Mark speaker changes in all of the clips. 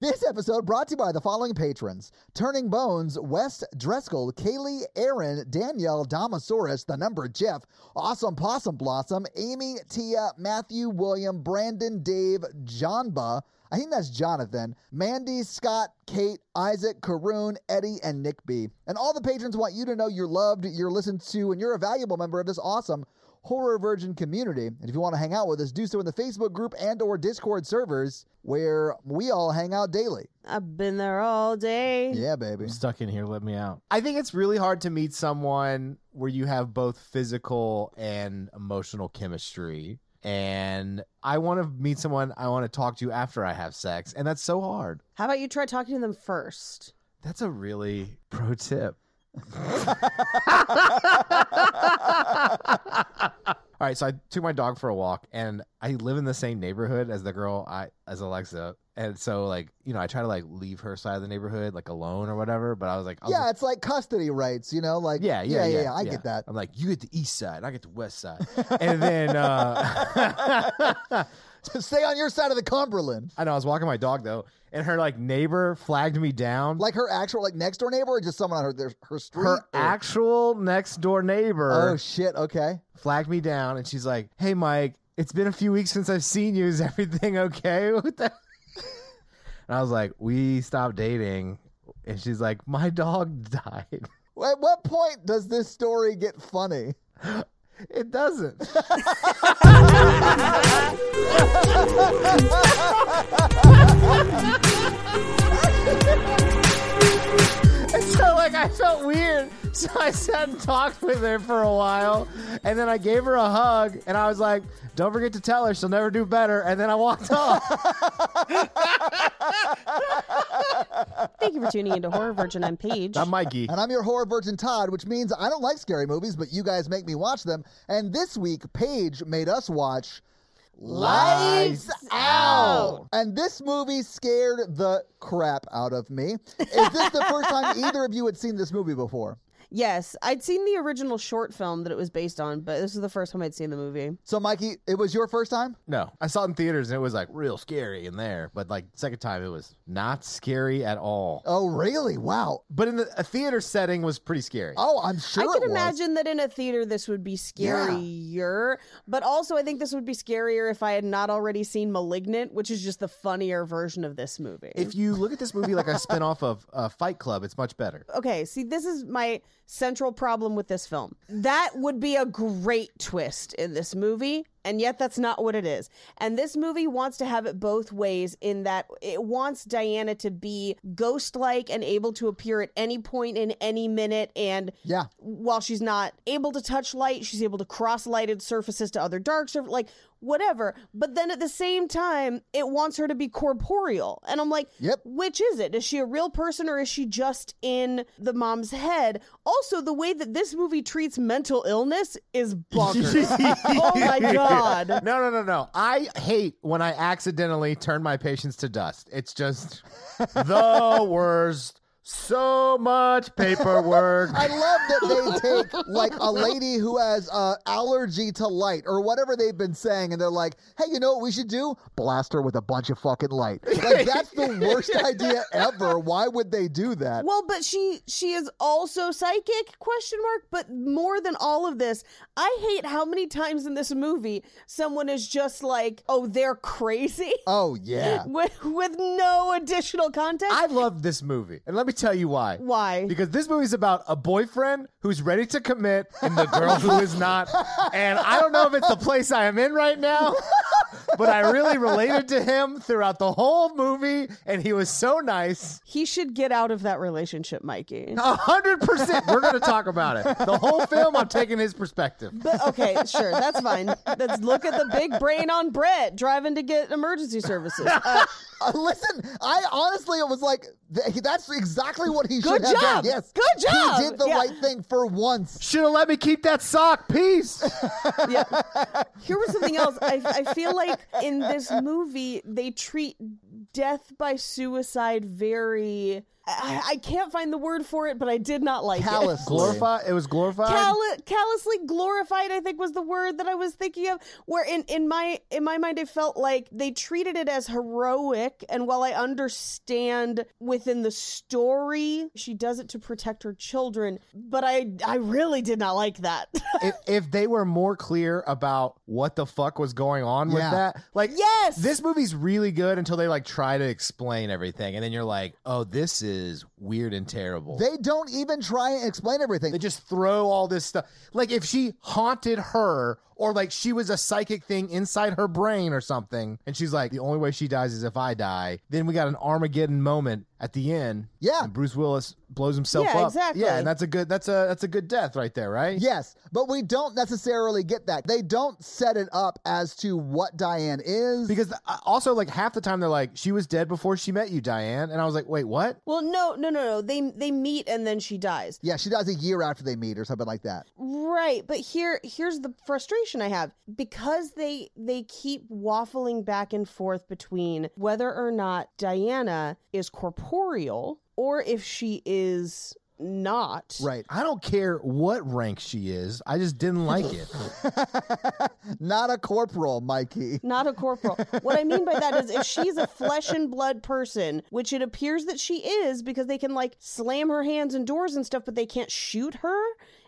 Speaker 1: This episode brought to you by the following patrons Turning Bones, West Dreskel, Kaylee, Aaron, Danielle, Damasaurus, The Number Jeff, Awesome Possum Blossom, Amy, Tia, Matthew, William, Brandon, Dave, Johnba, I think that's Jonathan, Mandy, Scott, Kate, Isaac, Karoon, Eddie, and Nick B. And all the patrons want you to know you're loved, you're listened to, and you're a valuable member of this awesome horror virgin community and if you want to hang out with us do so in the facebook group and or discord servers where we all hang out daily
Speaker 2: I've been there all day.
Speaker 1: yeah baby
Speaker 3: I'm stuck in here. Let me out.
Speaker 4: I think it's really hard to meet someone where you have both physical and emotional chemistry. And I want to meet someone I want to talk to after I have sex. And that's so hard.
Speaker 2: How about you try talking to them first?
Speaker 4: That's a really pro tip. All right, so I took my dog for a walk, and I live in the same neighborhood as the girl I as Alexa, and so like you know I try to like leave her side of the neighborhood like alone or whatever. But I was like, I was
Speaker 1: yeah it's like custody rights you know like
Speaker 4: yeah, yeah, yeah,
Speaker 1: i
Speaker 4: yeah.
Speaker 1: get that
Speaker 4: I'm like, you get the east side, and I get the west side, and then uh,
Speaker 1: stay on your side of the cumberland
Speaker 4: I know I was walking my dog though, and her like neighbor flagged me down.
Speaker 1: like her actual like next door neighbor or just someone on her their, her street
Speaker 4: her
Speaker 1: or-
Speaker 4: actual next door neighbor
Speaker 1: oh shit okay
Speaker 4: flagged me down, and she's like, "Hey, Mike, it's been a few weeks since I've seen you. Is everything okay?" What the- and I was like, "We stopped dating," and she's like, "My dog died."
Speaker 1: at what point does this story get funny
Speaker 4: It doesn't. and so, like, I felt weird. So I sat and talked with her for a while. And then I gave her a hug. And I was like, don't forget to tell her she'll never do better. And then I walked off.
Speaker 2: Thank you for tuning into Horror Virgin. I'm Paige.
Speaker 4: I'm Mikey.
Speaker 1: And I'm your horror virgin Todd, which means I don't like scary movies, but you guys make me watch them. And this week, Paige made us watch
Speaker 4: Lights
Speaker 2: Oh.
Speaker 4: Out.
Speaker 1: And this movie scared the crap out of me. Is this the first time either of you had seen this movie before?
Speaker 2: yes, I'd seen the original short film that it was based on, but this is the first time I'd seen the movie.
Speaker 1: So, Mikey, it was your first time?
Speaker 4: No, I saw it in theaters and it was like real scary in there. But like, second time, it was not scary at all.
Speaker 1: Oh, really? Wow.
Speaker 4: But in the, a theater setting was pretty scary.
Speaker 1: Oh, I'm sure
Speaker 2: I
Speaker 1: it was.
Speaker 2: can imagine that in a theater this would be scarier, but also I think this would be scarier if I had not already seen Malignant, which is just the funnier version of this movie.
Speaker 4: If you look at this movie like a spinoff of uh, Fight Club, it's much better.
Speaker 2: okay, see, this is my central problem with this film. That would be a great twist in this movie, and yet that's not what it is. And this movie wants to have it both ways in that it wants Diana to be ghost like and able to appear at any point in any minute. And
Speaker 1: Yeah.
Speaker 2: while she's not able to touch light, she's able to cross lighted surfaces to other dark surfaces. Like, Whatever, but then at the same time, it wants her to be corporeal, and I'm like,
Speaker 1: Yep.
Speaker 2: which is it? Is she a real person or is she just in the mom's head? Also, the way that this movie treats mental illness is bonkers. oh my god.
Speaker 4: No, no, no, no. I hate when I accidentally turn my patients to dust. It's just the worst. So much paperwork.
Speaker 1: I love that they take like a lady who has uh, allergy to light or whatever they've been saying, and they're like, "Hey, you know what we should do? Blast her with a bunch of fucking light." Like that's the worst idea ever. Why would they do that?
Speaker 2: Well, but she she is also psychic question mark, but more than all of this, I hate how many times in this movie someone is just like, "Oh, they're crazy."
Speaker 1: Oh yeah,
Speaker 2: with, with no additional context.
Speaker 4: I love this movie. And let me tell you why.
Speaker 2: Why?
Speaker 4: Because this movie's about a boyfriend who's ready to commit and the girl who is not. And I don't know if it's the place I am in right now, but I really related to him throughout the whole movie. And he was so nice.
Speaker 2: he should get out of that relationship, Mikey.
Speaker 4: A hundred percent. We're gonna talk about it. The whole film, I'm taking his perspective.
Speaker 2: But okay, sure, that's fine. Let's look at the big brain on Brett driving to get emergency services. Uh,
Speaker 1: Uh, listen, I honestly it was like, th- that's exactly what he
Speaker 2: Good
Speaker 1: should have done.
Speaker 2: job.
Speaker 1: Yes,
Speaker 2: Good job.
Speaker 1: He did the
Speaker 2: Yeah.
Speaker 1: right thing for once.
Speaker 4: Should have let me keep that sock. Peace.
Speaker 2: yeah. Here was something else. I, I feel like in this movie they treat death by suicide very. I, I can't find the word for it, but I did not like it.
Speaker 1: Callously.
Speaker 4: Glorify. It was glorified.
Speaker 2: Call- callously glorified, I think was the word that I was thinking of. Where in, in my in my mind, it felt like they treated it as heroic. And while I understand within the story, she does it to protect her children, but I I really did not like that.
Speaker 4: if, if they were more clear about what the fuck was going on with
Speaker 1: Yeah.
Speaker 4: that, like
Speaker 2: yes,
Speaker 4: this movie's really good until they like try to explain everything, and then you're like, oh, this is weird and terrible.
Speaker 1: They don't even try and explain everything.
Speaker 4: They just throw all this stuff. Like if she haunted her, or like she was a psychic thing inside her brain or something, and she's like, the only way she dies is if I die. Then we got an Armageddon moment at the end.
Speaker 1: Yeah.
Speaker 4: and Bruce Willis blows himself
Speaker 2: Yeah,
Speaker 4: up.
Speaker 2: exactly.
Speaker 4: Yeah, and that's a good that's a that's a good death right there, right?
Speaker 1: Yes, but we don't necessarily get that. They don't set it up as to what Diane is.
Speaker 4: Because th- also like half the time they're like, she was dead before she met you, Diane, and I was like, wait, what?
Speaker 2: Well, no, no, no, no. They they meet and then she dies.
Speaker 1: yeah, she dies a year after they meet or something like that.
Speaker 2: Right, but here here's the frustration I have because they they keep waffling back and forth between whether or not Diana is corporeal or if she is not.
Speaker 1: Right.
Speaker 4: I don't care what rank she is. I just didn't like it.
Speaker 1: Not a corporal, Mikey.
Speaker 2: Not a corporal. what I mean by that is if she's a flesh and blood person, which it appears that she is because they can like slam her hands and doors and stuff, but they can't shoot her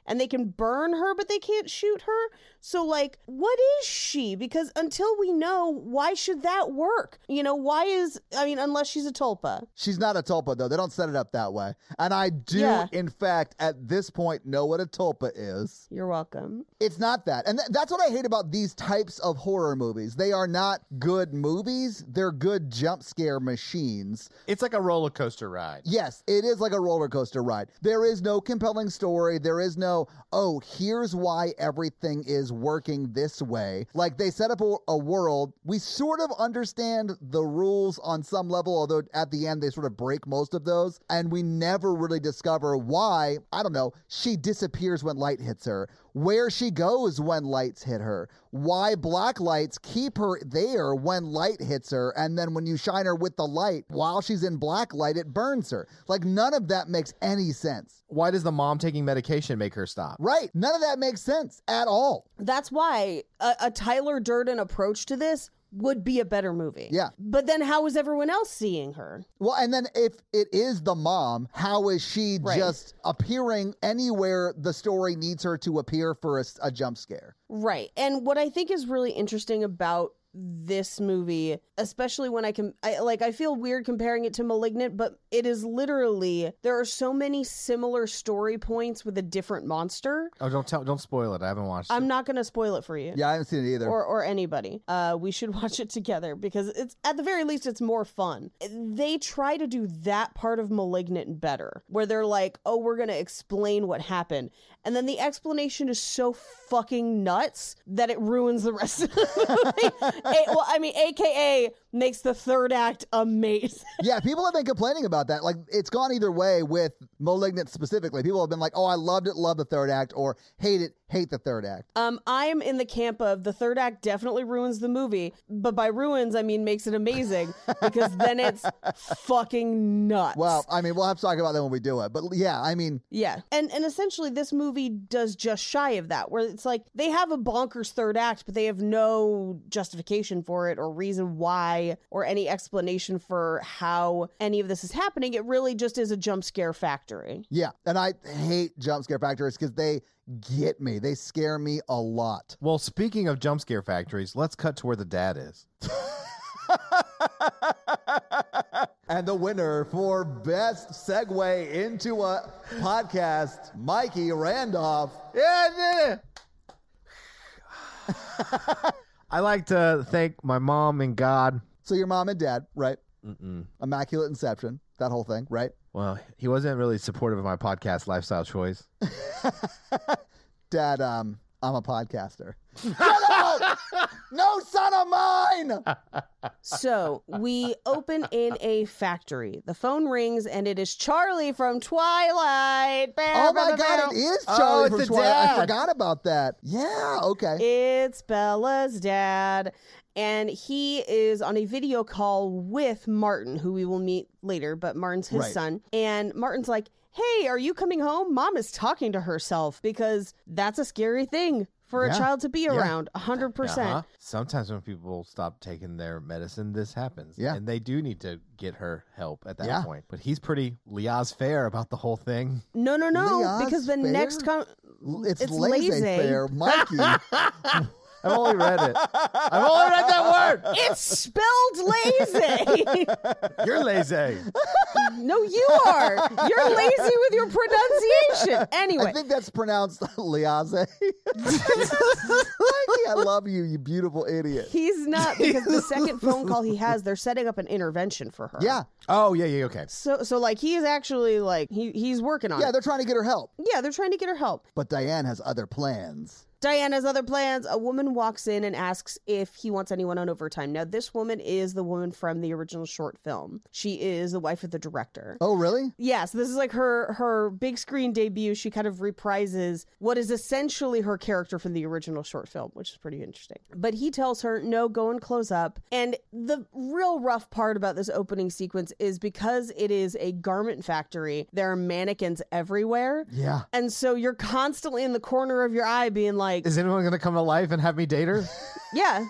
Speaker 2: and they can burn her, but they can't shoot her. So, like, what is she? Because until we know, why should that work? You know, why is, I mean, unless she's a tulpa.
Speaker 1: She's not a tulpa, though. They don't set it up that way. And I do,
Speaker 2: Yeah.
Speaker 1: in fact, at this point, know what a tulpa is.
Speaker 2: You're welcome.
Speaker 1: It's not that. And th- that's what I hate about these types of horror movies. They are not good movies, they're good jump scare machines.
Speaker 4: it's like a roller coaster ride.
Speaker 1: Yes, it is like a roller coaster ride. There is no compelling story. There is no, oh, here's why everything is working this way. Like they set up a, a world. We sort of understand the rules on some level, although at the end they sort of break most of those. And we never really discover why, I don't know, she disappears when light hits her, where she goes when lights hit her, why black lights keep her there when light hits her. And then when you shine her with the light while she's in black light, it burns her. Like none of that makes any sense.
Speaker 4: Why does the mom taking medication make her stop?
Speaker 1: Right. None of that makes sense at all.
Speaker 2: That's why a, a Tyler Durden approach to this would be a better movie.
Speaker 1: Yeah.
Speaker 2: But then how is everyone else seeing her?
Speaker 1: Well, and then if it is the mom, how is she
Speaker 2: Right.
Speaker 1: just appearing anywhere the story needs her to appear for a, s- a jump scare?
Speaker 2: Right. And what I think is really interesting about this movie, especially when I can, I, like, I feel weird comparing it to Malignant, but it is literally, there are so many similar story points with a different monster.
Speaker 4: Oh, don't tell, don't spoil it. I haven't watched
Speaker 2: I'm
Speaker 4: it.
Speaker 2: not going to spoil it for you.
Speaker 1: Yeah, I haven't seen it either.
Speaker 2: Or, or anybody. Uh, we should watch it together because it's at the very least it's more fun. They try to do that part of Malignant better, where they're like, "Oh, we're gonna explain what happened," and then the explanation is so fucking nuts that it ruins the rest of the movie. A- well, I mean, AKA makes the third act amazing.
Speaker 1: yeah, people have been complaining about that. Like, it's gone either way with Malignant specifically. People have been like, oh, I loved it, love the third act, or hate it, hate the third act.
Speaker 2: Um, I am in the camp of the third act definitely ruins the movie, but by ruins I mean makes it amazing because then it's fucking nuts.
Speaker 1: Well, I mean, we'll have to talk about that when we do it. But yeah, I mean,
Speaker 2: Yeah. And and essentially this movie does just shy of that where it's like they have a bonkers third act but they have no justification for it or reason why or any explanation for how any of this is happening. It really just is a jump scare factory.
Speaker 1: yeah. And I hate jump scare factors because they get me. They scare me a lot.
Speaker 4: Well, speaking of jump scare factories, let's cut to where the dad is.
Speaker 1: And the winner for best segue into a podcast, Mikey Randolph.
Speaker 4: Yeah, I did it. I like to thank my mom and God.
Speaker 1: So your mom and dad, right? Immaculate Inception, that whole thing, right?
Speaker 4: Well, he wasn't really supportive of my podcast lifestyle choice.
Speaker 1: Dad, um, I'm a podcaster. Get out! no son of mine!
Speaker 2: So we open in a factory. The phone rings and it is Charlie from Twilight. Bow,
Speaker 1: Oh my
Speaker 2: bow, bow, bow.
Speaker 1: god, it is
Speaker 4: Oh,
Speaker 1: Charlie
Speaker 4: it's
Speaker 1: from
Speaker 4: the
Speaker 1: Twilight. I
Speaker 4: dad.
Speaker 1: forgot about that. Yeah, okay.
Speaker 2: It's Bella's dad. And he is on a video call with Martin, who we will meet later, but Martin's his
Speaker 1: Right.
Speaker 2: son. And Martin's like, Hey, are you coming home? Mom is talking to herself because that's a scary thing for
Speaker 1: Yeah.
Speaker 2: a child to be around. A 100%.
Speaker 4: Uh-huh. Sometimes when people stop taking their medicine, this happens.
Speaker 1: Yeah.
Speaker 4: And they do need to get her help at that
Speaker 1: Yeah.
Speaker 4: point. But he's pretty Liaz fair about the whole thing.
Speaker 2: No, no, no.
Speaker 1: Leah's
Speaker 2: because the
Speaker 1: fair?
Speaker 2: next con-
Speaker 1: L- It's,
Speaker 2: it's
Speaker 1: laissez
Speaker 2: lazy.
Speaker 1: fair, Mikey.
Speaker 4: I've only read it. I've only read that word.
Speaker 2: It's spelled lazy.
Speaker 4: You're lazy.
Speaker 2: no, you are. You're lazy with your pronunciation. Anyway,
Speaker 1: I think that's pronounced Liaze. Mikey, I love you, you beautiful idiot.
Speaker 2: He's not because the second phone call he has, they're setting up an intervention for her.
Speaker 1: Yeah,
Speaker 4: Oh yeah, yeah, okay.
Speaker 2: So so like he is actually like he he's working on
Speaker 1: yeah,
Speaker 2: it.
Speaker 1: they're trying to get her help.
Speaker 2: yeah, they're trying to get her help.
Speaker 1: But Diane has other plans.
Speaker 2: Diana's other plans. A woman walks in and asks if he wants anyone on overtime. Now this woman is the woman from the original short film. She is the wife of the director.
Speaker 1: Oh, really?
Speaker 2: Yeah, so this is like her her big screen debut. She kind of reprises what is essentially her character from the original short film, which is pretty interesting. But he tells her, "No, go and close up." And the real rough part about this opening sequence is because it is a garment factory. There are mannequins everywhere.
Speaker 1: Yeah.
Speaker 2: And so you're constantly in the corner of your eye being like,
Speaker 4: Is anyone gonna come to life and have me date her?
Speaker 2: "Yeah,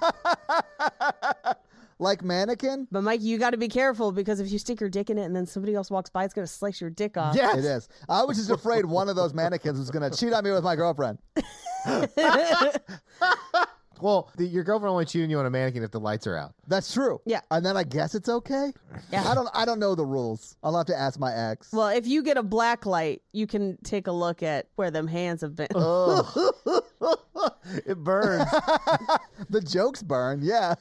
Speaker 1: Like mannequin?
Speaker 2: but Mike, you got to be careful because if you stick your dick in it and then somebody else walks by, it's going to slice your dick off."
Speaker 4: yes.
Speaker 1: It is. I was just afraid one of those mannequins was going to cheat on me with my girlfriend.
Speaker 4: Well, the, your girlfriend only cheating you on a mannequin if the lights are out.
Speaker 1: That's true.
Speaker 2: Yeah.
Speaker 1: And then I guess it's okay.
Speaker 2: Yeah.
Speaker 1: I don't. I don't know the rules. I'll have to ask my ex.
Speaker 2: Well, if you get a black light, you can take a look at where them hands have been.
Speaker 4: It burns.
Speaker 1: the jokes burn. Yeah.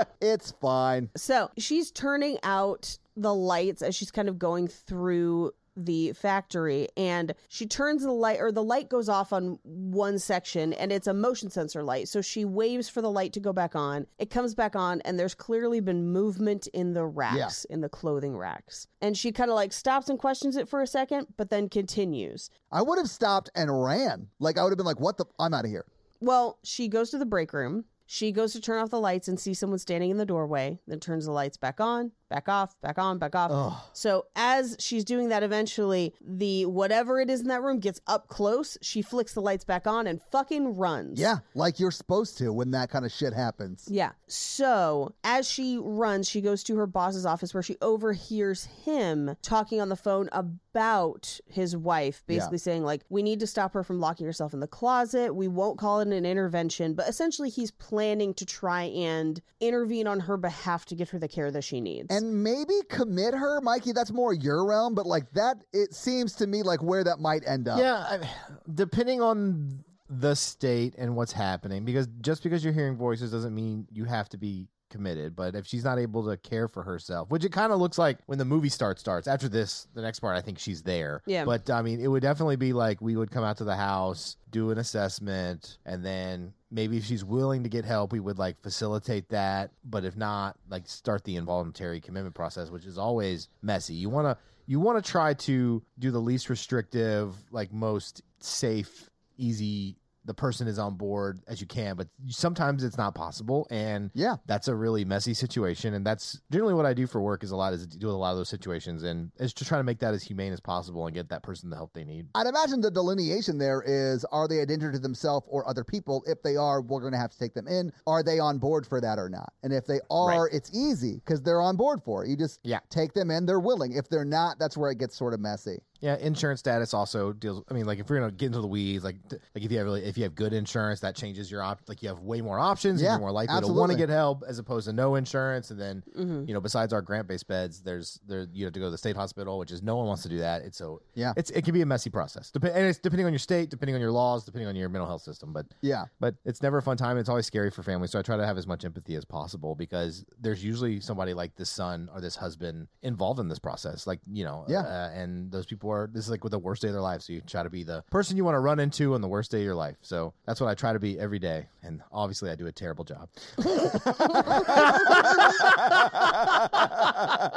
Speaker 1: it's fine.
Speaker 2: So she's turning out the lights as she's kind of going through the factory and she turns the light or the light goes off on one section and it's a motion sensor light so she waves for the light to go back on it comes back on and there's clearly been movement in the racks in the clothing racks and she kind of like stops and questions it for a second but then continues
Speaker 1: I would have stopped and ran. Like I would have been like, "What the? I'm out of here."
Speaker 2: Well, she goes to the break room. She goes to turn off the lights and sees someone standing in the doorway, then turns the lights back on, back off, back on, back off. So as she's doing that eventually, the whatever it is in that room gets up close, she flicks the lights back on and fucking runs.
Speaker 1: Yeah. Like you're supposed to when that kind of shit happens.
Speaker 2: Yeah. So as she runs, she goes to her boss's office where she overhears him talking on the phone about his wife, basically saying, like, we need to stop her from locking herself in the closet. We won't call it an intervention, but essentially he's planning to try and intervene on her behalf to get her the care that she needs.
Speaker 1: And maybe commit her, Mikey. That's more your realm, but like that, it seems to me like where that might end up.
Speaker 4: yeah, I, depending on the state and what's happening, because just because you're hearing voices doesn't mean you have to be committed. But if she's not able to care for herself, which it kind of looks like when the movie starts, starts after this, the next part, I think she's there.
Speaker 2: Yeah.
Speaker 4: But I mean, it would definitely be like we would come out to the house, do an assessment, and then maybe if she's willing to get help, we would like facilitate that. But if not, like start the involuntary commitment process, which is always messy. You want to you want to try to do the least restrictive, like most safe, easy. The person is on board as you can, but sometimes it's not possible, and
Speaker 1: Yeah.
Speaker 4: that's a really messy situation and that's generally what i do for work is a lot is do a lot of those situations and is to try to make that as humane as possible and get that person the help they need
Speaker 1: I'd imagine the delineation there is are they a danger to themselves or other people? If they are, we're going to have to take them in. Are they on board for that or not? And if they are, it's easy because they're on board for it. You just
Speaker 4: Yeah.
Speaker 1: take them in, they're willing. If they're not, that's where it gets sort of messy.
Speaker 4: yeah insurance status also deals i mean like if we're gonna get into the weeds like th- like if you have really if you have good insurance that changes your op like you have way more options
Speaker 1: Yeah,
Speaker 4: and you're more likely to want
Speaker 1: absolutely. Mm-hmm.
Speaker 4: to get help as opposed to no insurance and then you know besides our grant-based beds there's there you have to go to the state hospital which is no one wants to do that it's so
Speaker 1: Yeah.
Speaker 4: it's it can be a messy process Dep- and it's depending on your state depending on your laws depending on your mental health system but
Speaker 1: Yeah.
Speaker 4: but it's never a fun time. It's always scary for families. So I try to have as much empathy as possible because there's usually somebody like this son or this husband involved in this process. Like, you know,
Speaker 1: Yeah.
Speaker 4: uh, and those people or this is like with the worst day of their life. So you try to be the person you want to run into on the worst day of your life. So that's what I try to be every day. And obviously, I do a terrible job.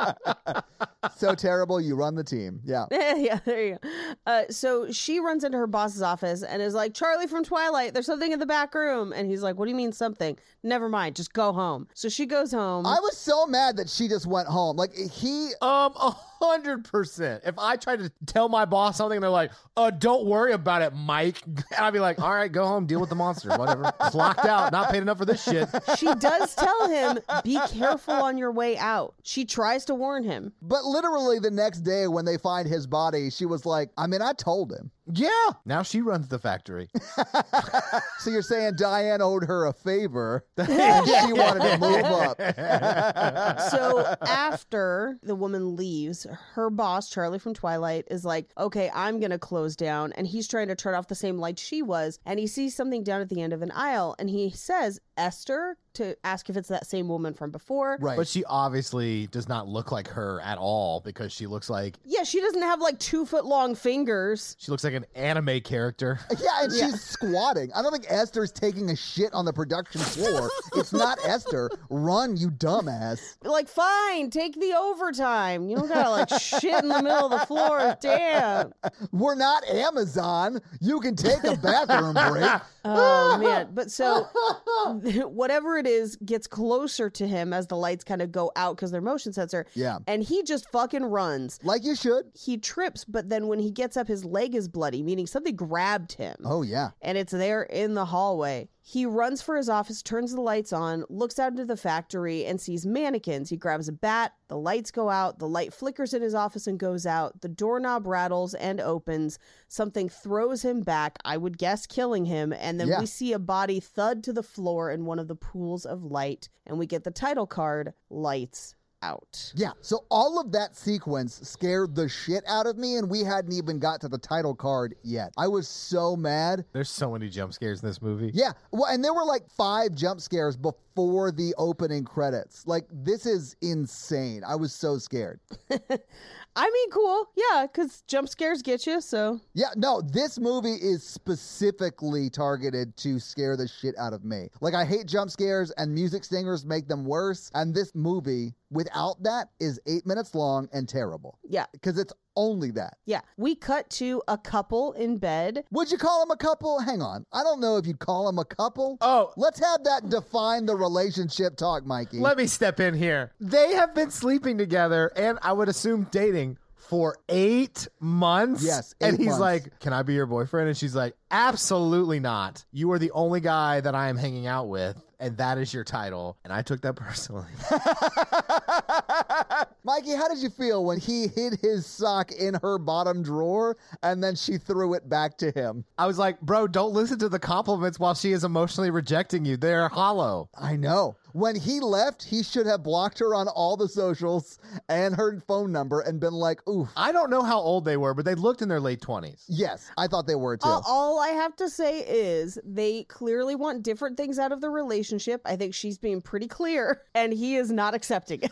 Speaker 1: so terrible, you run the team. Yeah.
Speaker 2: yeah, there you go. Uh, so she runs into her boss's office and is like, Charlie from Twilight, there's something in the back room. And he's like, What do you mean something? Never mind, just go home. So she goes home.
Speaker 1: I was so mad that she just went home. Like he
Speaker 4: Um, a hundred percent. If I tried to tell my boss something, they're like, "Uh, don't worry about it, Mike." I'd be like, "All right, go home, deal with the monster, whatever." Clocked out, not paid enough for this shit.
Speaker 2: she does tell him, Be careful on your way out. She tries to warn him.
Speaker 1: but literally the next day when they find his body, she was like, I mean, I told him.
Speaker 4: Yeah, now she runs the factory.
Speaker 1: So you're saying Diane owed her a favor and she wanted to move up.
Speaker 2: so after the woman leaves, her boss, Charlie from Twilight, is like, okay, I'm going to close down. And he's trying to turn off the same light she was. And he sees something down at the end of an aisle. And he says, Esther, to ask if it's that same woman from before.
Speaker 1: Right.
Speaker 4: But she obviously does not look like her at all because she looks like
Speaker 2: Yeah, she doesn't have like two foot long fingers.
Speaker 4: she looks like an anime character.
Speaker 1: yeah, and she's squatting. I don't think Esther's taking a shit on the production floor. it's not Esther. Run, you dumbass.
Speaker 2: Like, fine, take the overtime. You don't gotta like shit in the middle of the floor. Damn.
Speaker 1: We're not Amazon. You can take a bathroom break.
Speaker 2: Oh man! But so whatever it is gets closer to him as the lights kind of go out because they're motion sensor.
Speaker 1: Yeah.
Speaker 2: and he just fucking runs.
Speaker 1: Like you should.
Speaker 2: He trips, but then when he gets up, his leg is bloody, meaning something grabbed him.
Speaker 1: Oh, yeah.
Speaker 2: And it's there in the hallway. He runs for his office, turns the lights on, looks out into the factory, and sees mannequins. He grabs a bat, the lights go out, the light flickers in his office and goes out, the doorknob rattles and opens. Something throws him back, I would guess killing him, and then
Speaker 1: Yeah.
Speaker 2: we see a body thud to the floor in one of the pools of light, and we get the title card Lights Out.
Speaker 1: Yeah. So all of that sequence scared the shit out of me, and we hadn't even got to the title card yet. I was so mad.
Speaker 4: There's so many jump scares in this movie.
Speaker 1: Yeah. Well, and there were like five jump scares before the opening credits. Like, this is insane. I was so scared.
Speaker 2: I mean, cool. Yeah, because jump scares get you, so
Speaker 1: Yeah, no, this movie is specifically targeted to scare the shit out of me. Like, I hate jump scares, and music stingers make them worse. And this movie, without that, is eight minutes long and terrible
Speaker 2: yeah.
Speaker 1: because it's only that.
Speaker 2: Yeah. We cut to a couple in bed.
Speaker 1: Would you call them a couple? Hang on. I don't know if you'd call them a couple.
Speaker 4: Oh.
Speaker 1: Let's have that define the relationship talk, Mikey.
Speaker 4: Let me step in here. They have been sleeping together and I would assume dating for eight months.
Speaker 1: Yes,
Speaker 4: and
Speaker 1: eight
Speaker 4: he's
Speaker 1: months.
Speaker 4: like, Can I be your boyfriend? And she's like, Absolutely not. You are the only guy that I am hanging out with, and that is your title. And I took that personally.
Speaker 1: Mikey, how did you feel when he hid his sock in her bottom drawer and then she threw it back to him?
Speaker 4: I was like, Bro, don't listen to the compliments while she is emotionally rejecting you. They're hollow.
Speaker 1: I know. When he left, he should have blocked her on all the socials and her phone number and been like, oof.
Speaker 4: I don't know how old they were, but they looked in their late 20s.
Speaker 1: Yes, I thought they were too.
Speaker 4: Oh,
Speaker 2: All, all I have to say is they clearly want different things out of the relationship. I think she's being pretty clear, and he is not accepting it.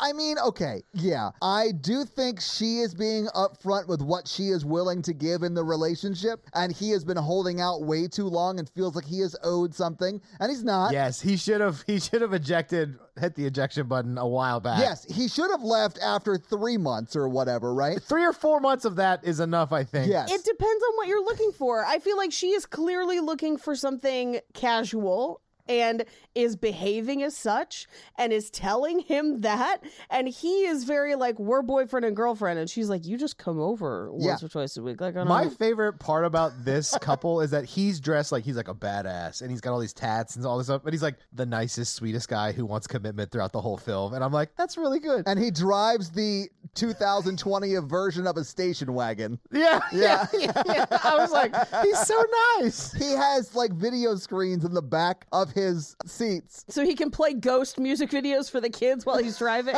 Speaker 1: I mean, okay, yeah. I do think she is being upfront with what she is willing to give in the relationship, and he has been holding out way too long and feels like he is owed something, and he's not.
Speaker 4: Yes, he should have he should have ejected hit the ejection button a while back.
Speaker 1: Yes, he should have left after three months or whatever, right?
Speaker 4: three or four months of that is enough, I think.
Speaker 1: Yes.
Speaker 2: it depends on what you're looking for. I feel like she is clearly looking for something casual and is behaving as such and is telling him that and he is very like we're boyfriend and girlfriend and she's like you just come over once
Speaker 1: Yeah.
Speaker 2: or twice a week like I don't
Speaker 4: My favorite part about this couple is that he's dressed like he's like a badass and he's got all these tats and all this stuff, but he's like the nicest, sweetest guy who wants commitment throughout the whole film. And I'm like, that's really good.
Speaker 1: And he drives the 2020 version of a station wagon.
Speaker 4: yeah, yeah, yeah, I was like, he's so nice.
Speaker 1: He has like video screens in the back of his seats.
Speaker 2: so he can play ghost music videos for the kids while he's driving.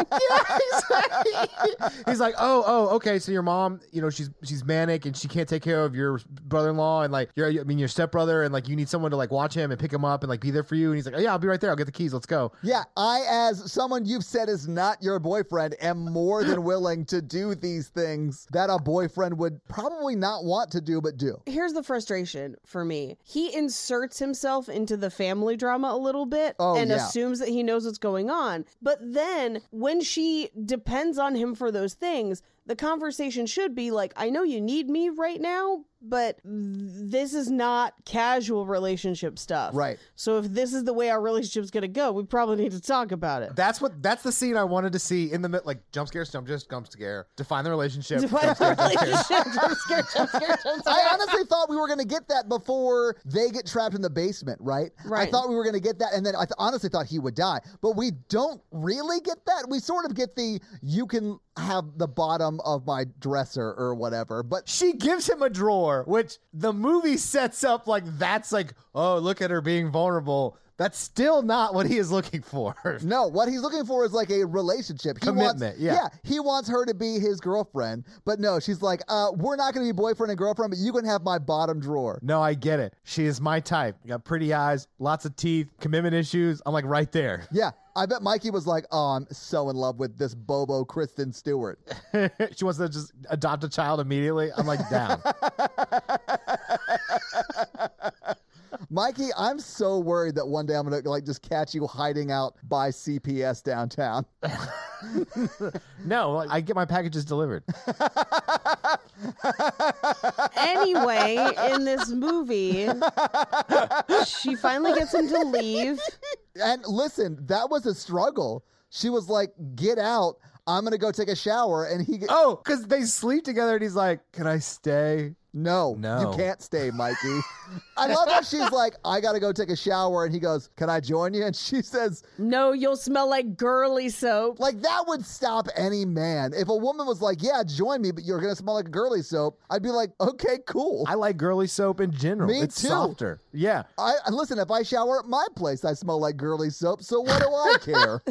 Speaker 4: He's like, oh, oh, okay. So your mom, you know, she's she's manic and she can't take care of your brother-in-law and like your, I mean, your stepbrother, and like you need someone to like watch him and pick him up and like be there for you. And he's like, oh, yeah, I'll be right there. I'll get the keys. Let's go.
Speaker 1: Yeah, I, as someone you've said is not your boyfriend, am more than willing to do these things that a boyfriend would probably not want to do, but do.
Speaker 2: Here's the frustration for me. He inserts himself into the family drama a little bit
Speaker 1: Oh,
Speaker 2: and
Speaker 1: yeah.
Speaker 2: assumes that he knows what's going on. But then when she depends on him for those things, the conversation should be like, I know you need me right now, but th- this is not casual relationship stuff.
Speaker 1: Right.
Speaker 2: So if this is the way our relationship's going to go, we probably need to talk about it.
Speaker 4: That's what. That's the scene I wanted to see in the mid, like jump scare, jump just jump scare. Define the relationship.
Speaker 2: Define
Speaker 4: jump
Speaker 2: our
Speaker 4: scare, jump scare.
Speaker 2: relationship. Jump scare, jump scare, jump scare.
Speaker 1: I honestly thought we were going to get that before they get trapped in the basement, right? I
Speaker 2: Right.
Speaker 1: thought we were going to get that, and then I th- honestly thought he would die. But we don't really get that. We sort of get the you can have the bottom of my dresser or whatever. But
Speaker 4: She gives him a drawer, which the movie sets up like that's like, oh, look at her being vulnerable. That's still not what he is looking for.
Speaker 1: no, what he's looking for is like a relationship. He Wants,
Speaker 4: Commitment, yeah.
Speaker 1: he wants her to be his girlfriend. But no, she's like, uh, we're not going to be boyfriend and girlfriend, but you can have my bottom drawer.
Speaker 4: No, I get it. She is my type. Got pretty eyes, lots of teeth, commitment issues. I'm like right there.
Speaker 1: Yeah, I bet Mikey was like, oh, I'm so in love with this Bobo Kristen Stewart.
Speaker 4: she wants to just adopt a child immediately. I'm like down.
Speaker 1: Mikey, I'm so worried that one day I'm gonna like just catch you hiding out by CPS downtown.
Speaker 4: no, I get my packages delivered.
Speaker 2: anyway, in this movie, she finally gets him to leave.
Speaker 1: And listen, that was a struggle. She was like, "Get out! I'm gonna go take a shower," and he,
Speaker 4: Oh, because they sleep together, and he's like, "Can I stay?"
Speaker 1: "No,
Speaker 4: No.
Speaker 1: you can't stay, Mikey." I love how she's like, "I gotta go take a shower," and he goes, "Can I join you?" And she says,
Speaker 2: No, you'll smell like girly soap.
Speaker 1: "Like that would stop any man. If a woman was like, "Yeah, join me," but you're gonna smell like girly soap," I'd be like, "Okay, cool."
Speaker 4: I like girly soap in general.
Speaker 1: Me
Speaker 4: it's
Speaker 1: too.
Speaker 4: softer. Yeah.
Speaker 1: I and listen. If I shower at my place, I smell like girly soap. So what do I care?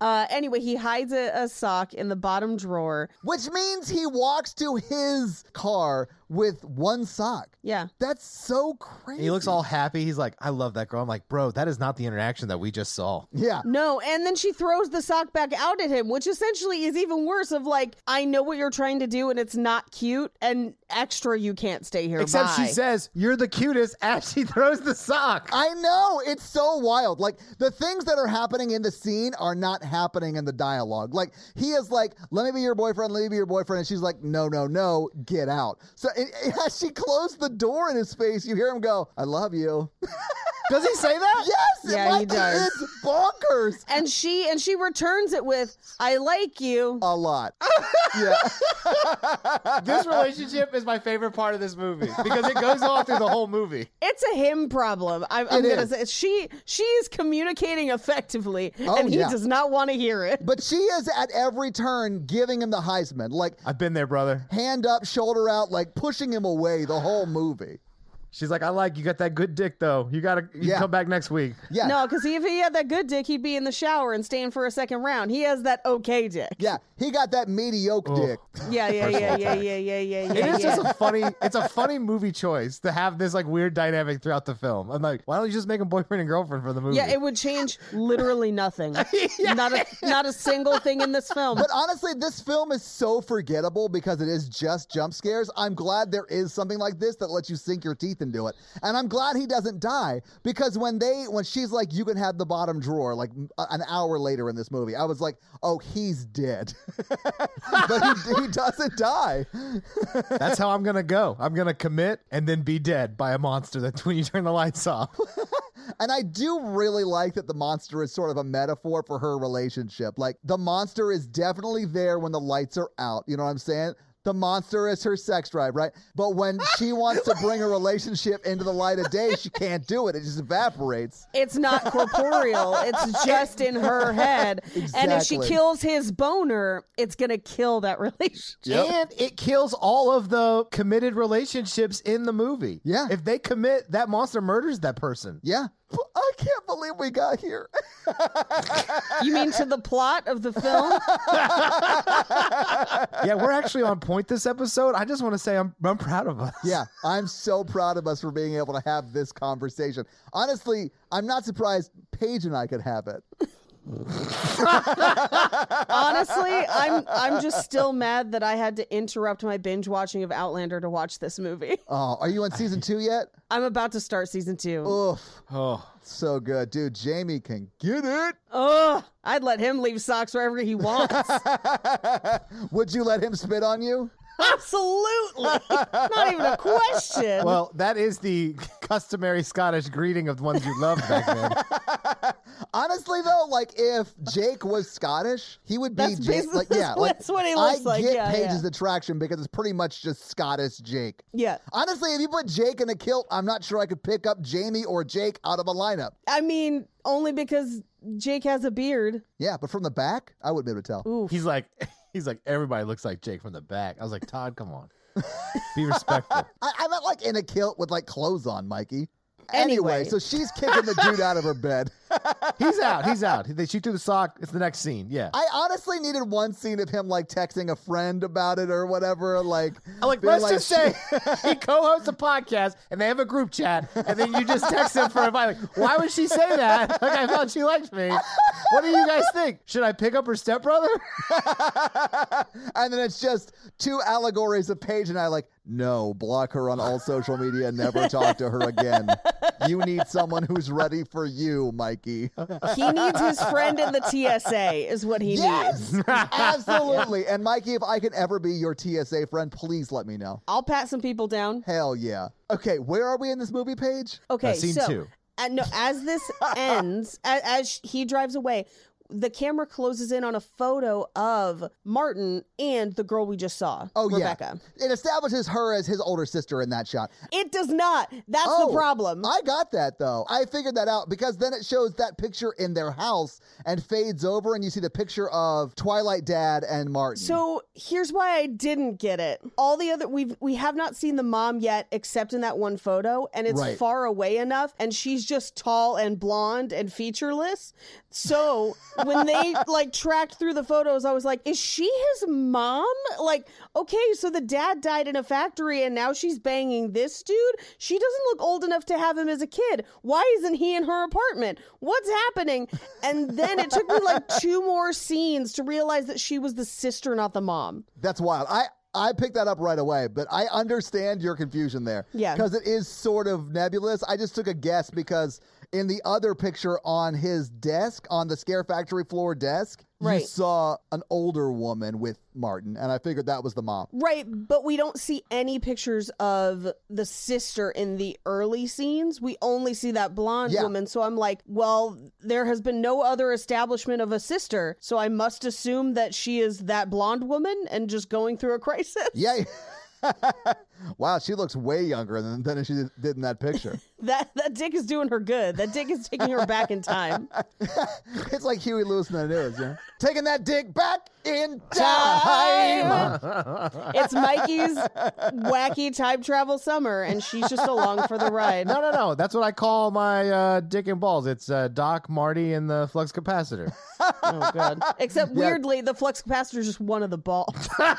Speaker 2: Uh, anyway, he hides a, a sock in the bottom drawer.
Speaker 1: Which means he walks to his car with one sock.
Speaker 2: Yeah.
Speaker 1: That's so crazy.
Speaker 4: He looks all happy. He's like, I love that girl. I'm like, bro, that is not the interaction that we just saw.
Speaker 1: Yeah.
Speaker 2: No, and then she throws the sock back out at him, which essentially is even worse of like, I know what you're trying to do and it's not cute and extra you can't stay here.
Speaker 4: Except she
Speaker 2: Bye.
Speaker 4: says, You're the cutest as she throws the sock.
Speaker 1: I know. It's so wild. Like the things that are happening in the scene are not happening in the dialogue. Like he is like, "Let me be your boyfriend. Let me be your boyfriend," and she's like, "No, no, no, get out." So it, as she closed the door in his face, you hear him go, "I love you."
Speaker 4: Does he say that?
Speaker 1: yes.
Speaker 2: Yeah, he
Speaker 1: Mikey,
Speaker 2: does.
Speaker 1: It's bonkers.
Speaker 2: and she and she returns it with, I like you.
Speaker 1: A lot. yeah.
Speaker 4: This relationship is my favorite part of this movie because it goes on through the whole movie.
Speaker 2: It's a him problem. I'm, I'm
Speaker 1: It
Speaker 2: gonna
Speaker 1: is.
Speaker 2: say she she is communicating effectively,
Speaker 1: Oh,
Speaker 2: and he
Speaker 1: yeah.
Speaker 2: does not want to hear it.
Speaker 1: But she is at every turn giving him the Heisman, like
Speaker 4: I've been there, brother.
Speaker 1: hand up, shoulder out, like pushing him away the whole movie.
Speaker 4: She's like, I like you got that good dick though. You gotta you
Speaker 1: Yeah.
Speaker 4: come back next week.
Speaker 1: Yeah.
Speaker 2: No, because if he had that good dick, he'd be in the shower and staying for a second round. He has that okay dick.
Speaker 1: Yeah. He got that mediocre dick.
Speaker 2: Yeah, yeah,
Speaker 4: Personal
Speaker 2: yeah, yeah,
Speaker 4: attack.
Speaker 2: yeah, yeah, yeah,
Speaker 4: It
Speaker 2: yeah.
Speaker 4: is
Speaker 2: yeah.
Speaker 4: just a funny it's a funny movie choice to have this like weird dynamic throughout the film. I'm like, why don't you just make him boyfriend and girlfriend for the movie?
Speaker 2: Yeah, it would change literally nothing. Not a not a single thing in this film.
Speaker 1: But honestly, this film is so forgettable because it is just jump scares. I'm glad there is something like this that lets you sink your teeth into it. And I'm glad he doesn't die because when they when she's like you can have the bottom drawer like a- an hour later in this movie, I was like, "Oh, he's dead." but he, he doesn't die.
Speaker 4: That's how I'm gonna go. I'm gonna commit and then be dead by a monster. That's when you turn the lights off.
Speaker 1: And I do really like that the monster is sort of a metaphor for her relationship. Like the monster is definitely there when the lights are out. You know what I'm saying? The monster is her sex drive, right? But when she wants to bring a relationship into the light of day, she can't do it. It just evaporates.
Speaker 2: It's not corporeal. It's just in her head. And if she
Speaker 1: Exactly.
Speaker 2: kills his boner, it's gonna kill that relationship.
Speaker 4: And it kills all of the committed relationships in the movie.
Speaker 1: Yeah.
Speaker 4: If they commit, that monster murders that person.
Speaker 1: Yeah. I can't believe we got here.
Speaker 2: You mean to the plot of the film?
Speaker 4: Yeah, we're actually on point this episode. I just want to say I'm, I'm proud of us.
Speaker 1: Yeah, I'm so proud of us for being able to have this conversation. Honestly, I'm not surprised Paige and I could have it.
Speaker 2: Honestly, I'm I'm just still mad that I had to interrupt my binge watching of Outlander to watch this movie.
Speaker 1: Oh, are you on season two yet?
Speaker 2: I'm about to start season two.
Speaker 1: Oof,
Speaker 4: Oh,
Speaker 1: so good, dude. Jamie can get it.
Speaker 2: Ugh, I'd let him leave socks wherever he wants.
Speaker 1: Would you let him spit on you?
Speaker 2: Absolutely, not even a question.
Speaker 4: well, that is the customary Scottish greeting of the ones you loved back then.
Speaker 1: Honestly, though, like if Jake was Scottish, he would be
Speaker 2: That's
Speaker 1: Jake.
Speaker 2: basically-
Speaker 1: Like, yeah, like,
Speaker 2: that's what he looks
Speaker 1: I
Speaker 2: like,
Speaker 1: get
Speaker 2: yeah,
Speaker 1: Paige's
Speaker 2: yeah.
Speaker 1: attraction because it's pretty much just Scottish Jake.
Speaker 2: yeah,
Speaker 1: Honestly, if you put Jake in a kilt, I'm not sure I could pick up Jamie or Jake out of a lineup.
Speaker 2: I mean only because Jake has a beard.
Speaker 1: Yeah, but from the back, I would be able to tell.
Speaker 2: Oof.
Speaker 4: He's like, he's like, everybody looks like Jake from the back. I was like, Todd, come on, be respectful.
Speaker 1: I, I meant like in a kilt with like clothes on, Mikey.
Speaker 2: Anyway.
Speaker 1: so she's kicking the dude out of her bed.
Speaker 4: He's out. He's out. They shoot through the sock. It's the next scene. Yeah.
Speaker 1: I honestly needed one scene of him like texting a friend about it or whatever. Like,
Speaker 4: I'm like,
Speaker 1: being
Speaker 4: let's
Speaker 1: like,
Speaker 4: just say he co-hosts a podcast and they have a group chat, and then you just text him for advice. Like, why would she say that? Like, I thought she liked me. What do you guys think? Should I pick up her stepbrother?
Speaker 1: and then it's just two allegories of Paige and I like, no, block her on all social media, never talk to her again. You need someone who's ready for you, Mikey.
Speaker 2: He needs his friend in the TSA, is what he needs.
Speaker 1: Yes, absolutely. And Mikey, if I can ever be your TSA friend, please let me know.
Speaker 2: I'll pat some people down.
Speaker 1: Hell yeah. Okay, where are we in this movie, Paige?
Speaker 2: Okay,
Speaker 4: Uh, scene
Speaker 2: so
Speaker 4: two.
Speaker 2: uh, no, as this ends, as, as he drives away, the camera closes in on a photo of Martin and the girl we just saw.
Speaker 1: Oh
Speaker 2: Rebecca.
Speaker 1: yeah, it establishes her as his older sister in that shot.
Speaker 2: It does not. That's
Speaker 1: Oh,
Speaker 2: the problem.
Speaker 1: I got that though. I figured that out because then it shows that picture in their house and fades over, and you see the picture of Twilight Dad and Martin.
Speaker 2: so here's why I didn't get it. All the other we've we have not seen the mom yet, except in that one photo, and it's
Speaker 1: Right.
Speaker 2: far away enough, and she's just tall and blonde and featureless. So when they like tracked through the photos, I was like, "Is she his mom?" Like, okay, so the dad died in a factory, and now she's banging this dude. She doesn't look old enough to have him as a kid. Why isn't he in her apartment? What's happening? And then it took me like two more scenes to realize that she was the sister, not the mom.
Speaker 1: that's wild. I I picked that up right away, but I understand your confusion there.
Speaker 2: Yeah.
Speaker 1: because it is sort of nebulous. I just took a guess because in the other picture on his desk on the Scare Factory floor desk, you
Speaker 2: Right.
Speaker 1: saw an older woman with Martin, and I figured that was the mom.
Speaker 2: Right, but we don't see any pictures of the sister in the early scenes. We only see that blonde
Speaker 1: Yeah.
Speaker 2: woman. So I'm like, well, there has been no other establishment of a sister. So I must assume that she is that blonde woman and just going through a crisis.
Speaker 1: Yeah. wow, she looks way younger than, than she did in that picture.
Speaker 2: That that dick is doing her good. That dick is taking her back in time.
Speaker 1: it's like Huey Lewis in the news, you know? Taking that dick back in time.
Speaker 2: It's Mikey's wacky time travel summer, and she's just along for the ride.
Speaker 4: No, no, no. That's what I call my uh, dick and balls. It's uh, Doc, Marty, and the flux capacitor.
Speaker 2: Oh god! Except weirdly, the flux capacitor is just one of the balls.
Speaker 1: yeah,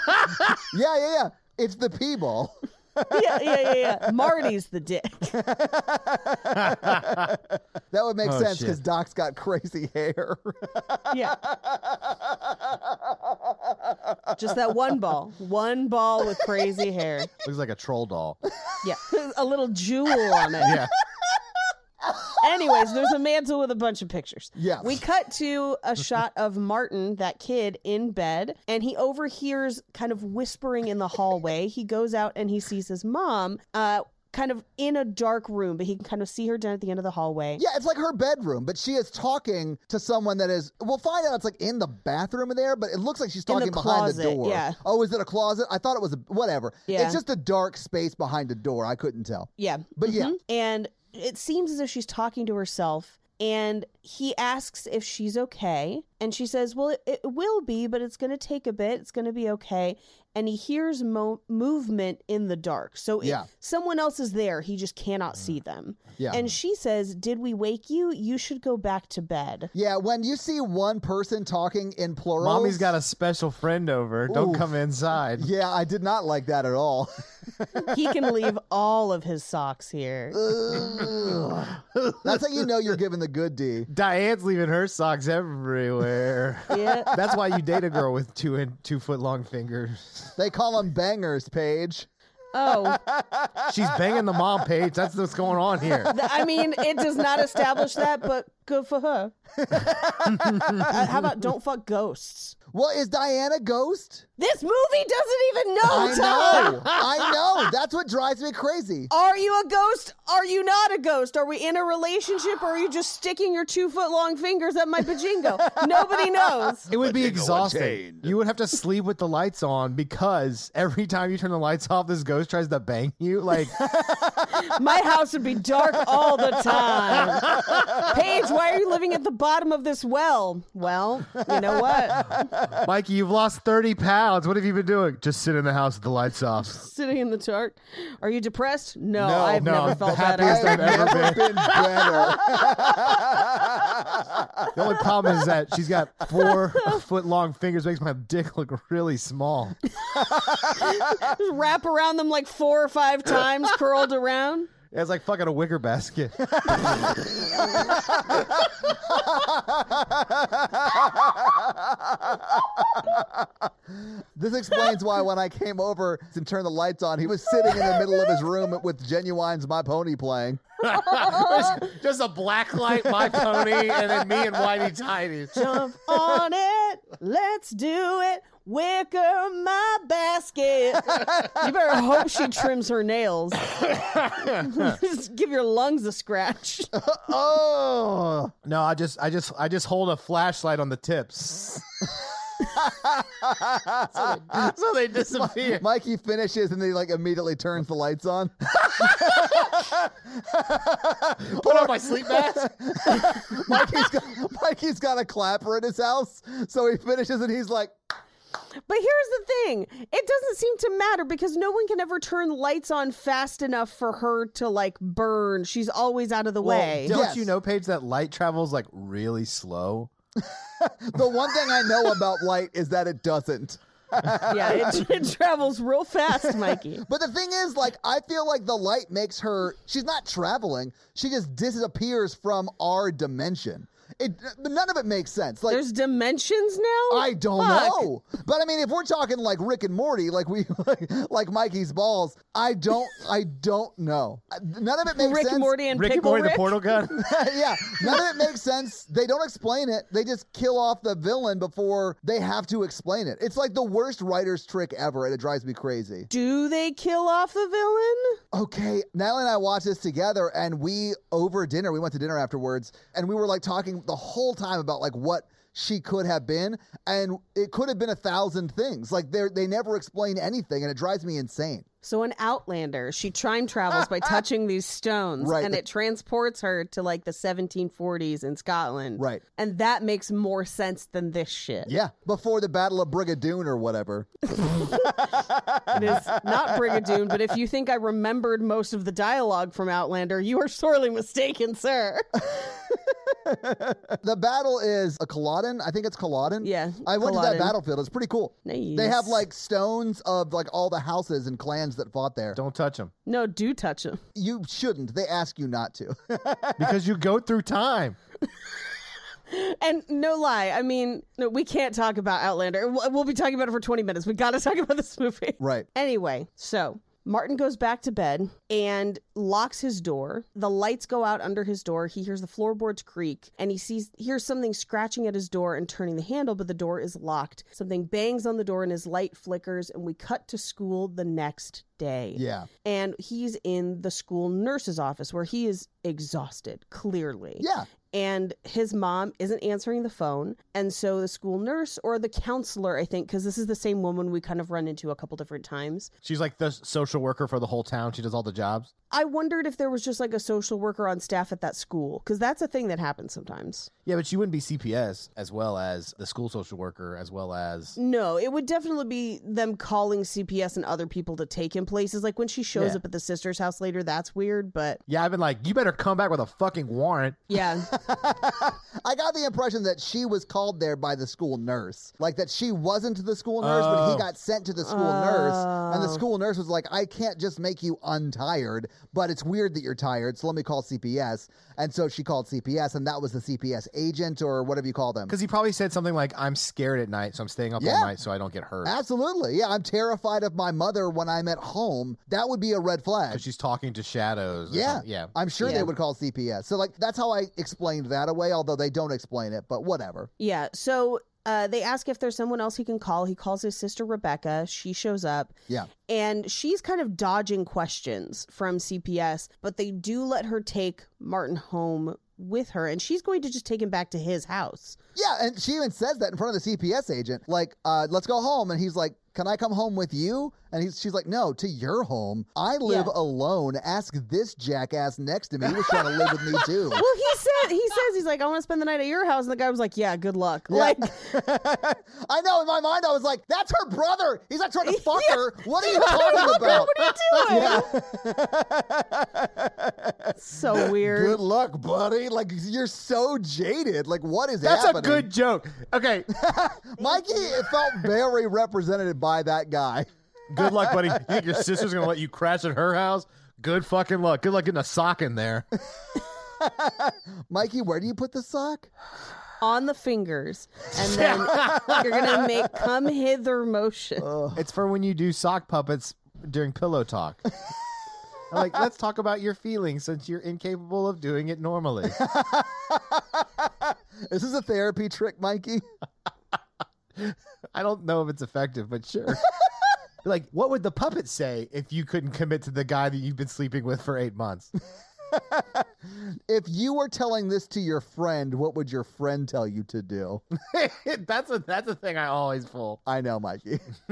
Speaker 1: yeah, yeah. It's the pee ball.
Speaker 2: yeah, yeah, yeah, yeah. Marty's the dick.
Speaker 1: That would make
Speaker 4: Oh,
Speaker 1: sense
Speaker 4: shit.
Speaker 1: because Doc's got crazy hair.
Speaker 2: Yeah. Just that one ball. One ball with crazy hair.
Speaker 4: Looks like a troll doll.
Speaker 2: Yeah. A little jewel on it.
Speaker 4: Yeah.
Speaker 2: Anyways, there's a mantle with a bunch of pictures.
Speaker 1: Yeah.
Speaker 2: We cut to a shot of Martin, that kid, in bed, and he overhears kind of whispering in the hallway. He goes out and he sees his mom, uh, kind of in a dark room, but he can kind of see her down at the end of the hallway.
Speaker 1: yeah, it's like her bedroom, but she is talking to someone that is. We'll find out it's like in the bathroom in there, but it looks like she's
Speaker 2: In the
Speaker 1: talking behind the
Speaker 2: closet,
Speaker 1: door.
Speaker 2: yeah.
Speaker 1: Oh, is it a closet? I thought it was a. Whatever.
Speaker 2: Yeah.
Speaker 1: It's just a dark space behind a door. I couldn't tell.
Speaker 2: Yeah. Mm-hmm.
Speaker 1: But yeah.
Speaker 2: And it seems as if she's talking to herself. And he asks if she's okay. And she says, Well, it, it will be, but it's going to take a bit. It's going to be okay. And he hears mo- movement in the dark. So it-
Speaker 1: Yeah. Mm.
Speaker 2: someone else is there. He just cannot see them.
Speaker 1: Yeah.
Speaker 2: And she says, Did we wake you? You should go back to bed.
Speaker 1: Yeah, when you see one person talking in plural,
Speaker 4: Mommy's got a special friend over. Don't
Speaker 1: Ooh.
Speaker 4: come inside.
Speaker 1: Yeah, I did not like that at all.
Speaker 2: he can leave all of his socks here.
Speaker 1: Ugh. That's how you know you're giving the good D.
Speaker 4: Diane's leaving her socks everywhere.
Speaker 2: Yeah.
Speaker 4: That's why you date a girl with two in, two foot long fingers.
Speaker 1: They call them bangers, Paige.
Speaker 2: Oh,
Speaker 4: She's banging the mom page. That's what's going on here.
Speaker 2: th- I mean, it does not establish that, but good for her. Uh, how about don't fuck ghosts?
Speaker 1: Well, is Diana ghost?
Speaker 2: This movie doesn't even know.
Speaker 1: I
Speaker 2: Tom!
Speaker 1: know. I know. That's what drives me crazy.
Speaker 2: Are you a ghost? Are you not a ghost? Are we in a relationship? Or are you just sticking your two foot long fingers at my bajingo? Nobody knows.
Speaker 4: It would be
Speaker 3: Bajingo
Speaker 4: exhausting.
Speaker 3: attained.
Speaker 4: You would have to sleep with the lights on because every time you turn the lights off, this ghost tries to bang you. Like,
Speaker 2: My house would be dark all the time. Paige, why are you living at the bottom of this well? Well, you know what?
Speaker 4: Mikey, you've lost 30 pounds. What have you been doing? Just sit in the house with the lights off.
Speaker 2: Sitting in the dark. Are you depressed? No,
Speaker 4: No,
Speaker 2: I've
Speaker 4: no,
Speaker 2: never
Speaker 4: I'm
Speaker 2: felt
Speaker 4: the
Speaker 2: that.
Speaker 4: happiest
Speaker 1: I've
Speaker 4: I've ever
Speaker 1: never been better.
Speaker 4: The only problem is that she's got four foot long fingers, makes my dick look really small.
Speaker 2: Just wrap around them like four or five times, curled around.
Speaker 4: It's like fucking a wicker basket.
Speaker 1: This explains why when I came over and turned the lights on, he was sitting in the middle of his room with Genuine's My Pony playing.
Speaker 4: Just a black light, my pony, and then me and Whitey Tidies.
Speaker 2: Jump on it. Let's do it. Wicker my basket. You better hope she trims her nails. Just give your lungs a scratch.
Speaker 1: Oh,
Speaker 4: No, I just, I just, I just hold a flashlight on the tips. so, they, so they disappear.
Speaker 1: Mikey finishes and then he like immediately turns the lights on.
Speaker 4: Put on my sleep mask.
Speaker 1: Mikey's got, Mikey's got a clapper in his house, so he finishes and he's like,
Speaker 2: But here's the thing it doesn't seem to matter because no one can ever turn lights on fast enough for her to like burn. She's always out of the way.
Speaker 4: Don't
Speaker 1: Yes.
Speaker 4: you know, Paige, that light travels like really slow?
Speaker 1: "The one thing I know about light is that it doesn't."
Speaker 2: yeah, it, it travels real fast, Mikey.
Speaker 1: But the thing is, like, I feel like the light makes her. She's not traveling. She just disappears from our dimension. It none of it makes sense. Like,
Speaker 2: There's dimensions now?
Speaker 1: I don't
Speaker 2: Fuck.
Speaker 1: know. But I mean, if we're talking like Rick and Morty, like we, like, Mikey's balls, I don't, I don't know. Uh, None of it makes
Speaker 2: Rick
Speaker 1: sense.
Speaker 2: Morty and
Speaker 4: Rick and
Speaker 2: Pickle
Speaker 4: Morty,
Speaker 2: Rick?
Speaker 4: the portal gun.
Speaker 1: yeah, none of it makes sense. They don't explain it. They just kill off the villain before they have to explain it. It's like the worst writer's trick ever, and it drives me crazy.
Speaker 2: Do they kill off the villain?
Speaker 1: Okay, Natalie and I watched this together, and we over dinner. We went to dinner afterwards, and we were like talking the whole time about like what she could have been, and it could have been a thousand things. Like they they never explain anything, and it drives me insane.
Speaker 2: So an outlander, she time travels by touching these stones,
Speaker 1: Right.
Speaker 2: and it transports her to like the 1740s in Scotland,
Speaker 1: Right.
Speaker 2: And that makes more sense than this shit.
Speaker 1: Yeah, before the Battle of Brigadoon or whatever.
Speaker 2: It is not Brigadoon, but if you think I remembered most of the dialogue from Outlander, you are sorely mistaken, sir.
Speaker 1: The battle is a Culloden. I think it's Culloden.
Speaker 2: Yeah,
Speaker 1: I went to that
Speaker 2: Culloden.
Speaker 1: battlefield. It's pretty cool. They
Speaker 2: Nice.
Speaker 1: have like stones of like all the houses and clans that fought there.
Speaker 4: Don't touch them
Speaker 2: No, do touch him.
Speaker 1: You shouldn't. They ask you not to.
Speaker 4: because you go through time.
Speaker 2: And no lie, I mean, no, we can't talk about Outlander. We'll we'll be talking about it for 20 minutes. We got to talk about this movie.
Speaker 1: right.
Speaker 2: Anyway, so Martin goes back to bed and locks his door. The lights go out under his door. He hears the floorboards creak and he sees hears something scratching at his door and turning the handle, but the door is locked. Something bangs on the door and his light flickers and we cut to school the next day.
Speaker 1: Yeah.
Speaker 2: And he's in the school nurse's office where he is exhausted, clearly
Speaker 1: Yeah.
Speaker 2: and his mom isn't answering the phone. And so the school nurse or the counselor, I think, because this is the same woman we kind of run into a couple different times.
Speaker 4: She's like the social worker for the whole town. She does all the jobs.
Speaker 2: I wondered if there was just like a social worker on staff at that school, because that's a thing that happens sometimes.
Speaker 4: Yeah, but she wouldn't be CPS as well as the school social worker as well as
Speaker 2: No, it would definitely be them calling CPS and other people to take him places. Like when she shows
Speaker 4: Yeah.
Speaker 2: up at the sister's house later, that's weird, but
Speaker 4: yeah. I've been like, you better come back with a fucking warrant.
Speaker 2: yeah.
Speaker 1: I got the impression that she was called there by the school nurse. Like that she wasn't the school nurse, but he
Speaker 4: Oh.
Speaker 1: got sent to the school nurse. And the
Speaker 2: Oh.
Speaker 1: school nurse was like, I can't just make you untired, but it's weird that you're tired. So let me call CPS. And so she called CPS, and that was the CPS agent or whatever you call them.
Speaker 4: Because he probably said something like, I'm scared at night, so I'm staying up
Speaker 1: Yeah.
Speaker 4: all night so I don't get hurt.
Speaker 1: Absolutely. Yeah, I'm terrified of my mother when I'm at home. That would be a red flag.
Speaker 4: Because she's talking to shadows. or
Speaker 1: Yeah.
Speaker 4: something. Yeah.
Speaker 1: I'm sure
Speaker 2: Yeah.
Speaker 1: they would call CPS. So, like, that's how I explained that away, although they don't explain it, but whatever.
Speaker 2: Yeah. So uh, they ask if there's someone else he can call. He calls his sister Rebecca. She shows up.
Speaker 1: Yeah.
Speaker 2: And she's kind of dodging questions from CPS, but they do let her take Martin home with her, and she's going to just take him back to his house.
Speaker 1: Yeah, and she even says that in front of the CPS agent, like, uh, let's go home. And he's like, can I come home with you? And he's, she's like, no, to your home. I live
Speaker 2: Yeah.
Speaker 1: alone. Ask this jackass next to me. He was trying to live with me, too.
Speaker 2: Well, he said he says he's like, I want to spend the night at your house, and the guy was like, Yeah, good luck. Like,
Speaker 1: I know. In my mind, I was like, that's her brother. He's not trying to fuck her. What are you talking about?
Speaker 2: what are you doing? so weird.
Speaker 1: Good luck, buddy. Like you're so jaded. Like what is
Speaker 4: That's
Speaker 1: happening?
Speaker 4: a good joke. Okay.
Speaker 1: Mikey it felt very represented by that guy.
Speaker 4: Good luck, buddy. You think your sister's going to let you crash at her house? Good fucking luck. Good luck getting a sock in there.
Speaker 1: Mikey, where do you put the sock?
Speaker 2: On the fingers, and then you're gonna make come hither motion.
Speaker 4: It's for when you do sock puppets during pillow talk. I'm like, let's talk about your feelings since you're incapable of doing it normally.
Speaker 1: Is this a therapy trick, Mikey?
Speaker 4: I don't know if it's effective, but sure. like, what would the puppet say if you couldn't commit to the guy that you've been sleeping with for eight months?
Speaker 1: If you were telling this to your friend, what would your friend tell you to do?
Speaker 4: that's a that's a thing I always pull.
Speaker 1: I know, Mikey.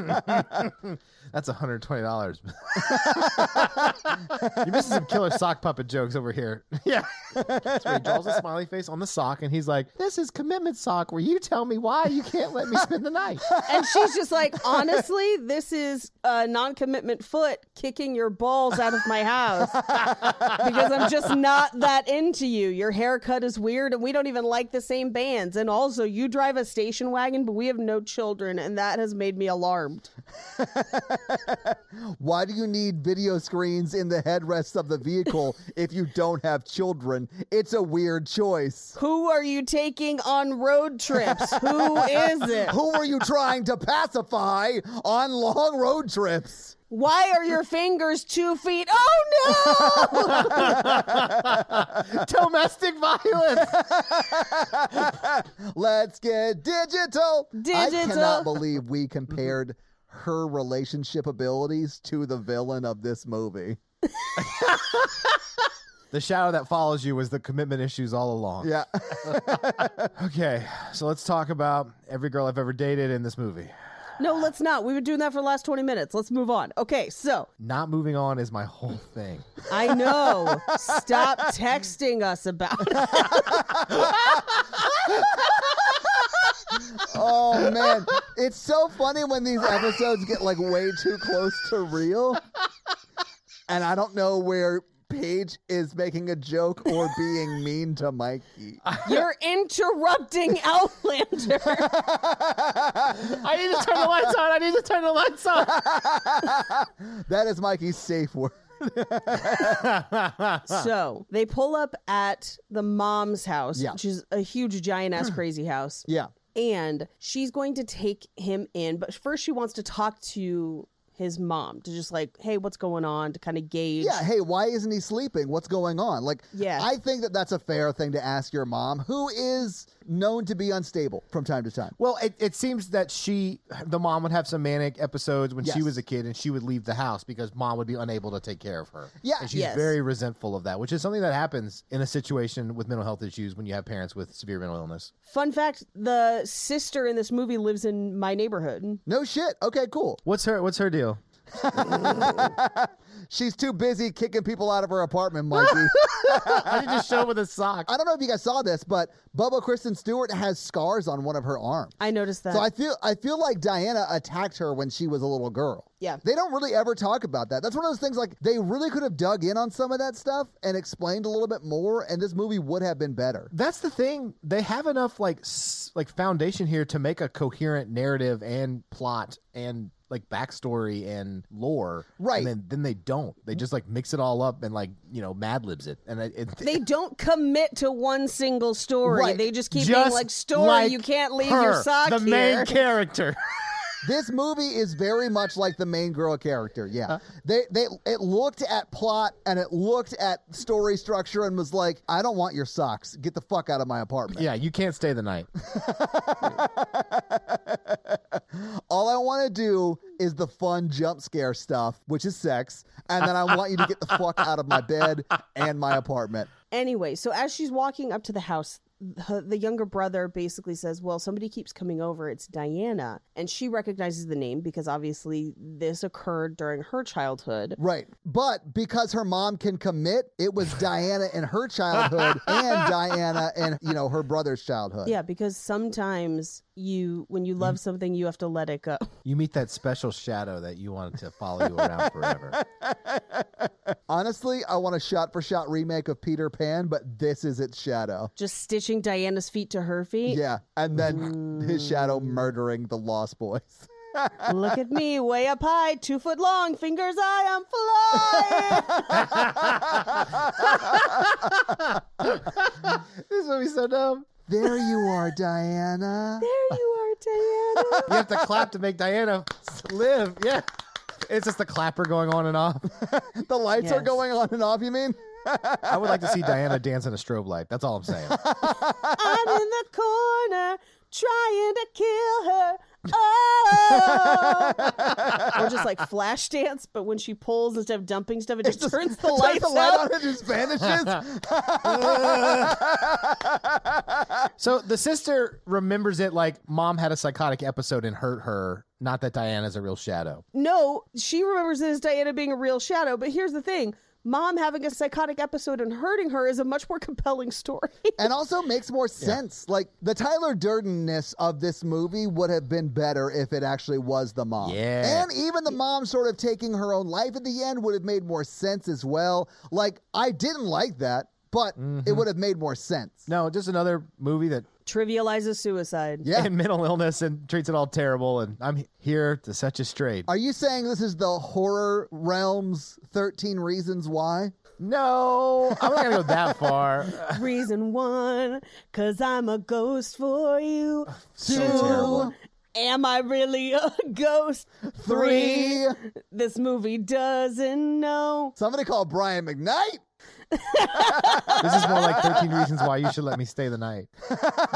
Speaker 4: That's $120. You're missing some killer sock puppet jokes over here. Yeah. That's where he draws a smiley face on the sock and he's like, This is commitment sock where you tell me why you can't let me spend the night.
Speaker 2: And she's just like, honestly, this is a non commitment foot kicking your balls out of my house because I'm just not that into you. Your haircut is weird and we don't even like the same bands. And also, you drive a station wagon, but we have no children. And that has made me alarmed.
Speaker 1: Why do you need video screens in the headrests of the vehicle if you don't have children? It's a weird choice.
Speaker 2: Who are you taking on road trips? Who is it?
Speaker 1: Who are you trying to pacify on long road trips?
Speaker 2: Why are your fingers two feet? Oh no!
Speaker 4: Domestic violence.
Speaker 1: Let's get digital. I
Speaker 2: Digital.
Speaker 1: cannot believe we compared her relationship abilities to the villain of this movie.
Speaker 4: The shadow that follows you was the commitment issues all along.
Speaker 1: Yeah.
Speaker 4: Okay, so let's talk about every girl I've ever dated in this movie.
Speaker 2: No, let's not. We've been doing that for the last 20 minutes. Let's move on. Okay, so
Speaker 4: Not moving on is my whole thing.
Speaker 2: I know. Stop texting us about it.
Speaker 1: Oh man, it's so funny when these episodes get like way too close to real. And I don't know where Paige is making a joke or being mean to Mikey.
Speaker 2: You're interrupting Outlander.
Speaker 4: I need to turn the lights on. I need to turn the lights on.
Speaker 1: That is Mikey's safe word.
Speaker 2: So they pull up at the mom's house,
Speaker 1: Yeah.
Speaker 2: which is a huge, giant ass crazy house.
Speaker 1: Yeah.
Speaker 2: And she's going to take him in, but first she wants to talk to his mom to just like, hey, what's going on? To kind of gauge.
Speaker 1: Yeah, hey, why isn't he sleeping? What's going on? Like,
Speaker 2: Yeah.
Speaker 1: I think that that's a fair thing to ask your mom, who is known to be unstable from time to time.
Speaker 4: Well, it, it seems that she, the mom, would have some manic episodes when she
Speaker 1: Yes.
Speaker 4: was a kid, and she would leave the house because mom would be unable to take care of her.
Speaker 1: Yeah.
Speaker 4: and she's
Speaker 2: Yes.
Speaker 4: very resentful of that, which is something that happens in a situation with mental health issues when you have parents with severe mental illness.
Speaker 2: Fun fact the sister in this movie lives in my neighborhood.
Speaker 1: No shit. Okay, cool.
Speaker 4: What's her What's her deal?
Speaker 1: She's too busy kicking people out of her apartment, Mikey.
Speaker 4: I did just show with a sock.
Speaker 1: I don't know if you guys saw this, but Bubba Kristen Stewart has scars on one of her arms.
Speaker 2: I noticed that.
Speaker 1: So I feel I feel like Diana attacked her when she was a little girl.
Speaker 2: Yeah.
Speaker 1: They don't really ever talk about that. That's one of those things like they really could have dug in on some of that stuff and explained a little bit more, and this movie would have been better.
Speaker 4: That's the thing. They have enough like s- like foundation here to make a coherent narrative and plot and like backstory and lore.
Speaker 1: Right.
Speaker 4: And then, then they don't. They just like mix it all up and like you know Mad Libs it. And it, it,
Speaker 2: They don't commit to one single story.
Speaker 1: Right.
Speaker 2: They just keep being
Speaker 4: Just
Speaker 2: like, "Story,
Speaker 4: like
Speaker 2: you can't leave
Speaker 4: her,
Speaker 2: your sock
Speaker 4: the
Speaker 2: here."
Speaker 4: main character.
Speaker 1: This movie is very much like the main girl character. Yeah. They they it looked at plot and it looked at story structure and was like, I don't want your socks. Get the fuck out of my apartment.
Speaker 4: yeah, you can't stay the night.
Speaker 1: All I want to do is the fun jump scare stuff, which is sex, and then I want you to get the fuck out of my bed and my apartment.
Speaker 2: Anyway, so as she's walking up to the house, the, the younger brother basically says, Well, somebody keeps coming over. It's Diana. And she recognizes the name because obviously this occurred during her childhood.
Speaker 1: Right. But because her mom can commit, it was Diana in her childhood and Diana in, you know, her brother's childhood.
Speaker 2: Yeah, because sometimes you, when you love something, you have to let it go.
Speaker 4: You meet that special shadow that you wanted to follow you around forever.
Speaker 1: Honestly, I want a shot for shot remake of Peter Pan, but this is its shadow.
Speaker 2: Just stitching Diana's feet to her feet.
Speaker 1: Yeah. And then his shadow murdering the Lost Boys.
Speaker 2: Look at me, way up high, two foot long, fingers I am flying.
Speaker 4: this movie's so dumb.
Speaker 1: There you are, Diana.
Speaker 2: there you are, Diana.
Speaker 4: You have to clap to make Diana live. Yeah. It's just the clapper going on and off.
Speaker 1: The lights are
Speaker 2: Yes.
Speaker 1: going on and off, you mean?
Speaker 4: I would like to see Diana dance in a strobe light. That's all I'm saying.
Speaker 2: I'm in the corner trying to kill her. Oh, or just like flash dance, but when she pulls instead of dumping stuff, it just, turns the
Speaker 1: Turn
Speaker 2: lights
Speaker 1: the light
Speaker 2: out.
Speaker 1: on and just vanishes.
Speaker 4: So the sister remembers it like mom had a psychotic episode and hurt her. Not that Diana's a real shadow.
Speaker 2: No, she remembers it as Diana being a real shadow. But here's the thing: mom having a psychotic episode and hurting her is a much more compelling story.
Speaker 1: and also makes more sense. Like the Tyler Durdenness of this movie would have been better if it actually was the mom.
Speaker 4: Yeah.
Speaker 1: And even the mom sort of taking her own life at the end would have made more sense as well. Like I didn't like that, but
Speaker 4: Mm-hmm.
Speaker 1: it would have made more sense.
Speaker 4: No, just another movie that
Speaker 2: Trivializes suicide.
Speaker 1: Yeah.
Speaker 4: and mental illness and treats it all terrible. And I'm he- here to set you straight.
Speaker 1: Are you saying this is the horror realm's 13 reasons why?
Speaker 4: No, I'm not gonna go that far.
Speaker 2: Reason one, cause I'm a ghost for you.
Speaker 4: So terrible.
Speaker 2: Am I really a ghost?
Speaker 1: Three.
Speaker 2: This movie doesn't know.
Speaker 1: Somebody call Brian McKnight.
Speaker 4: This is more like 13 reasons why you should let me stay the night.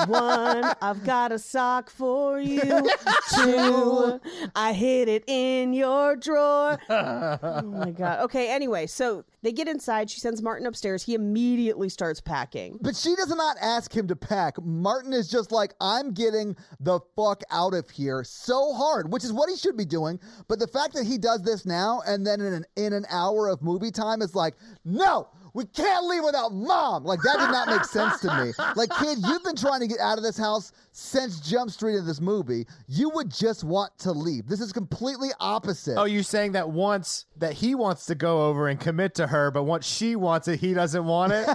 Speaker 2: One, I've got a sock for you. Two, I hid it in your drawer. Oh my God. Okay, anyway, so they get inside. She sends Martin upstairs. He immediately starts packing.
Speaker 1: But she does not ask him to pack. Martin is just like, I'm getting the fuck out of here so hard, which is what he should be doing. But the fact that he does this now and then in an, in an hour of movie time is like, no, we can't leave without mom. Like, that did not make sense to me. Like, kid, you've been trying to get out of this house since Jump Street of this movie. You would just want to leave. This is completely opposite.
Speaker 4: Oh, you're saying that once that he wants to go over and commit to her, but once she wants it, he doesn't want it.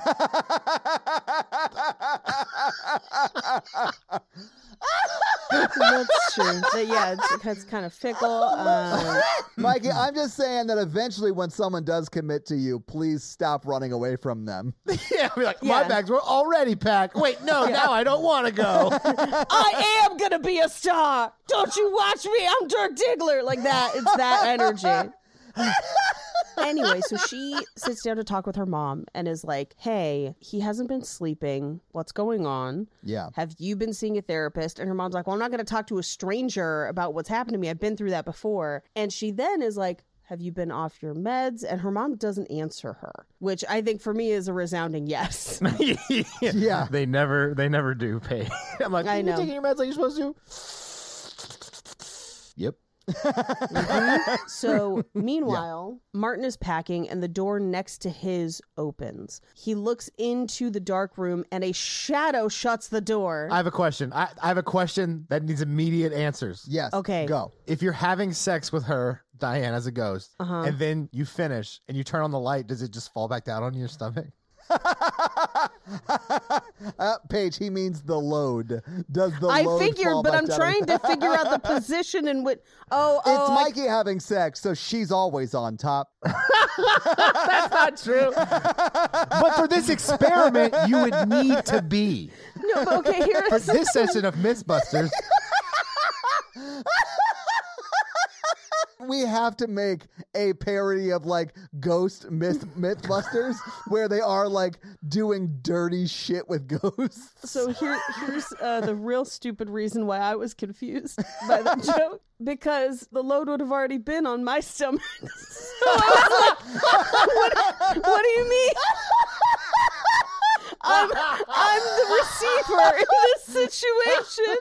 Speaker 2: That's true. But yeah, it's, it's kind of fickle. Um,
Speaker 1: Mikey, I'm just saying that eventually when someone does commit to you, please stop running away from them.
Speaker 4: yeah, I'll be like, my
Speaker 2: Yeah.
Speaker 4: bags were already packed. Wait, no, now I don't want to go.
Speaker 2: I am gonna be a star. Don't you watch me? I'm Dirk Diggler. Like that. It's that energy. anyway, so she sits down to talk with her mom and is like, "Hey, he hasn't been sleeping. What's going on?
Speaker 1: Yeah.
Speaker 2: Have you been seeing a therapist?" And her mom's like, "Well, I'm not gonna talk to a stranger about what's happened to me. I've been through that before." And she then is like. Have you been off your meds? And her mom doesn't answer her, which I think for me is a resounding yes.
Speaker 1: Yeah.
Speaker 4: they never, they never do pay. I'm like,
Speaker 2: I
Speaker 4: you're
Speaker 2: know.
Speaker 4: taking your meds like you're supposed to. Yep.
Speaker 2: So, meanwhile, Martin is packing and the door next to his opens. He looks into the dark room and a shadow shuts the door.
Speaker 4: I have a question. I, I have a question that needs immediate answers.
Speaker 1: Yes.
Speaker 2: Okay.
Speaker 1: Go.
Speaker 4: If you're having sex with her, Diane, as a ghost,
Speaker 2: Uh-huh.
Speaker 4: and then you finish and you turn on the light, does it just fall back down on your stomach?
Speaker 1: uh, Paige, he means the load. Does the
Speaker 2: I
Speaker 1: load
Speaker 2: figured,
Speaker 1: fall
Speaker 2: but
Speaker 1: back
Speaker 2: I'm
Speaker 1: down?
Speaker 2: trying to figure out the position in which. Oh,
Speaker 1: It's
Speaker 2: oh, I-
Speaker 1: Mikey having sex, so she's always on top.
Speaker 4: That's not true. but for this experiment, you would need to be.
Speaker 2: no, but okay, here
Speaker 4: For
Speaker 2: is
Speaker 4: this session of Mythbusters,
Speaker 1: We have to make a parody of like ghost myth mythbusters where they are like doing dirty shit with ghosts.
Speaker 2: So here, here's uh, the real stupid reason why I was confused by that joke because the load would have already been on my stomach. So I was like, what, what do you mean? I'm, I'm the receiver in this situation.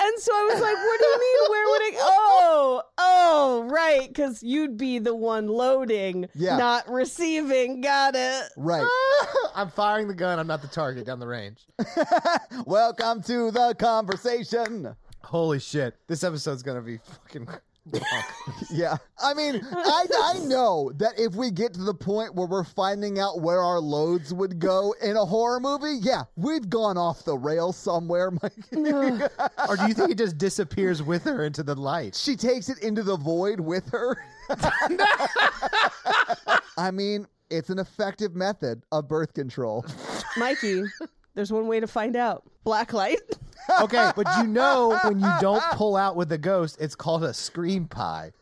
Speaker 2: And so I was like, what do you mean? Where would it? Oh, oh, right. Because you'd be the one loading,
Speaker 1: Yeah.
Speaker 2: not receiving. Got it.
Speaker 1: Right.
Speaker 4: I'm firing the gun. I'm not the target down the range.
Speaker 1: Welcome to the conversation.
Speaker 4: Holy shit. This episode's going to be fucking.
Speaker 1: Yeah. I mean, I, I know that if we get to the point where we're finding out where our loads would go in a horror movie, yeah, we've gone off the rail somewhere, Mikey.
Speaker 4: or do you think it just disappears with her into the light?
Speaker 1: she takes it into the void with her. I mean, it's an effective method of birth control.
Speaker 2: Mikey, there's one way to find out. Blacklight.
Speaker 4: Okay, but you know when you don't pull out with a ghost, it's called a scream pie.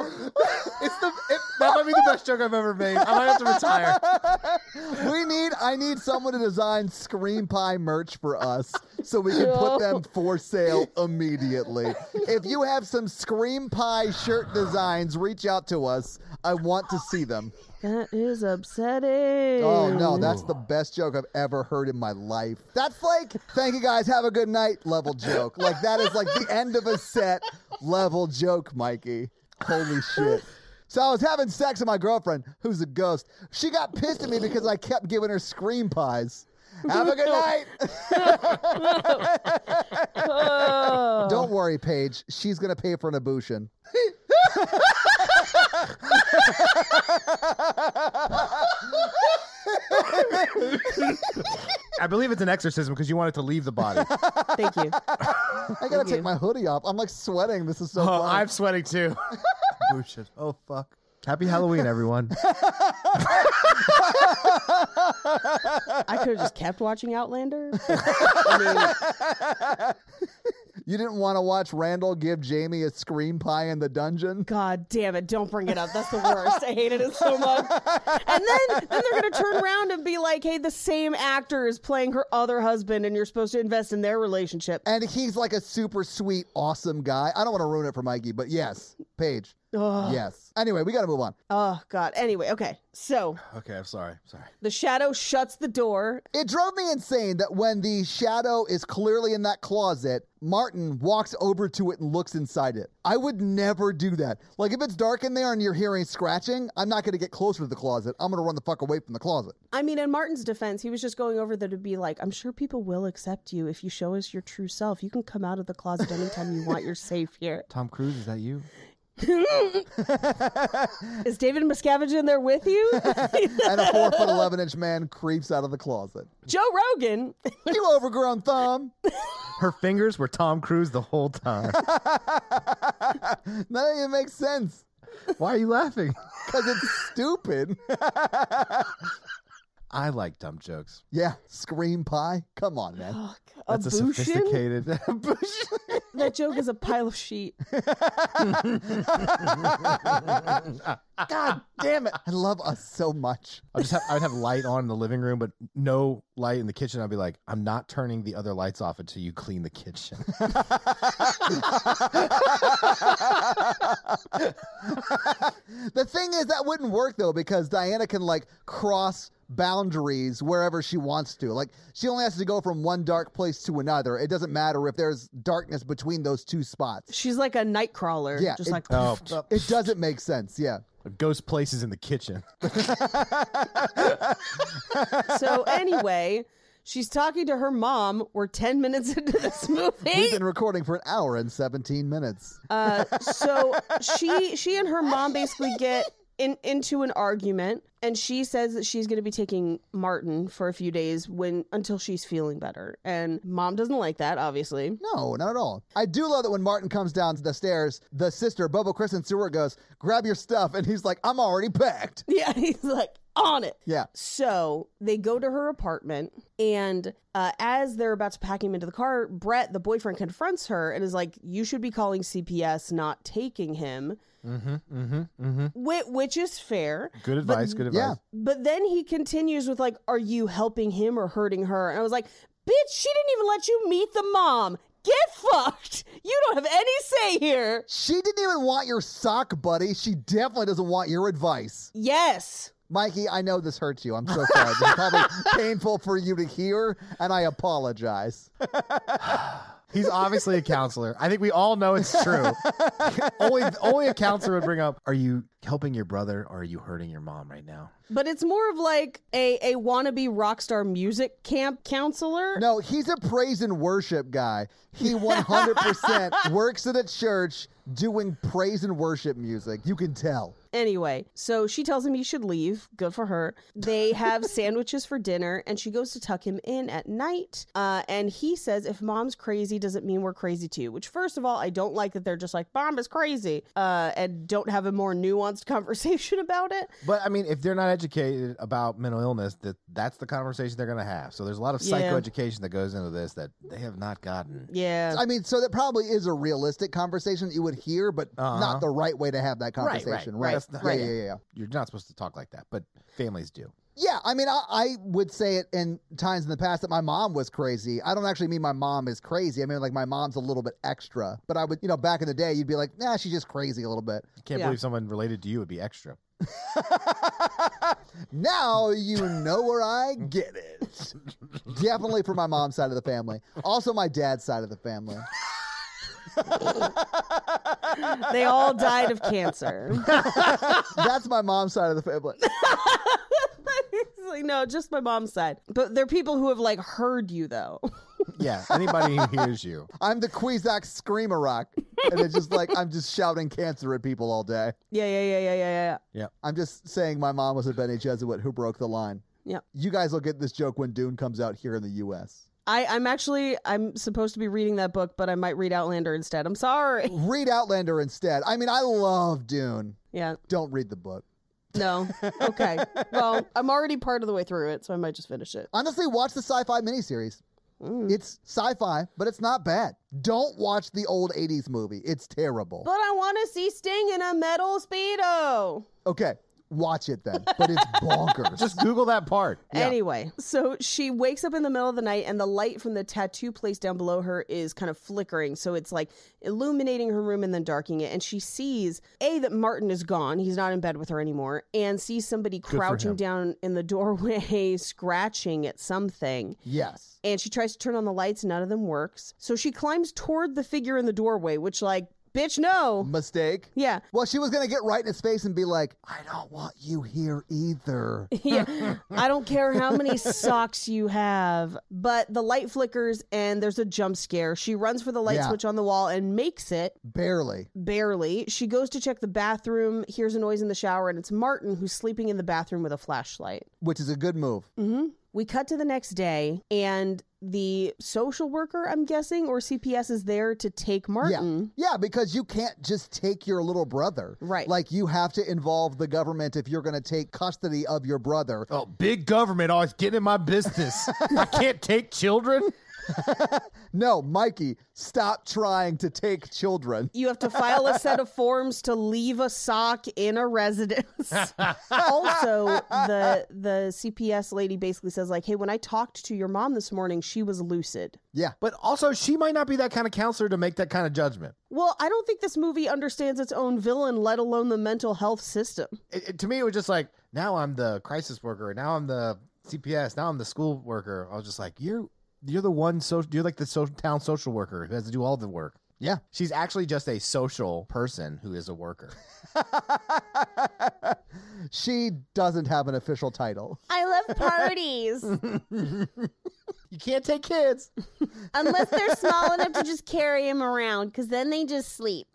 Speaker 4: it's the it, that might be the best joke I've ever made. I might have to retire.
Speaker 1: We need I need someone to design Scream Pie merch for us so we can put them for sale immediately. If you have some Scream Pie shirt designs, reach out to us. I want to see them.
Speaker 2: That is upsetting.
Speaker 1: Oh no, that's the best joke I've ever heard in my life. That's like, thank you guys, have a good night level joke. Like that is like the end of a set level joke, Mikey. Holy shit. So I was having sex with my girlfriend, who's a ghost. She got pissed at me because I kept giving her scream pies. Have a good night.
Speaker 2: Oh.
Speaker 1: Don't worry, Paige. She's gonna pay for an abortion.
Speaker 4: I believe it's an exorcism because you want it to leave the body.
Speaker 2: Thank you.
Speaker 1: I gotta take my hoodie off. I'm like sweating. This is so
Speaker 4: Oh,
Speaker 1: fun.
Speaker 4: I'm sweating too. Bullshit. Oh fuck. Happy Halloween, everyone.
Speaker 2: I could have just kept watching Outlander.
Speaker 1: You didn't want to watch Randall give Jamie a scream pie in the dungeon?
Speaker 2: God damn it. Don't bring it up. That's the worst. I hated it so much. And then, then they're going to turn around and be like, hey, the same actor is playing her other husband, and you're supposed to invest in their relationship.
Speaker 1: And he's like a super sweet, awesome guy. I don't want to ruin it for Mikey, but yes, Paige.
Speaker 2: Ugh.
Speaker 1: Yes. Anyway, we got to move on.
Speaker 2: Oh, God. Anyway, okay. So
Speaker 4: Okay, I'm sorry. Sorry.
Speaker 2: the shadow shuts the door.
Speaker 1: It drove me insane that when the shadow is clearly in that closet, Martin walks over to it and looks inside it. I would never do that. Like, if it's dark in there and you're hearing scratching, I'm not going to get closer to the closet. I'm going to run the fuck away from the closet.
Speaker 2: I mean, in Martin's defense, he was just going over there to be like, I'm sure people will accept you if you show us your true self. You can come out of the closet anytime you want. You're safe here.
Speaker 4: Tom Cruise, is that you?
Speaker 2: Is David Miscavige in there with you?
Speaker 1: And a four foot 11 inch man creeps out of the closet.
Speaker 2: Joe Rogan.
Speaker 1: You overgrown thumb.
Speaker 4: Her fingers were Tom Cruise the whole time.
Speaker 1: None of it makes sense
Speaker 4: Why are you laughing?
Speaker 1: because it's stupid.
Speaker 4: I like dumb jokes.
Speaker 1: Yeah, scream pie. Come on, man.
Speaker 2: Fuck. A
Speaker 4: That's a
Speaker 2: bushin?
Speaker 4: sophisticated Abushin?
Speaker 2: That joke is a pile of sheet.
Speaker 1: God damn it. I love us so much.
Speaker 4: I'd just have, I'd have light on in the living room, but no light in the kitchen. I'd be like, I'm not turning the other lights off until you clean the kitchen.
Speaker 1: The thing is, that wouldn't work though because Diana can like cross boundaries wherever she wants to. Like she only has to go from one dark place to another. It doesn't matter if there's darkness between those two spots.
Speaker 2: She's like a night crawler.
Speaker 1: Yeah,
Speaker 2: Just
Speaker 1: it-
Speaker 2: like,
Speaker 4: Oh,
Speaker 1: It doesn't make sense. Yeah.
Speaker 4: ghost places in the kitchen.
Speaker 2: so anyway, she's talking to her mom. We're 10 minutes into this
Speaker 1: We've
Speaker 2: movie.
Speaker 1: been recording for an hour and 17 minutes.
Speaker 2: Uh, so she she and her mom basically get in into an argument and she says that she's going to be taking Martin for a few days when until she's feeling better. And mom doesn't like that obviously.
Speaker 1: No, not at all. I do love that when Martin comes down the stairs, the sister, Bobo Kristen Stewart, goes, grab your stuff. And he's like, I'm already packed.
Speaker 2: Yeah, he's like on it.
Speaker 1: Yeah.
Speaker 2: So they go to her apartment, and uh, as they're about to pack him into the car, Brett, the boyfriend, confronts her and is like, "You should be calling CPS, not taking him,"
Speaker 4: Mm-hmm. Mm-hmm. Mm-hmm.
Speaker 2: which, which is fair.
Speaker 4: Good advice. good
Speaker 1: yeah.
Speaker 4: advice.
Speaker 2: But then he continues with like, "Are you helping him or hurting her?" And I was like, "Bitch, she didn't even let you meet the mom. Get fucked. You don't have any say here."
Speaker 1: She didn't even want your sock, buddy. She definitely doesn't want your advice.
Speaker 2: Yes.
Speaker 1: Mikey, I know this hurts you. I'm so sorry. This is probably painful for you to hear, and I apologize.
Speaker 4: He's obviously a counselor. I think we all know it's true. only, only a counselor would bring up: Are you helping your brother, or are you hurting your mom right now?
Speaker 2: But it's more of like a, a wannabe rock star music camp counselor.
Speaker 1: No, he's a praise and worship guy. He 100% works at a church doing praise and worship music. You can tell.
Speaker 2: Anyway, so she tells him he should leave. Good for her. They have sandwiches for dinner, and she goes to tuck him in at night. Uh, and he says, "If mom's crazy, does it mean we're crazy too?" Which, first of all, I don't like that they're just like, "Mom is crazy," uh, and don't have a more nuanced conversation about it.
Speaker 4: But I mean, if they're not educated about mental illness, that that's the conversation they're going to have. So there's a lot of
Speaker 2: Yeah.
Speaker 4: psychoeducation that goes into this that they have not gotten.
Speaker 2: Yeah.
Speaker 1: I mean, so that probably is a realistic conversation that you would hear, but
Speaker 4: Uh-huh.
Speaker 1: not the right way to have that
Speaker 4: right,
Speaker 1: conversation. Right,
Speaker 4: right. That's not-
Speaker 1: Yeah,
Speaker 4: right.
Speaker 1: yeah, yeah, yeah.
Speaker 4: You're not supposed to talk like that, but families do.
Speaker 1: Yeah, I mean, I, I would say it in times in the past that my mom was crazy. I don't actually mean my mom is crazy. I mean, like, my mom's a little bit extra. But I would, you know, back in the day, you'd be like, nah, she's just crazy a little bit.
Speaker 4: I can't
Speaker 2: Yeah.
Speaker 4: believe someone related to you would be extra.
Speaker 1: now you know where I get it. Definitely from my mom's side of the family. Also, my dad's side of the family.
Speaker 2: they all died of cancer.
Speaker 1: That's my mom's side of the family.
Speaker 2: It's like, no, just my mom's side. But they're people who have like heard you though.
Speaker 4: Yeah, anybody who hears you.
Speaker 1: I'm the Quizak Screamer Rock. And it's just like, I'm just shouting cancer at people all day.
Speaker 2: yeah, yeah, yeah, yeah, yeah, yeah.
Speaker 1: I'm just saying my mom was a Benny Jesuit who broke the line.
Speaker 2: Yeah.
Speaker 1: You guys will get this joke when Dune comes out here in the U.S.
Speaker 2: I, I'm actually I'm supposed to be reading that book, but I might read Outlander instead. I'm sorry.
Speaker 1: Read Outlander instead. I mean, I love Dune.
Speaker 2: Yeah.
Speaker 1: Don't read the book.
Speaker 2: No. Okay. well, I'm already part of the way through it, so I might just finish it.
Speaker 1: Honestly, watch the sci fi miniseries.
Speaker 2: Mm.
Speaker 1: It's sci fi, but it's not bad. Don't watch the old 80s movie, it's terrible.
Speaker 2: But I want to see Sting in a metal speedo.
Speaker 1: Okay, watch it then, but it's bonkers.
Speaker 4: Just Google that part.
Speaker 2: Anyway, so she wakes up in the middle of the night and the light from the tattoo place down below her is kind of flickering. So it's like illuminating her room and then darkening it. And she sees A, that Martin is gone. He's not in bed with her anymore. And sees somebody
Speaker 4: for
Speaker 2: crouching
Speaker 4: him.
Speaker 2: down in the doorway, scratching at something.
Speaker 1: yes.
Speaker 2: and she tries to turn on the lights none of them works so she climbs toward the figure in the doorway which like bitch no
Speaker 1: Mistake.
Speaker 2: yeah
Speaker 1: Well, she was going to get right in his face and be like, I don't want you here either.
Speaker 2: yeah i don't care how many socks you have but the light flickers and there's a jump scare she runs for the light
Speaker 1: Yeah.
Speaker 2: switch on the wall and makes it
Speaker 1: Barely.
Speaker 2: barely she goes to check the bathroom hears a noise in the shower and it's martin who's sleeping in the bathroom with a flashlight
Speaker 1: Which is a good move.
Speaker 2: hmm We cut to the next day, and the social worker, I'm guessing, or CPS is there to take Martin.
Speaker 1: Yeah, because you can't just take your little brother.
Speaker 2: Right.
Speaker 1: Like, you have to involve the government if you're going to take custody of your brother.
Speaker 4: Oh, big government always getting in my business. I can't take children.
Speaker 1: No, Mikey, stop trying to take children.
Speaker 2: You have to file a set of forms to leave a sock in a residence. also, the the CPS lady basically says like, "Hey, when I talked to your mom this morning, she was lucid."
Speaker 1: Yeah.
Speaker 4: But also, she might not be that kind of counselor to make that kind of judgment.
Speaker 2: Well, I don't think this movie understands its own villain, let alone the mental health system.
Speaker 4: It- it- to me, it was just like now I'm the crisis worker. Now I'm the CPS. Now I'm the school worker. I was just like, you're you're the one social. You're like the social town social worker who has to do all the work.
Speaker 1: Yeah.
Speaker 4: She's actually just a social person who is a worker.
Speaker 1: she doesn't have an official title.
Speaker 2: I love parties
Speaker 4: You can't take kids.
Speaker 2: unless they're small enough to just carry him around because then they just sleep.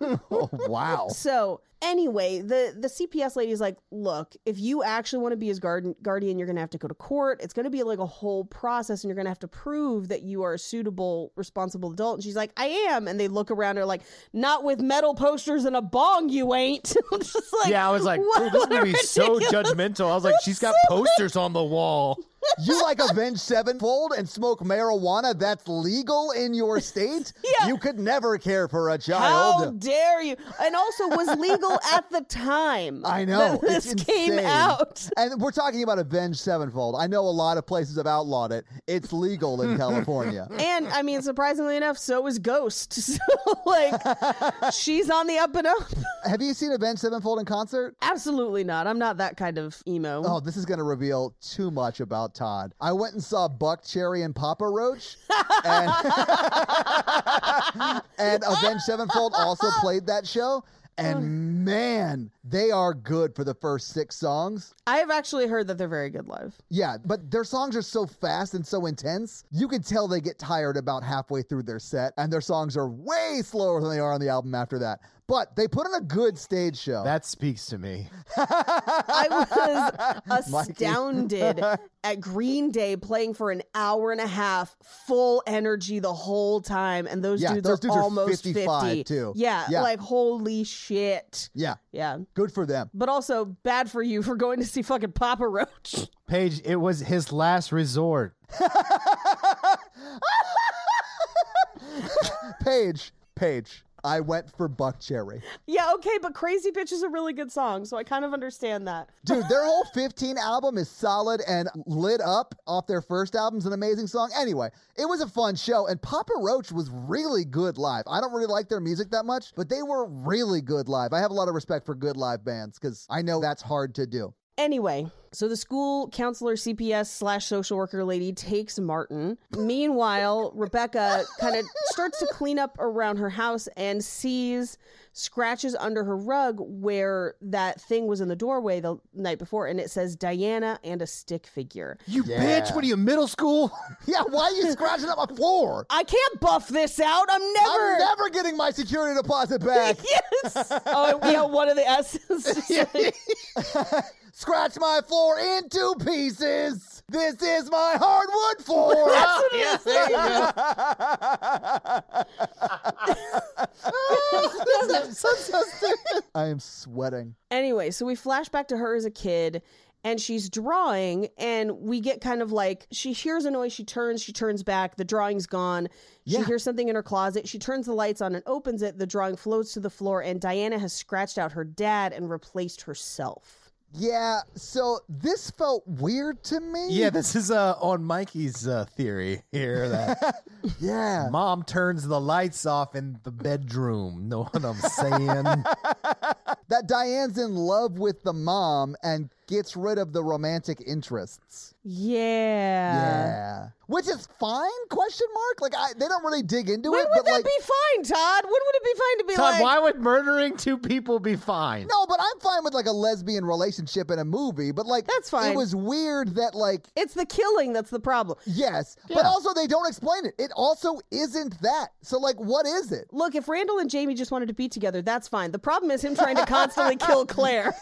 Speaker 1: Oh, wow.
Speaker 2: So anyway, the the CPS lady's like, look, if you actually want to be his guard- guardian, you're gonna have to go to court. It's gonna be like a whole process, and you're gonna have to prove that you are a suitable, responsible adult. And she's like, I am. And they look around, and are like, not with metal posters and a bong, you ain't. I'm just like,
Speaker 4: yeah, I was like,
Speaker 2: what
Speaker 4: oh, this
Speaker 2: a
Speaker 4: movie's so
Speaker 2: ridiculous-
Speaker 4: judgmental. I was like, she's got posters on the wall.
Speaker 1: You like Avenge Sevenfold and smoke marijuana that's legal in your state?
Speaker 2: Yeah.
Speaker 1: You could never care for a
Speaker 2: How
Speaker 1: child.
Speaker 2: dare you? And also was legal at the time.
Speaker 1: I know.
Speaker 2: that
Speaker 1: it's
Speaker 2: this came
Speaker 1: insane.
Speaker 2: out.
Speaker 1: And we're talking about Avenge Sevenfold. I know a lot of places have outlawed it. It's legal in California.
Speaker 2: And I mean, surprisingly enough, so is Ghost. So, like, she's on the up and up.
Speaker 1: have you seen Avenge Sevenfold in concert?
Speaker 2: Absolutely not. I'm not that kind of emo.
Speaker 1: Oh, this is going to reveal too much about Todd. I went and saw Buck Cherry and Papa Roach, and, and Avenged Sevenfold also played that show. And man, they are good for the first six songs.
Speaker 2: I have actually heard that they're very good live.
Speaker 1: Yeah, but their songs are so fast and so intense, you can tell they get tired about halfway through their set, and their songs are way slower than they are on the album after that. But they put on a good stage show.
Speaker 4: That speaks to me.
Speaker 2: I was astounded at Green Day playing for an hour and a half, full energy the whole time, and those
Speaker 1: Yeah,
Speaker 2: dudes
Speaker 1: those
Speaker 2: are
Speaker 1: dudes are
Speaker 2: almost
Speaker 1: 55
Speaker 2: 50.
Speaker 1: too.
Speaker 2: Yeah,
Speaker 1: Yeah.
Speaker 2: like holy shit.
Speaker 1: yeah,
Speaker 2: Yeah,
Speaker 1: good for them.
Speaker 2: but also bad for you for going to see fucking Papa Roach.
Speaker 4: Paige, it was his last resort.
Speaker 1: Paige, Paige, I went for Buck Cherry.
Speaker 2: yeah, okay, but Crazy Bitch is a really good song, so I kind of understand that.
Speaker 1: Dude, their whole 15 album is solid and lit up off their first album's an amazing song. Anyway, it was a fun show, and Papa Roach was really good live. I don't really like their music that much, but they were really good live. I have a lot of respect for good live bands because I know that's hard to do.
Speaker 2: Anyway, so the school counselor, CPS slash social worker lady takes Martin. Meanwhile, Rebecca kind of starts to clean up around her house and sees scratches under her rug where that thing was in the doorway the night before, and it says Diana and a stick figure.
Speaker 4: You
Speaker 1: Yeah.
Speaker 4: bitch, what are you, middle school?
Speaker 1: Yeah, why are you scratching up my floor?
Speaker 2: I can't buff this out. I'm never.
Speaker 1: I'm never getting my security deposit back.
Speaker 2: yes. Oh, yeah. One of the S's.
Speaker 1: Scratch my floor in two pieces. This is my hardwood floor.
Speaker 4: yes, there you go.
Speaker 1: I am sweating.
Speaker 2: Anyway, so we flash back to her as a kid and she's drawing and we get kind of like she hears a noise, she turns, she turns back, the drawing's gone. She
Speaker 1: Yeah.
Speaker 2: hears something in her closet, she turns the lights on and opens it, the drawing floats to the floor and Diana has scratched out her dad and replaced herself.
Speaker 1: Yeah, so this felt weird to me.
Speaker 4: Yeah, this is uh, on Mikey's uh, theory here that
Speaker 1: yeah.
Speaker 4: mom turns the lights off in the bedroom. Know what I'm saying?
Speaker 1: That Diane's in love with the mom and gets rid of the romantic interests.
Speaker 2: Yeah.
Speaker 1: yeah. Which is fine? Question mark? Like I, they don't really dig into
Speaker 2: When
Speaker 1: it,
Speaker 2: would
Speaker 1: but
Speaker 2: that
Speaker 1: like
Speaker 2: be fine, Todd? When would it be fine to be
Speaker 4: Todd,
Speaker 2: like
Speaker 4: why would murdering two people be fine?
Speaker 1: No, but I'm fine with like a lesbian relationship in a movie, but like
Speaker 2: That's fine.
Speaker 1: It was weird that like
Speaker 2: it's the killing that's the problem.
Speaker 1: yes, but
Speaker 4: Yeah.
Speaker 1: also they don't explain it. It also isn't that. So like what is it?
Speaker 2: Look, if Randall and Jamie just wanted to be together, that's fine. The problem is him trying to constantly kill Claire.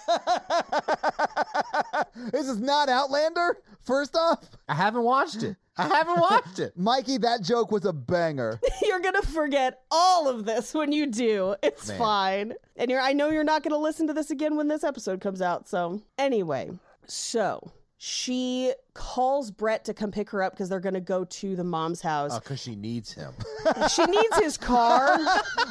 Speaker 1: This is not Outlander. First off,
Speaker 4: I haven't watched it. I haven't watched it.
Speaker 1: Mikey, that joke was a banger.
Speaker 2: You're gonna forget all of this when you do. It's
Speaker 4: Man.
Speaker 2: fine. And you're I know you're not gonna listen to this again when this episode comes out. So anyway, so she calls Brett to come pick her up because they're gonna go to the mom's house.
Speaker 4: Because Oh, she needs him.
Speaker 2: She needs his car.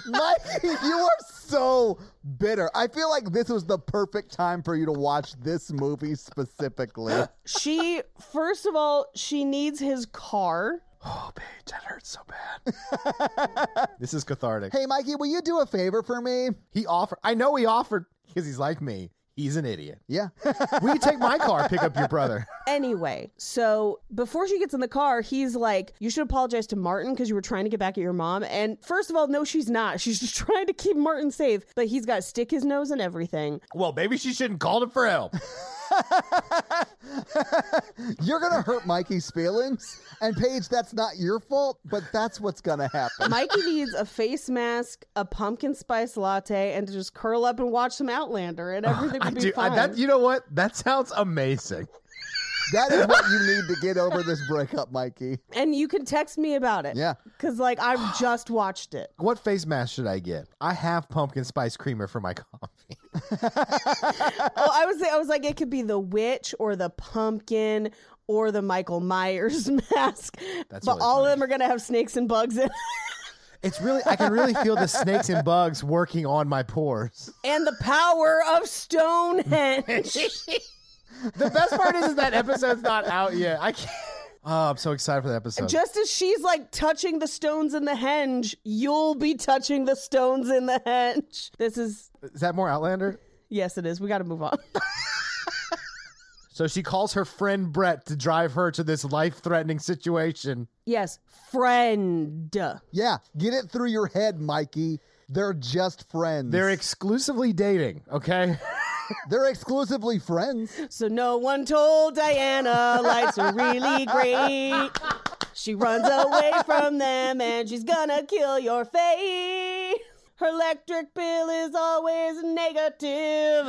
Speaker 1: Mikey, you are so bitter. I feel like this was the perfect time for you to watch this movie specifically.
Speaker 2: she first of all, she needs his car.
Speaker 4: Oh, Paige, that hurts so bad. this is cathartic.
Speaker 1: Hey, Mikey, will you do a favor for me?
Speaker 4: He offered. I know he offered because he's like me. He He's an idiot.
Speaker 1: Yeah.
Speaker 4: Will you take my car, pick up your brother?
Speaker 2: Anyway, so before she gets in the car, he's like, You should apologize to Martin because you were trying to get back at your mom. And first of all, no, she's not. She's just trying to keep Martin safe, but he's got to stick his nose in everything.
Speaker 4: Well, maybe she shouldn't call him for help.
Speaker 1: You're going to hurt Mikey's feelings. And Paige, that's not your fault, but that's what's going to happen.
Speaker 2: Mikey needs a face mask, a pumpkin spice latte, and to just curl up and watch some Outlander, and everything
Speaker 4: Oh, I
Speaker 2: will be
Speaker 4: do. I,
Speaker 2: fine.
Speaker 4: that, you know what? That sounds amazing.
Speaker 1: That is what you need to get over this breakup, Mikey.
Speaker 2: and you can text me about it.
Speaker 1: Yeah.
Speaker 2: Because, like, I've just watched it.
Speaker 4: What face mask should I get? I have pumpkin spice creamer for my coffee.
Speaker 2: Oh, I was, I was like, it could be the witch or the pumpkin or the Michael Myers mask.
Speaker 4: That's
Speaker 2: but
Speaker 4: really
Speaker 2: all of
Speaker 4: funny.
Speaker 2: them are going to have snakes and bugs in
Speaker 4: It's really, I can really feel the snakes and bugs working on my pores.
Speaker 2: and the power of Stonehenge.
Speaker 4: The best part is, is that episode's not out yet. I can't. Oh, I'm so excited for the episode.
Speaker 2: Just as she's like touching the stones in the henge, you'll be touching the stones in the henge. This is
Speaker 4: is that more Outlander?
Speaker 2: yes, it is. We got to move on.
Speaker 4: So she calls her friend Brett to drive her to this life threatening situation.
Speaker 2: yes, friend.
Speaker 1: Yeah. Get it through your head, Mikey. They're just friends.
Speaker 4: They're exclusively dating, okay?
Speaker 1: They're exclusively friends.
Speaker 2: So no one told Diana lights are really great. She runs away from them and she's gonna kill your face. Her electric bill is always negative.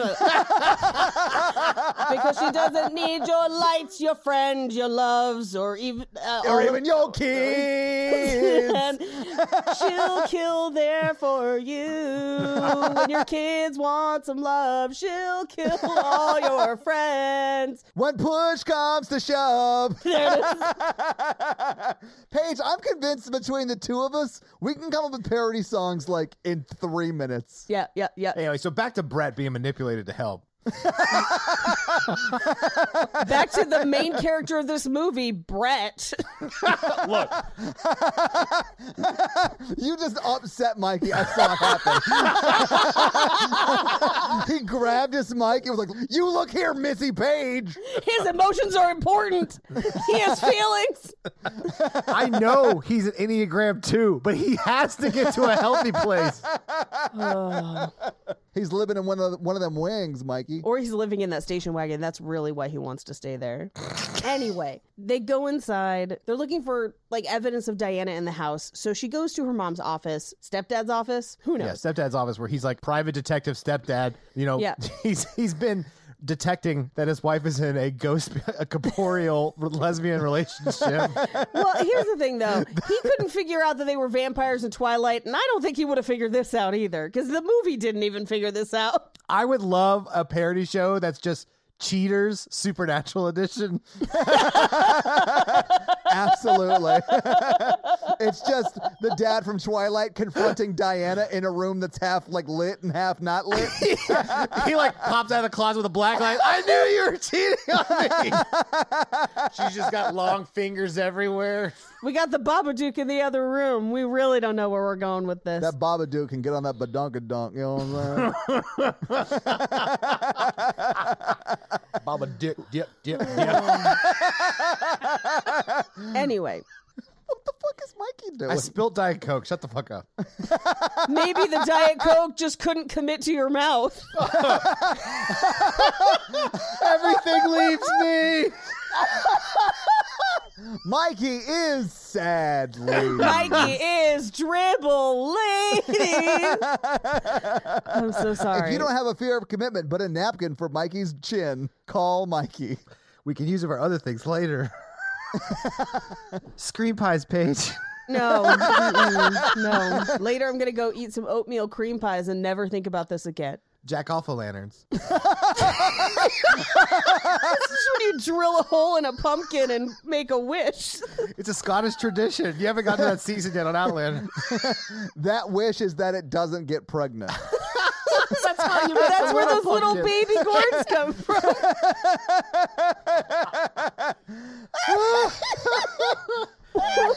Speaker 2: because she doesn't need your lights, your friends, your loves, or even uh, all
Speaker 1: Or
Speaker 2: of-
Speaker 1: even your kids.
Speaker 2: and she'll kill there for you. When your kids want some love, she'll kill all your friends.
Speaker 1: when push comes to shove.
Speaker 2: There it is.
Speaker 1: Paige, I'm convinced between the two of us, we can come up with parody songs like in three minutes.
Speaker 2: Yeah, yeah, yeah.
Speaker 4: Anyway, so back to Brett being manipulated to help.
Speaker 2: Back to the main character of this movie, Brett.
Speaker 4: Look,
Speaker 1: You just upset Mikey. I saw it happen. he grabbed his mic and was like, You look here, Missy Page.
Speaker 2: His emotions are important. He has feelings.
Speaker 4: I know he's an Enneagram 2, but he has to get to a healthy place.
Speaker 1: He's living in one of one of them wings, Mikey.
Speaker 2: Or he's living in that station wagon. That's really why he wants to stay there. anyway, they go inside. They're looking for like evidence of Diana in the house. So she goes to her mom's office, stepdad's office. Who knows?
Speaker 4: Yeah, stepdad's office where he's like private detective stepdad. You know,
Speaker 2: Yeah.
Speaker 4: he's he's been detecting that his wife is in a ghost, a corporeal lesbian relationship.
Speaker 2: Well, here's the thing though. He couldn't figure out that they were vampires in Twilight, and I don't think he would have figured this out either because the movie didn't even figure this out.
Speaker 4: I would love a parody show that's just cheaters supernatural edition.
Speaker 1: Absolutely. it's just the dad from Twilight confronting Diana in a room that's half like lit and half not lit.
Speaker 4: he like pops out of the closet with a black light. I knew you were cheating on me. She's just got long fingers everywhere.
Speaker 2: We got the Babadook in the other room. We really don't know where we're going with this.
Speaker 1: that Babadook can get on that badunkadunk, you know what I'm saying?
Speaker 4: Baba dip dip dip dip.
Speaker 2: anyway,
Speaker 1: what the fuck is Mikey doing?
Speaker 4: I spilled Diet Coke. Shut the fuck up.
Speaker 2: maybe the Diet Coke just couldn't commit to your mouth.
Speaker 4: Everything leaves me.
Speaker 1: Mikey is sadly.
Speaker 2: Mikey is dribble ladies. I'm so sorry.
Speaker 1: If you don't have a fear of commitment, but a napkin for Mikey's chin, call Mikey.
Speaker 4: We can use it for other things later. Screen pies page.
Speaker 2: no, Mm-mm. no. Later, I'm gonna go eat some oatmeal cream pies and never think about this again.
Speaker 4: Jack off o' lanterns.
Speaker 2: This is when you drill a hole in a pumpkin and make a wish.
Speaker 4: It's a Scottish tradition. You haven't gotten to that season yet on Outland.
Speaker 1: That wish is that it doesn't get pregnant.
Speaker 2: That's how you. That's where those little
Speaker 4: pumpkin.
Speaker 2: baby gourds come from.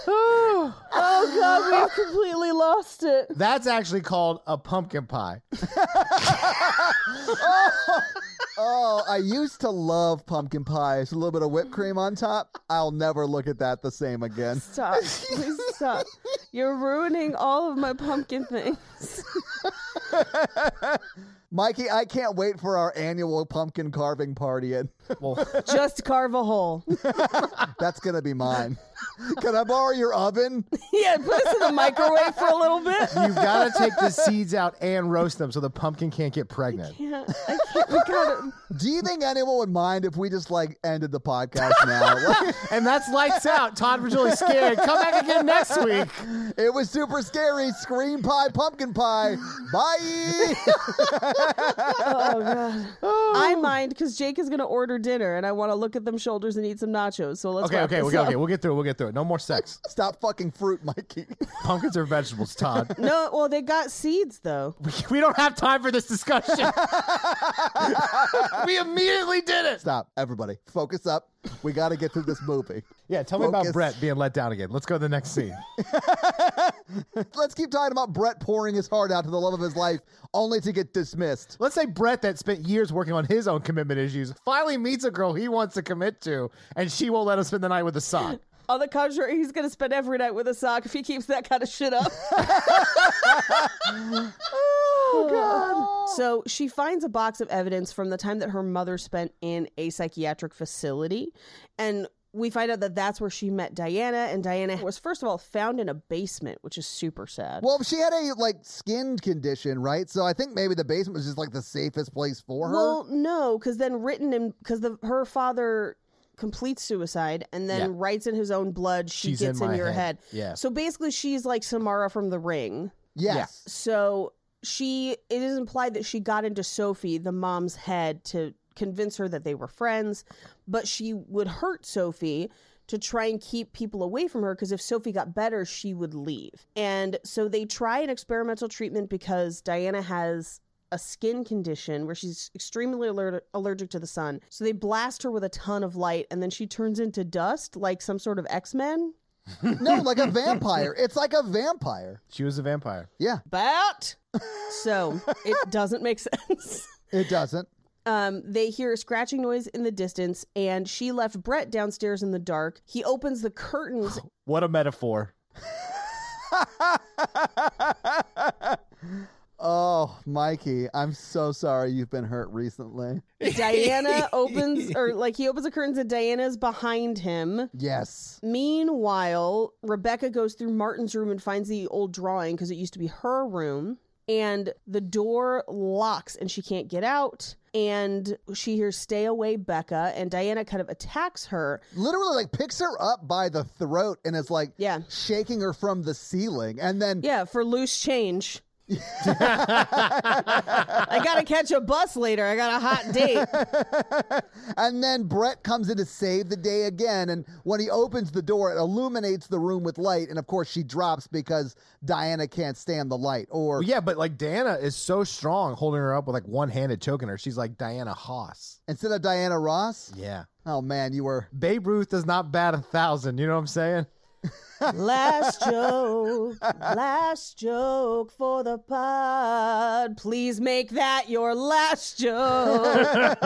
Speaker 2: Oh God, we've completely lost it.
Speaker 4: That's actually called a pumpkin pie.
Speaker 1: Oh, I used to love pumpkin pie. It's a little bit of whipped cream on top. I'll never look at that the same again.
Speaker 2: Stop. Please stop. You're ruining all of my pumpkin things.
Speaker 1: Mikey, I can't wait for our annual pumpkin carving party. And
Speaker 4: Well,
Speaker 2: Just carve a hole.
Speaker 1: that's going to be mine. Can I borrow your oven?
Speaker 2: yeah, put us in the microwave for a little bit.
Speaker 4: you've got to take the seeds out and roast them so the pumpkin can't get pregnant.
Speaker 2: Yeah, I can't. We gotta,
Speaker 1: Do you think anyone would mind if we just like ended the podcast now? Like,
Speaker 4: And that's lights out. Todd was really scared. Come back again next week.
Speaker 1: it was super scary. Scream pie, pumpkin pie. Bye.
Speaker 2: oh god, I mind because Jake is gonna order dinner, and I want to look at them shoulders and eat some nachos. So let's
Speaker 4: Okay,
Speaker 2: wrap
Speaker 4: okay,
Speaker 2: this
Speaker 4: okay,
Speaker 2: up.
Speaker 4: okay. We'll get through it. We'll get through it. No more sex.
Speaker 1: Stop fucking fruit, Mikey.
Speaker 4: Pumpkins are vegetables, Todd.
Speaker 2: No, well they got seeds though.
Speaker 4: We, we don't have time for this discussion. we immediately did it.
Speaker 1: Stop, everybody. Focus up. We got to get through this movie.
Speaker 4: Yeah, tell me
Speaker 1: Focus.
Speaker 4: about Brett being let down again. Let's go to the next scene.
Speaker 1: Let's keep talking about Brett pouring his heart out to the love of his life, only to get dismissed.
Speaker 4: Let's say Brett, that spent years working on his own commitment issues, finally meets a girl he wants to commit to, and she won't let him spend the night with a sock.
Speaker 2: On the contrary, he's gonna spend every night with a sock if he keeps that kind of shit up.
Speaker 4: Oh,
Speaker 2: So she finds a box of evidence from the time that her mother spent in a psychiatric facility. And we find out that that's where she met Diana. And Diana was, first of all, found in a basement, which is super sad.
Speaker 1: Well, she had a like skin condition, right? So I think maybe the basement was just like the safest place for her.
Speaker 2: Well, no, because then written in, because her father completes suicide and then
Speaker 4: Yeah.
Speaker 2: writes in his own blood, she
Speaker 4: She's
Speaker 2: gets
Speaker 4: in
Speaker 2: in,
Speaker 4: my
Speaker 2: your head.
Speaker 4: head. Yeah.
Speaker 2: So basically, she's like Samara from The Ring.
Speaker 1: yes.
Speaker 2: So she it is implied that she got into Sophie, the mom's head, to convince her that they were friends, but she would hurt Sophie to try and keep people away from her because if Sophie got better, she would leave. And so they try an experimental treatment because Diana has a skin condition where she's extremely aller- allergic to the sun. So they blast her with a ton of light and then she turns into dust like some sort of X-Men.
Speaker 1: No, like a vampire. It's like a vampire.
Speaker 4: She was a vampire.
Speaker 1: Yeah,
Speaker 2: But so it doesn't make sense.
Speaker 1: it doesn't.
Speaker 2: Um, they hear a scratching noise in the distance, and she left Brett downstairs in the dark. He opens the curtains.
Speaker 4: What a metaphor.
Speaker 1: Oh, Mikey, I'm so sorry you've been hurt recently.
Speaker 2: Diana opens, or like he opens the curtains, and Diana's behind him.
Speaker 1: Yes.
Speaker 2: Meanwhile, Rebecca goes through Martin's room and finds the old drawing because it used to be her room. And the door locks and she can't get out. And she hears, Stay away, Becca. And Diana kind of attacks her.
Speaker 1: Literally, like, picks her up by the throat and is like
Speaker 2: Yeah.
Speaker 1: shaking her from the ceiling. And then
Speaker 2: Yeah, for loose change. I gotta catch a bus later. I got a hot date.
Speaker 1: And then Brett comes in to save the day again. And when he opens the door, it illuminates the room with light. And of course, she drops because Diana can't stand the light. Or,
Speaker 4: Yeah, but like Diana is so strong holding her up with like one hand and choking her. She's like Diana Haas.
Speaker 1: instead of Diana Ross,
Speaker 4: Yeah.
Speaker 1: oh man, you were.
Speaker 4: Babe Ruth does not bat a thousand. You know what I'm saying?
Speaker 2: last joke, last joke for the pod. Please make that your last joke.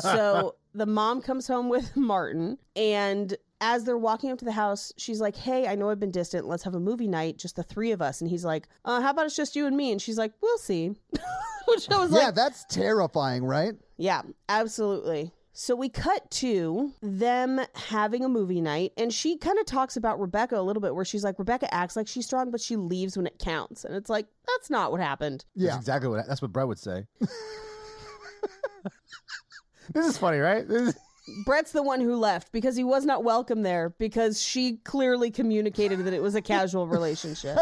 Speaker 2: so the mom comes home with Martin, and as they're walking up to the house, she's like, Hey, I know I've been distant. Let's have a movie night, just the three of us. And he's like, uh, How about it's just you and me? And she's like, We'll see. Which I was like,
Speaker 1: yeah, that's terrifying, right?
Speaker 2: Yeah, absolutely. So we cut to them having a movie night, and she kind of talks about Rebecca a little bit, where she's like, Rebecca acts like she's strong, but she leaves when it counts. And it's like, that's not what happened.
Speaker 1: Yeah.
Speaker 4: That's exactly what that's what Brett would say. this is funny, right? This is-
Speaker 2: Brett's the one who left because he was not welcome there because she clearly communicated that it was a casual relationship.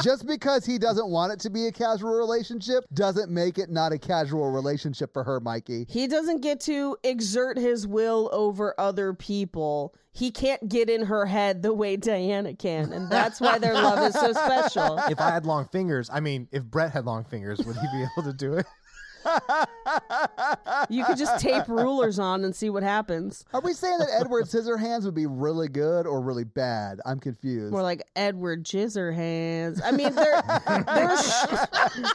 Speaker 1: Just because he doesn't want it to be a casual relationship doesn't make it not a casual relationship for her, Mikey.
Speaker 2: he doesn't get to exert his will over other people. He can't get in her head the way Diana can. And that's why their love is so special.
Speaker 4: if I had long fingers, I mean, if Brett had long fingers, would he be able to do it?
Speaker 2: You could just tape rulers on and see what happens.
Speaker 1: Are we saying that Edward Scissorhands would be really good or really bad? I'm confused.
Speaker 2: More like Edward Jizzer hands. I mean, they're they're, sh-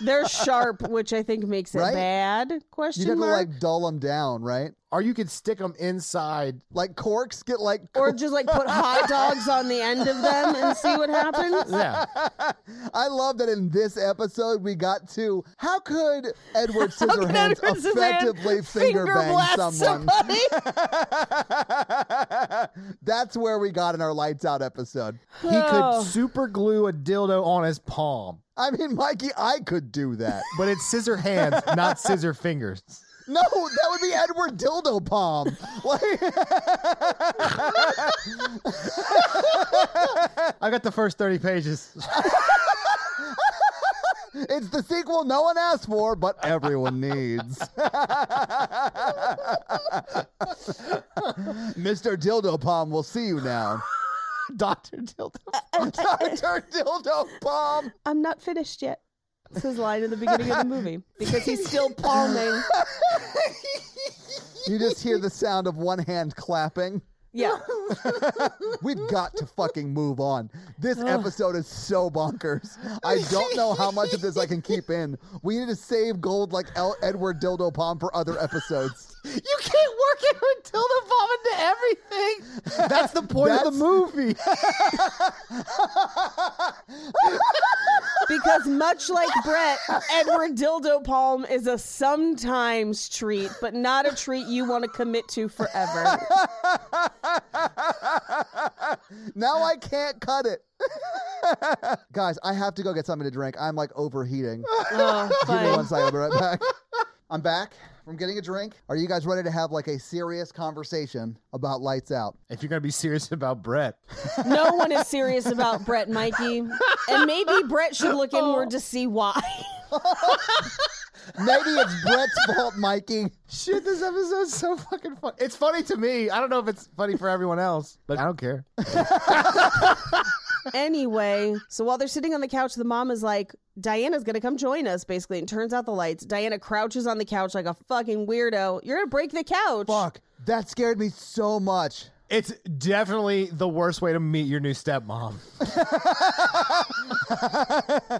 Speaker 2: they're sharp, which I think makes it
Speaker 1: Right?
Speaker 2: bad.
Speaker 1: You'd
Speaker 2: Question
Speaker 1: have to
Speaker 2: mark.
Speaker 1: like dull them down, right?
Speaker 4: Or you could stick them inside.
Speaker 1: Like corks get like.
Speaker 2: or just like put hot dogs on the end of them and see what happens.
Speaker 4: Yeah.
Speaker 1: I love that in this episode we got to how could Edward
Speaker 2: Look at
Speaker 1: Scissorhands
Speaker 2: Edward Scissorhands
Speaker 1: effectively finger, bang
Speaker 2: blast
Speaker 1: someone?
Speaker 2: somebody.
Speaker 1: That's where we got in our lights out episode.
Speaker 4: He
Speaker 2: Oh.
Speaker 4: could super glue a dildo on his palm.
Speaker 1: I mean, Mikey, I could do that.
Speaker 4: But it's scissor hands, not scissor fingers.
Speaker 1: No, that would be Edward Dildo Palm. Like,
Speaker 4: I got the first 30 pages.
Speaker 1: it's the sequel no one asked for, but everyone needs. Mr. Dildo Palm will see you now.
Speaker 4: Dr. Dildo.
Speaker 1: Dr. Dildo Palm.
Speaker 2: I'm not finished yet. This is line in the beginning of the movie because he's still palming.
Speaker 1: You just hear the sound of one hand clapping.
Speaker 2: Yeah.
Speaker 1: We've got to fucking move on. This episode is so bonkers. I don't know how much of this I can keep in. We need to save gold like El- Edward Dildo Palm for other episodes.
Speaker 4: You can't work it with dildo palm into everything. That's the point of
Speaker 1: That's-
Speaker 4: the movie.
Speaker 2: Because much like Brett, Edward Dildo Palm is a sometimes treat, but not a treat you want to commit to forever.
Speaker 1: Now I can't cut it. Guys, I have to go get something to drink. I'm like overheating.
Speaker 2: Oh,
Speaker 1: Give me
Speaker 2: fine.
Speaker 1: one second. I'll be right back. I'm back from getting a drink. Are you guys ready to have like a serious conversation about lights out?
Speaker 4: If you're going to be serious about Brett,
Speaker 2: No one is serious about Brett, Mikey. And maybe Brett should look inward to see why.
Speaker 1: Maybe it's Brett's fault, Mikey.
Speaker 4: shit, this episode's so fucking fun. It's funny to me. I don't know if it's funny for everyone else, but I don't care.
Speaker 2: Anyway, so while they're sitting on the couch, the mom is like, Diana's gonna come join us, basically, and turns out the lights. Diana crouches on the couch like a fucking weirdo. You're gonna break the couch.
Speaker 1: Fuck. That scared me so much.
Speaker 4: It's definitely the worst way to meet your new stepmom.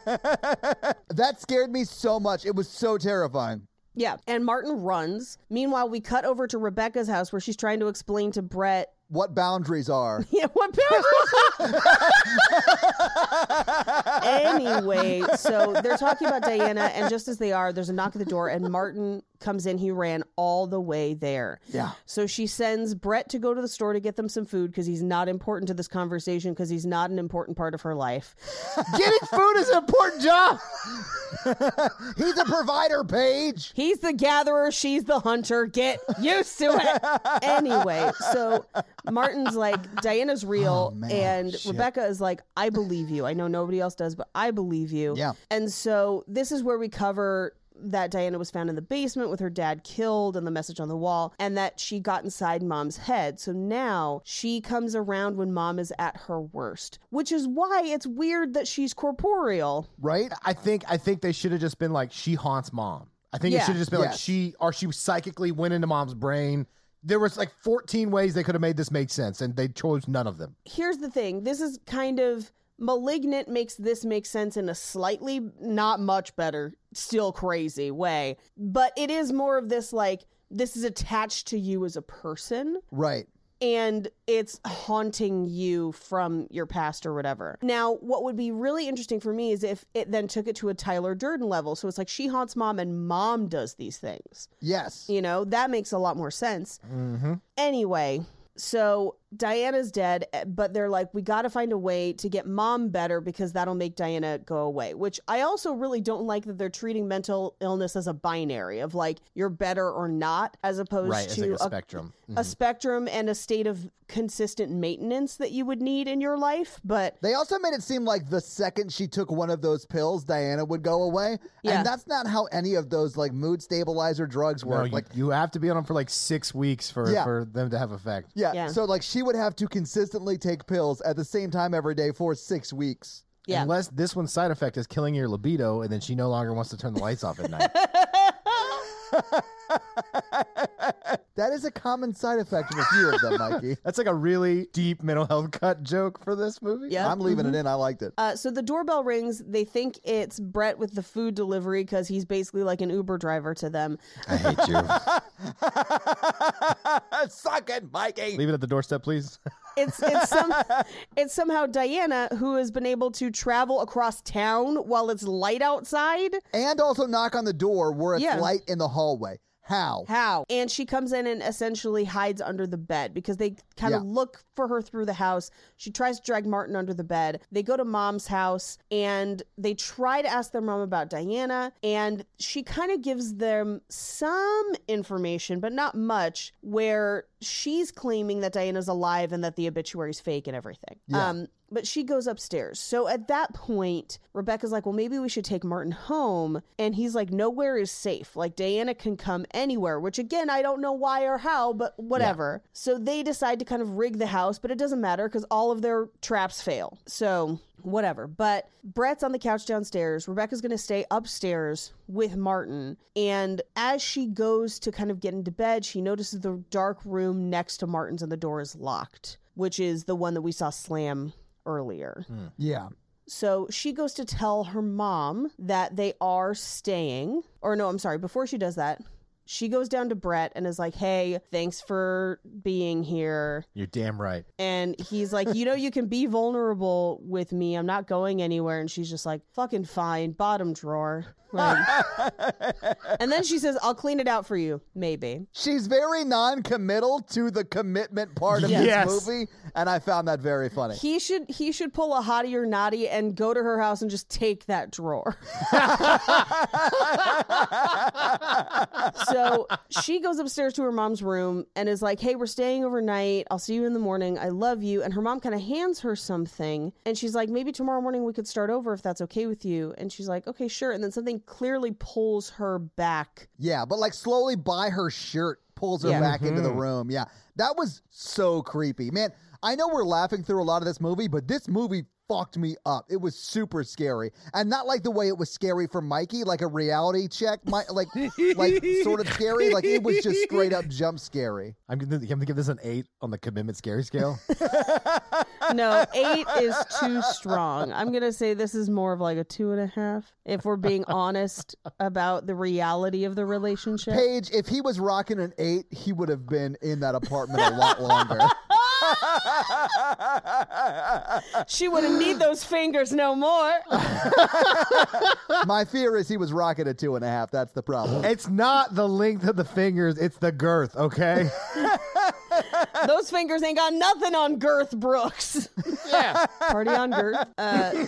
Speaker 1: That scared me so much. It was so terrifying.
Speaker 2: Yeah. And Martin runs. Meanwhile, we cut over to Rebecca's house where she's trying to explain to Brett.
Speaker 1: What boundaries are.
Speaker 2: Yeah, what boundaries are- Anyway, so they're talking about Diana, and just as they are, there's a knock at the door, and Martin comes in. He ran all the way there.
Speaker 1: Yeah.
Speaker 2: So she sends Brett to go to the store to get them some food because he's not important to this conversation because he's not an important part of her life.
Speaker 4: Getting food is an important job.
Speaker 1: He's a provider, Paige.
Speaker 2: He's the gatherer, she's the hunter. Get used to it. anyway, so Martin's like, Diana's real.
Speaker 1: Oh, man.
Speaker 2: and
Speaker 1: Shit.
Speaker 2: Rebecca is like, I believe you. I know nobody else does, but I believe you.
Speaker 1: Yeah.
Speaker 2: And so this is where we cover that Diana was found in the basement with her dad killed and the message on the wall, and that she got inside mom's head. So now she comes around when mom is at her worst, which is why it's weird that she's corporeal.
Speaker 1: Right?
Speaker 4: I think I think they should have just been like she haunts mom. I think
Speaker 2: Yeah.
Speaker 4: it should have just been like
Speaker 1: Yes.
Speaker 4: she or she psychically went into mom's brain. There was like 14 ways they could have made this make sense, and they chose none of them.
Speaker 2: here's the thing this is kind of malignant makes this make sense in a slightly not much better still crazy way but it is more of this like this is attached to you as a person
Speaker 1: Right.
Speaker 2: and it's haunting you from your past or whatever. Now, what would be really interesting for me is if it then took it to a Tyler Durden level. So it's like she haunts mom and mom does these things.
Speaker 1: Yes.
Speaker 2: You know, that makes a lot more sense.
Speaker 4: Mm-hmm.
Speaker 2: Anyway, so Diana's dead, eh, but they're like, we got to find a way to get mom better because that'll make Diana go away, which I also really don't like that they're treating mental illness as a binary of like, you're better or not, as opposed
Speaker 4: Right, it's
Speaker 2: to
Speaker 4: like a spectrum. Mm-hmm.
Speaker 2: a spectrum and a state of consistent maintenance that you would need in your life. But
Speaker 1: They also made it seem like the second she took one of those pills, Diana would go away.
Speaker 2: Yeah.
Speaker 1: And that's not how any of those like mood stabilizer drugs
Speaker 4: No,
Speaker 1: work.
Speaker 4: you,
Speaker 1: like
Speaker 4: you have to be on them for like six weeks for,
Speaker 1: Yeah.
Speaker 4: for them to have effect.
Speaker 1: yeah.
Speaker 2: Yeah.
Speaker 1: So like she would have to consistently take pills at the same time every day for six weeks.
Speaker 2: Yeah.
Speaker 4: Unless this one's side effect is killing your libido, and then she no longer wants to turn the lights off at night.
Speaker 1: That is a common side effect of a few of them, Mikey.
Speaker 4: That's like a really deep mental health cut joke for this movie.
Speaker 2: Yeah.
Speaker 1: I'm leaving
Speaker 4: Mm-hmm.
Speaker 1: it in. I liked it.
Speaker 2: Uh, so the doorbell rings. They think it's Brett with the food delivery because he's basically like an Uber driver to them.
Speaker 4: I hate you.
Speaker 1: Suck it, Mikey.
Speaker 4: Leave it at the doorstep, please.
Speaker 2: It's it's some it's somehow Diana who has been able to travel across town while it's light outside.
Speaker 1: And also knock on the door where it's
Speaker 2: Yeah.
Speaker 1: light in the hallway. How?
Speaker 2: How? And she comes in and essentially hides under the bed because they kind of
Speaker 1: Yeah.
Speaker 2: look for her through the house. She tries to drag Martin under the bed. They go to mom's house and they try to ask their mom about Diana. And she kind of gives them some information, but not much, where she's claiming that Diana's alive and that the obituary's fake and everything.
Speaker 1: Yeah.
Speaker 2: Um, but she goes upstairs. So at that point, Rebecca's like, well, maybe we should take Martin home. And he's like, nowhere is safe. Like, Diana can come anywhere, which again, I don't know why or how, but whatever. So they decide to kind of rig the house, but it doesn't matter because all of their traps fail. So whatever. But Brett's on the couch downstairs. Rebecca's going to stay upstairs with Martin. And as she goes to kind of get into bed, she notices the dark room next to Martin's and the door is locked. Which is the one that we saw slam earlier.
Speaker 1: Yeah.
Speaker 2: So she goes to tell her mom that they are staying. Or no, I'm sorry, before she does that, she goes down to Brett and is like, "Hey, thanks for being here."
Speaker 4: You're damn right.
Speaker 2: And he's like, "You know you can be vulnerable with me. I'm not going anywhere." And she's just like, "Fucking fine, bottom drawer." Like- and then she says, "I'll clean it out for you, maybe."
Speaker 1: She's very non-committal to the commitment part of
Speaker 4: Yes.
Speaker 1: this movie, and I found that very funny.
Speaker 2: He should he should pull a hottie or naughty and go to her house and just take that drawer. so she goes upstairs to her mom's room and is like, "Hey, we're staying overnight. I'll see you in the morning. I love you." And her mom kind of hands her something, and she's like, "Maybe tomorrow morning we could start over if that's okay with you." And she's like, "Okay, sure." And then something clearly pulls her back.
Speaker 1: Yeah, but like slowly by her shirt pulls her
Speaker 2: Yeah.
Speaker 1: back into the room. Yeah. That was so creepy. Man, I know we're laughing through a lot of this movie, but this movie fucked me up. It was super scary. And not like the way it was scary for Mikey, like a reality check, my, like like sort of scary, like it was just straight up jump scary.
Speaker 4: I'm gonna, I'm gonna give this an eight on the commitment scary scale.
Speaker 2: No, eight is too strong. I'm gonna say this is more of like a two and a half, if we're being honest about the reality of the relationship.
Speaker 1: Paige, if he was rocking an 8, he would have been in that apartment a lot longer.
Speaker 2: She wouldn't need those fingers no more.
Speaker 1: My fear is he was rocking a two and a half. That's the problem.
Speaker 4: it's not the length of the fingers; it's the girth. Okay.
Speaker 2: Those fingers ain't got nothing on Girth Brooks.
Speaker 4: yeah.
Speaker 2: Party on Girth. Uh,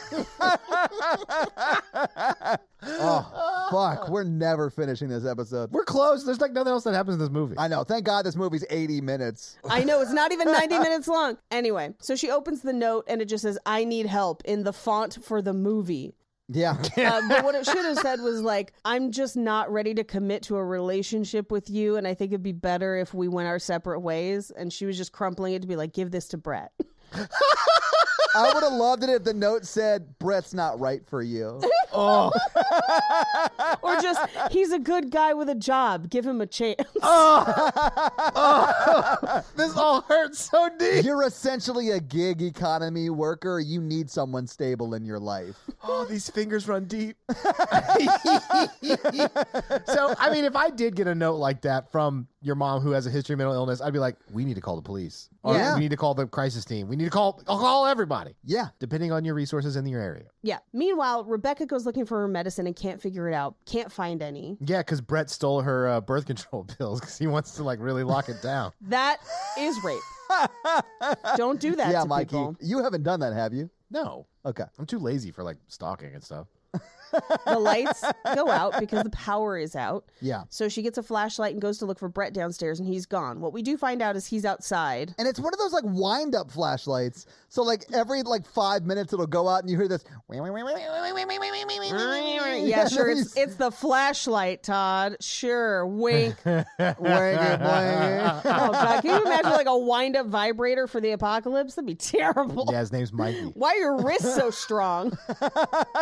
Speaker 1: Oh, fuck. We're never finishing this episode.
Speaker 4: We're close. There's like nothing else that happens in this movie.
Speaker 1: I know. Thank God this movie's 80 minutes.
Speaker 2: I know it's not even 90 minutes long. Anyway, so she opens the note and it just says, I need help in the font for the movie.
Speaker 1: Yeah.
Speaker 2: Uh, but what it should have said was like, I'm just not ready to commit to a relationship with you, and I think it'd be better if we went our separate ways. And she was just crumpling it to be like, give this to Brett.
Speaker 1: I would have loved it if the note said, Brett's not right for you.
Speaker 4: oh.
Speaker 2: Or just, he's a good guy with a job. Give him a chance.
Speaker 1: Oh.
Speaker 4: This all hurts so deep.
Speaker 1: You're essentially a gig economy worker. You need someone stable in your life.
Speaker 4: Oh, these fingers run deep. so, I mean, if I did get a note like that from your mom who has a history of mental illness, I'd be like, we need to call the police. Or
Speaker 1: Yeah.
Speaker 4: we need to call the crisis team. We need to call, I'll call everybody,
Speaker 1: Yeah.
Speaker 4: depending on your resources in your area.
Speaker 2: Yeah. Meanwhile, Rebecca goes looking for her medicine and can't figure it out, can't find any.
Speaker 4: Yeah, because Brett stole her uh, birth control pills because he wants to like really lock it down.
Speaker 2: That is rape. Don't do that
Speaker 1: yeah,
Speaker 2: to
Speaker 1: Mikey.
Speaker 2: people.
Speaker 1: You haven't done that, have you?
Speaker 4: No,
Speaker 1: Okay.
Speaker 4: I'm too lazy for like stalking and stuff.
Speaker 2: The lights go out because the power is out.
Speaker 1: Yeah.
Speaker 2: So she gets a flashlight and goes to look for Brett downstairs, and he's gone. What we do find out is he's outside.
Speaker 1: And it's one of those like wind up flashlights. So like every like five minutes it'll go out and you hear this.
Speaker 2: yeah, sure. It's, it's the flashlight, Todd. Sure. Wink.
Speaker 1: Wangy, wangy.
Speaker 2: Oh, God. Can you imagine like a wind up vibrator for the apocalypse? That'd be terrible.
Speaker 4: Yeah, his name's Mikey.
Speaker 2: Why are your wrists so strong?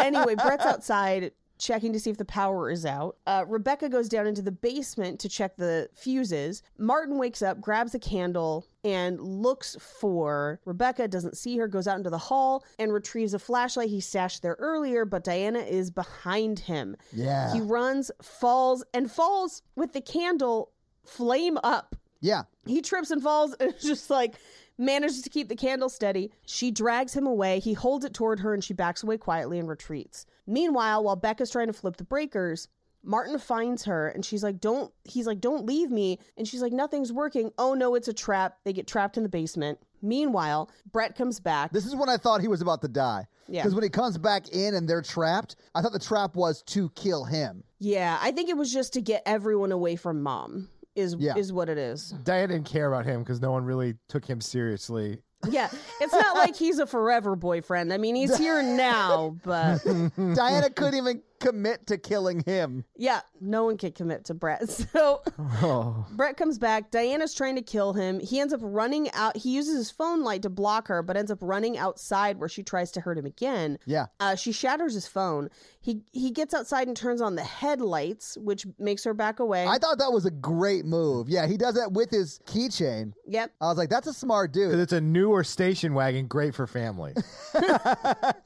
Speaker 2: anyway, Brett's outside checking to see if the power is out. Uh, Rebecca goes down into the basement to check the fuses. Martin wakes up, grabs a candle, and looks for Rebecca. Doesn't see her, goes out into the hall and retrieves a flashlight he stashed there earlier, but Diana is behind him.
Speaker 1: Yeah.
Speaker 2: He runs, falls, and falls with the candle flame up
Speaker 1: Yeah.
Speaker 2: he trips and falls and is just like manages to keep the candle steady. She drags him away. He holds it toward her and she backs away quietly and retreats. Meanwhile, while Becca's trying to flip the breakers, Martin finds her and she's like, Don't, he's like, Don't leave me. And she's like, Nothing's working. Oh no, it's a trap. They get trapped in the basement. Meanwhile, Brett comes back.
Speaker 1: This is when I thought he was about to die.
Speaker 2: Yeah.
Speaker 1: Because when he comes back in and they're trapped, I thought the trap was to kill him.
Speaker 2: yeah, I think it was just to get everyone away from mom. Is
Speaker 1: Yeah.
Speaker 2: is what it is.
Speaker 4: Diane didn't care about him because no one really took him seriously.
Speaker 2: Yeah, it's not like he's a forever boyfriend. I mean, he's here now, but
Speaker 1: Diana couldn't even commit to killing him.
Speaker 2: Yeah, no one could commit to Brett. So
Speaker 4: Oh,
Speaker 2: Brett comes back. Diana's trying to kill him. He ends up running out. He uses his phone light to block her, but ends up running outside where she tries to hurt him again.
Speaker 1: Yeah.
Speaker 2: Uh, she shatters his phone. He he gets outside and turns on the headlights, which makes her back away.
Speaker 1: I thought that was a great move. Yeah, he does that with his keychain.
Speaker 2: yep.
Speaker 1: I was like, that's a smart dude.
Speaker 4: because it's a newer station wagon, great for families.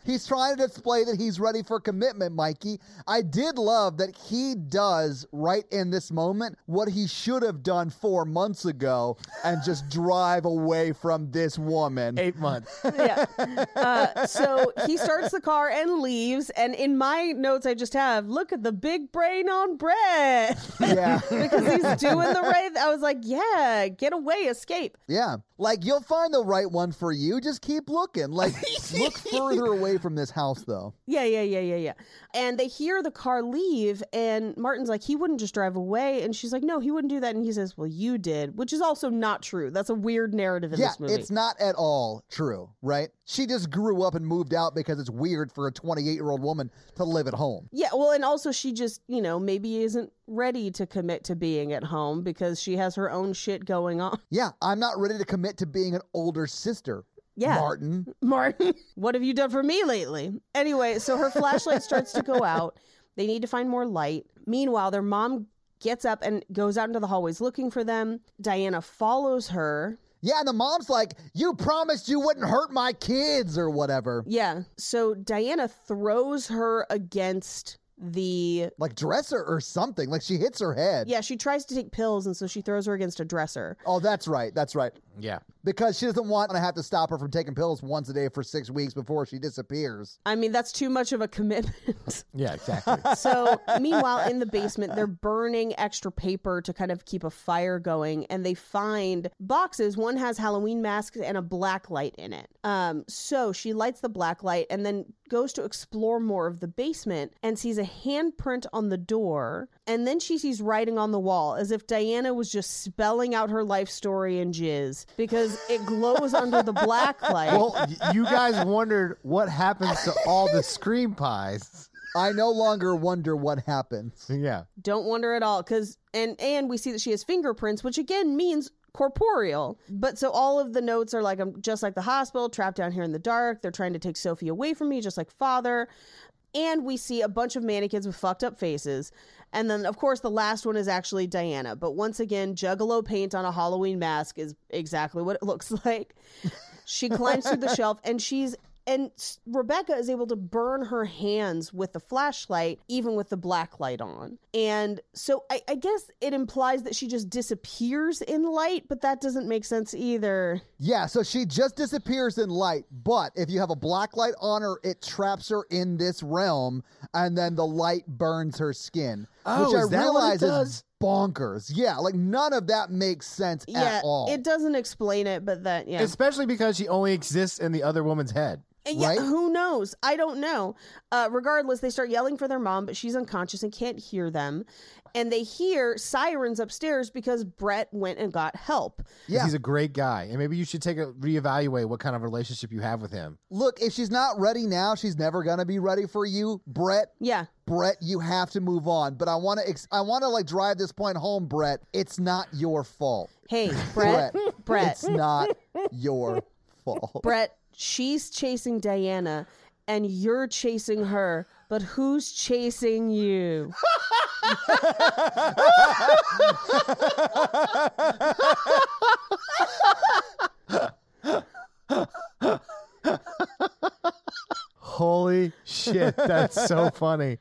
Speaker 1: He's trying to display that he's ready for commitment, Mikey. I did love that he does right in this moment what he should have done four months ago and just drive away from this woman.
Speaker 4: Eight months.
Speaker 2: yeah. Uh, so he starts the car and leaves. And in my notes, I just have look at the big brain on Brett
Speaker 1: Yeah.
Speaker 2: because he's doing the right. I was like, yeah, get away, escape.
Speaker 1: yeah. Like, you'll find the right one for you. Just keep looking. Like, look further away from this house, though.
Speaker 2: Yeah, yeah, yeah, yeah, yeah. And they hear the car leave, and Martin's like, he wouldn't just drive away. And she's like, no, he wouldn't do that. And he says, well, you did, which is also not true. That's a weird narrative in
Speaker 1: Yeah,
Speaker 2: this movie.
Speaker 1: it's not at all true, right? She just grew up and moved out because it's weird for a 28 year old woman to live at home.
Speaker 2: yeah, well, and also she just, you know, maybe isn't ready to commit to being at home because she has her own shit going on.
Speaker 1: Yeah, I'm not ready to commit to being an older sister.
Speaker 2: Yeah.
Speaker 1: Martin.
Speaker 2: Martin, what have you done for me lately? Anyway, so her flashlight starts to go out. They need to find more light. Meanwhile, their mom gets up and goes out into the hallways looking for them. Diana follows her.
Speaker 1: Yeah, and the mom's like, "You promised you wouldn't hurt my kids or whatever."
Speaker 2: Yeah. So Diana throws her against the.
Speaker 1: Like dresser or something. Like she hits her head.
Speaker 2: Yeah, she tries to take pills, and so she throws her against a dresser.
Speaker 1: Oh, that's right. That's right.
Speaker 4: Yeah.
Speaker 1: Because she doesn't want to have to stop her from taking pills once a day for 6 weeks before she disappears.
Speaker 2: I mean, that's too much of a commitment.
Speaker 4: Yeah, exactly.
Speaker 2: so, meanwhile, in the basement, they're burning extra paper to kind of keep a fire going, and they find boxes. One has Halloween masks and a black light in it. Um, so she lights the black light and then goes to explore more of the basement and sees a handprint on the door. And then she sees writing on the wall as if Diana was just spelling out her life story in jizz because it glows under the black light.
Speaker 4: well, y- you guys wondered what happens to all the scream pies.
Speaker 1: I no longer wonder what happens.
Speaker 4: Yeah.
Speaker 2: don't wonder at all because and and we see that she has fingerprints which again means corporeal but so all of the notes are like i'm just like the hospital trapped down here in the dark they're trying to take sophie away from me just like father and we see a bunch of mannequins with fucked up faces and then of course the last one is actually diana but once again juggalo paint on a halloween mask is exactly what it looks like she climbs through the shelf and she's and s- Rebecca is able to burn her hands with the flashlight, even with the black light on. And so I, I guess it implies that she just disappears in light, but that doesn't make sense either.
Speaker 1: Yeah, so she just disappears in light, but if you have a black light on her, it traps her in this realm and then the light burns her skin,
Speaker 4: Oh,
Speaker 1: which I
Speaker 4: is that what it
Speaker 1: realize is
Speaker 4: does?
Speaker 1: bonkers. Yeah, like none of that makes sense
Speaker 2: Yeah,
Speaker 1: at all.
Speaker 2: it doesn't explain it, but that yeah,
Speaker 4: Especially because she only exists in the other woman's head.
Speaker 2: And yeah,
Speaker 1: Right?
Speaker 2: who knows? I don't know. Uh, regardless, they start yelling for their mom, but she's unconscious and can't hear them. And they hear sirens upstairs because Brett went and got help.
Speaker 1: Yeah.
Speaker 4: He's a great guy, and maybe you should take a reevaluate what kind of relationship you have with him.
Speaker 1: Look, if she's not ready now, she's never gonna be ready for you, Brett.
Speaker 2: Yeah.
Speaker 1: Brett, you have to move on. But I want to, ex- I want to like drive this point home, Brett. It's not your fault,
Speaker 2: Hey, Brett, Brett,
Speaker 1: It's not your fault.
Speaker 2: Brett, she's chasing Diana and you're chasing her, but who's chasing you?
Speaker 4: Holy shit, that's so funny.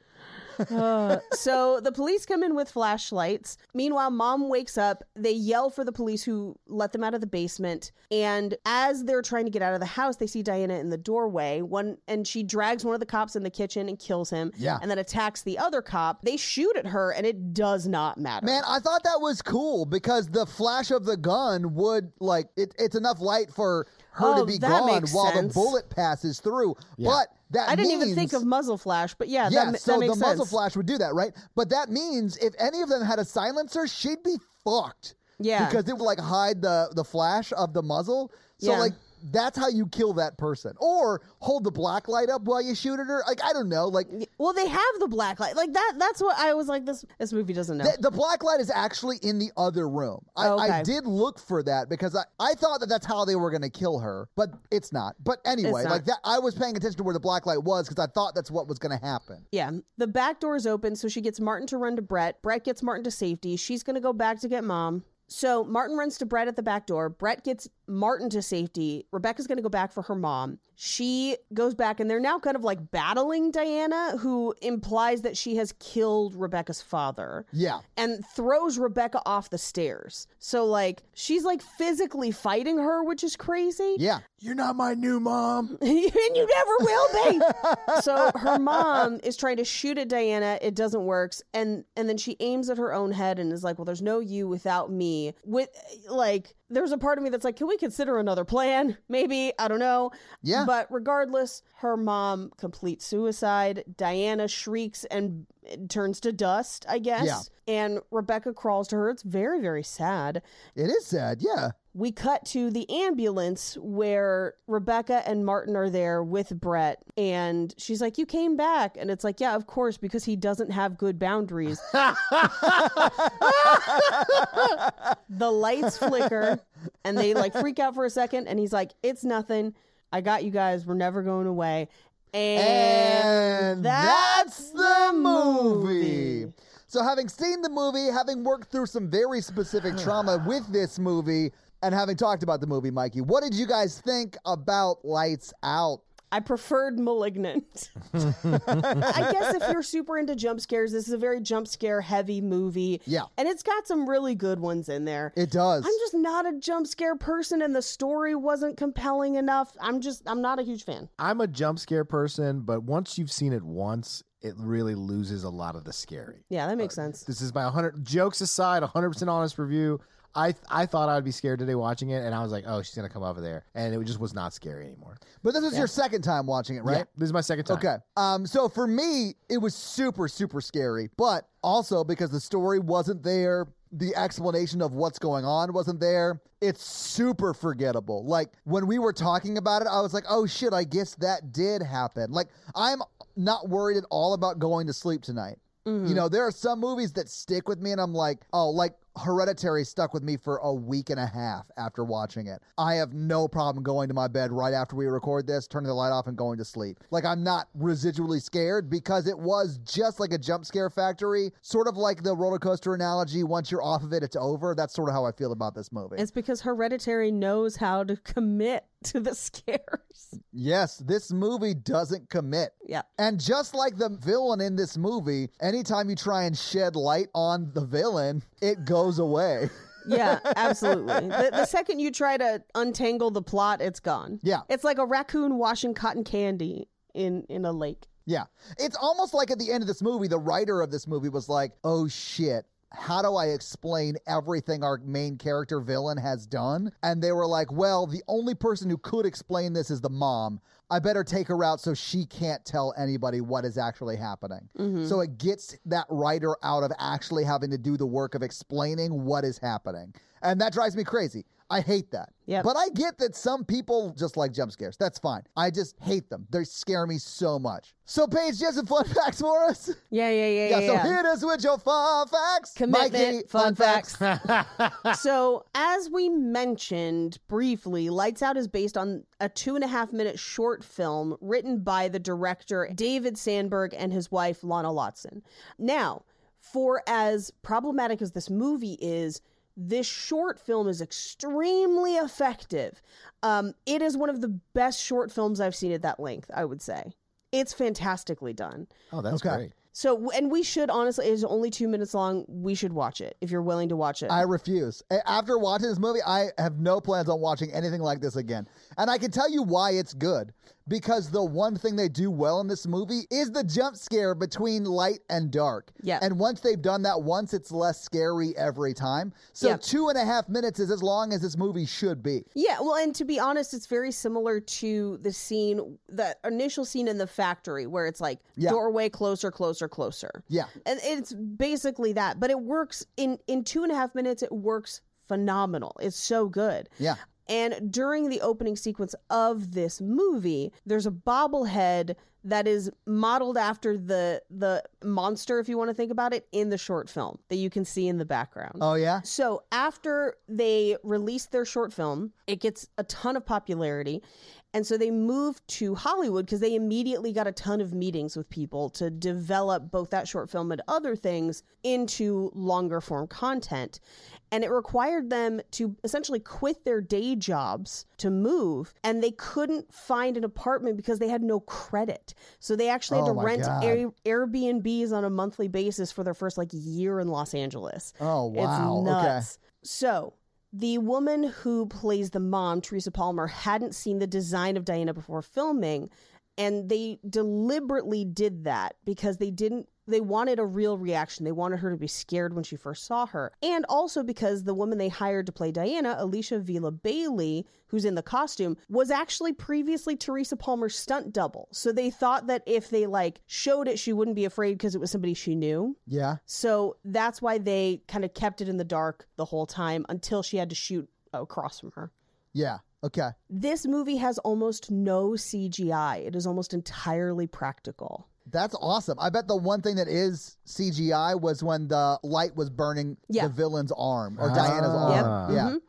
Speaker 2: so the police come in with flashlights. Meanwhile, mom wakes up. They yell for the police who let them out of the basement. And as they're trying to get out of the house, they see Diana in the doorway. One and she drags one of the cops in the kitchen and kills him.
Speaker 1: Yeah.
Speaker 2: And then attacks the other cop. They shoot at her and it does not matter.
Speaker 1: Man, I thought that was cool because the flash of the gun would like it, it's enough light for her to
Speaker 2: Oh,
Speaker 1: be
Speaker 2: that
Speaker 1: gone
Speaker 2: makes
Speaker 1: while the
Speaker 2: sense.
Speaker 1: bullet passes through. But that
Speaker 2: I didn't even
Speaker 1: means-
Speaker 2: think of muzzle flash, but yeah,
Speaker 1: yeah.
Speaker 2: that, ma-
Speaker 1: so
Speaker 2: that makes
Speaker 1: the
Speaker 2: sense.
Speaker 1: muzzle flash would do that, right? But that means if any of them had a silencer, she'd be fucked.
Speaker 2: Yeah.
Speaker 1: because it would like hide the the flash of the muzzle. So
Speaker 2: Yeah.
Speaker 1: like. That's how you kill that person, or hold the black light up while you shoot at her. Like I don't know, like
Speaker 2: Well, they have the black light. Like that that's what I was like this this movie doesn't know.
Speaker 1: Th- the black light is actually in the other room. I,
Speaker 2: Oh,
Speaker 1: I
Speaker 2: okay.
Speaker 1: did look for that because I, I thought that that's how they were going to kill her, but it's not. But anyway,
Speaker 2: not.
Speaker 1: like that, I was paying attention to where the black light was because I thought that's what was going to happen.
Speaker 2: Yeah. The back door is open, so she gets Martin to run to Brett. Brett gets Martin to safety. She's going to go back to get mom. So Martin runs to Brett at the back door. Brett gets Martin to safety. Rebecca's going to go back for her mom. She goes back, and they're now kind of like battling Diana, who implies that she has killed Rebecca's father
Speaker 1: Yeah,
Speaker 2: and throws Rebecca off the stairs. So, like, she's like physically fighting her, which is crazy.
Speaker 1: yeah.
Speaker 4: You're not my new mom.
Speaker 2: and you never will be. so her mom is trying to shoot at Diana. It doesn't work, and and then she aims at her own head and is like, "Well, there's no you without me." With like, there's a part of me that's like, "Can we consider another plan? Maybe I don't know."
Speaker 1: Yeah.
Speaker 2: But regardless, her mom completes suicide. Diana shrieks and turns to dust. I guess.
Speaker 1: Yeah.
Speaker 2: And Rebecca crawls to her. It's very very sad
Speaker 1: It is sad. Yeah,
Speaker 2: we cut to the ambulance where Rebecca and Martin are there with Brett. And she's like, You came back. And it's like, Yeah, of course, because he doesn't have good boundaries. the lights flicker and they like freak out for a second. And he's like, It's nothing. I got you guys. We're never going away. And,
Speaker 1: and
Speaker 2: that's the movie.
Speaker 1: So, having seen the movie, having worked through some very specific trauma with this movie, and having talked about the movie, Mikey, what did you guys think about Lights Out?
Speaker 2: I preferred Malignant. I guess if you're super into jump scares, this is a very jump scare heavy movie.
Speaker 1: Yeah.
Speaker 2: And it's got some really good ones in there.
Speaker 1: It does.
Speaker 2: I'm just not a jump scare person and the story wasn't compelling enough. I'm just I'm not a huge fan.
Speaker 4: I'm a jump scare person, but once you've seen it once, it really loses a lot of the scary.
Speaker 2: Yeah, that makes sense.
Speaker 4: This is my 100 jokes aside, 100% honest review. I I thought I'd be scared today watching it, and I was like, oh, she's gonna come over there, and it just was not scary anymore.
Speaker 1: but this is your second time watching it, right?
Speaker 4: Yeah, this is my second time.
Speaker 1: Okay. Um, so for me, it was super, super scary, but also because the story wasn't there, the explanation of what's going on wasn't there. It's super forgettable. Like when we were talking about it, I was like, oh shit, I guess that did happen. Like I'm not worried at all about going to sleep tonight. You know, there are some movies that stick with me, and I'm like, oh, like Hereditary stuck with me for a week and a half after watching it. I have no problem going to my bed right after we record this, turning the light off, and going to sleep. Like, I'm not residually scared because it was just like a jump scare factory, sort of like the roller coaster analogy. Once you're off of it, it's over. That's sort of how I feel about this movie.
Speaker 2: It's because Hereditary knows how to commit to the scares.
Speaker 1: yes, this movie doesn't commit.
Speaker 2: Yeah.
Speaker 1: And just like the villain in this movie, anytime you try and shed light on the villain, it goes away.
Speaker 2: Yeah, absolutely. the, the second you try to untangle the plot, it's gone.
Speaker 1: Yeah.
Speaker 2: It's like a raccoon washing cotton candy in in a lake.
Speaker 1: Yeah. It's almost like at the end of this movie, the writer of this movie was like, oh shit, how do I explain everything our main character villain has done? And they were like, well, the only person who could explain this is the mom. I better take her out so she can't tell anybody what is actually happening. So it gets that writer out of actually having to do the work of explaining what is happening. And that drives me crazy. I hate that.
Speaker 2: Yep.
Speaker 1: But I get that some people just like jump scares. That's fine. I just hate them. They scare me so much. So, Paige, do you have some fun facts for us?
Speaker 2: Yeah, yeah, yeah, yeah.
Speaker 1: Yeah, so hit us with your fun facts.
Speaker 2: Commitment,
Speaker 1: Mikey,
Speaker 2: fun so, as we mentioned briefly, Lights Out is based on a two and a half minute short film written by the director David Sandberg and his wife Lana Lotson. Now, for as problematic as this movie is, this short film is extremely effective. Um, it is one of the best short films I've seen at that length, I would say. It's fantastically done.
Speaker 4: Oh, that's
Speaker 1: Okay.
Speaker 4: great.
Speaker 2: So, and we should honestly, it's only two minutes long. We should watch it if you're willing to watch it.
Speaker 1: I refuse. A- After watching this movie, I have no plans on watching anything like this again. And I can tell you why it's good. Because the one thing they do well in this movie is the jump scare between light and dark.
Speaker 2: Yep.
Speaker 1: And once they've done that once, it's less scary every time. So
Speaker 2: Yep.
Speaker 1: two and a half minutes is as long as this movie should be.
Speaker 2: Yeah, well, and to be honest, it's very similar to the scene, the initial scene in the factory where it's like
Speaker 1: Yeah.
Speaker 2: doorway closer, closer, closer.
Speaker 1: Yeah.
Speaker 2: And it's basically that, but it works in in two and a half minutes. It works phenomenal. It's so good.
Speaker 1: Yeah.
Speaker 2: And during the opening sequence of this movie, there's a bobblehead that is modeled after the the monster, if you want to think about it, in the short film that you can see in the background.
Speaker 1: Oh, yeah?
Speaker 2: So after they released their short film, it gets a ton of popularity. And so they moved to Hollywood because they immediately got a ton of meetings with people to develop both that short film and other things into longer form content. And it required them to essentially quit their day jobs to move. And they couldn't find an apartment because they had no credit. So they actually had
Speaker 1: Oh
Speaker 2: to
Speaker 1: my
Speaker 2: rent
Speaker 1: God.
Speaker 2: Air- Airbnbs on a monthly basis for their first like year in Los Angeles.
Speaker 1: Oh, wow.
Speaker 2: It's
Speaker 1: Okay.
Speaker 2: nuts. So the woman who plays the mom, Teresa Palmer, hadn't seen the design of Diana before filming, and they deliberately did that because they didn't. They wanted a real reaction. They wanted her to be scared when she first saw her. And also because the woman they hired to play Diana, Alicia Vila Bailey, who's in the costume, was actually previously Teresa Palmer's stunt double. So they thought that if they like showed it, she wouldn't be afraid because it was somebody she knew.
Speaker 1: Yeah.
Speaker 2: So that's why they kind of kept it in the dark the whole time until she had to shoot across from her.
Speaker 1: Yeah. Okay.
Speaker 2: This movie has almost no CGI. It is almost entirely practical.
Speaker 1: That's awesome. I bet the one thing that is CGI was when the light was burning
Speaker 2: Yeah.
Speaker 1: the villain's arm or Diana's
Speaker 4: Yep.
Speaker 1: arm. Yeah.
Speaker 2: Mhm.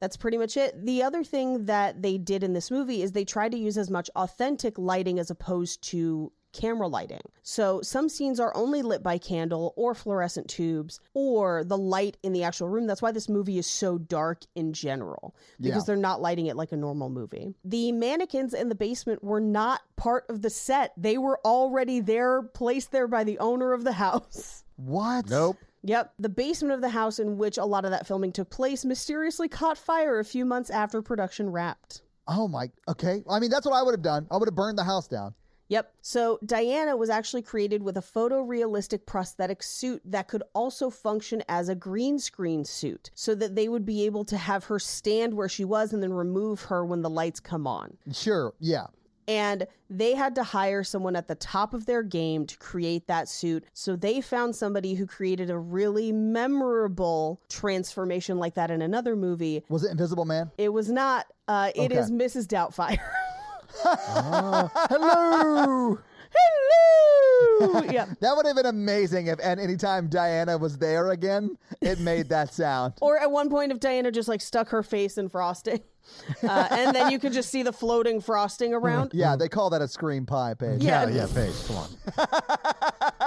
Speaker 2: That's pretty much it. The other thing that they did in this movie is they tried to use as much authentic lighting as opposed to camera lighting. So some scenes are only lit by candle or fluorescent tubes or the light in the actual room. That's why this movie is so dark in general because
Speaker 1: Yeah.
Speaker 2: they're not lighting it like a normal movie. The mannequins in the basement were not part of the set. They were already there, placed there by the owner of the house.
Speaker 1: What?
Speaker 4: Nope.
Speaker 2: Yep, the basement of the house in which a lot of that filming took place mysteriously caught fire a few months after production wrapped.
Speaker 1: Oh my. Okay. I mean, that's what I would have done. I would have burned the house down.
Speaker 2: Yep. So Diana was actually created with a photorealistic prosthetic suit that could also function as a green screen suit so that they would be able to have her stand where she was and then remove her when the lights come on.
Speaker 1: Sure. Yeah.
Speaker 2: And they had to hire someone at the top of their game to create that suit. So they found somebody who created a really memorable transformation like that in another movie.
Speaker 1: Was it Invisible Man?
Speaker 2: It was not. Uh, it
Speaker 1: Okay. Ah,
Speaker 2: is Mrs. Doubtfire.
Speaker 1: Hello.
Speaker 2: Hello. yep.
Speaker 1: That would have been amazing if and anytime Diana was there again, it made that sound.
Speaker 2: Or at one point, if Diana just like stuck her face in frosting, uh, and then you could just see the floating frosting around.
Speaker 1: Yeah, they call that a screen pie, Paige.
Speaker 2: Yeah.
Speaker 4: yeah, Paige, come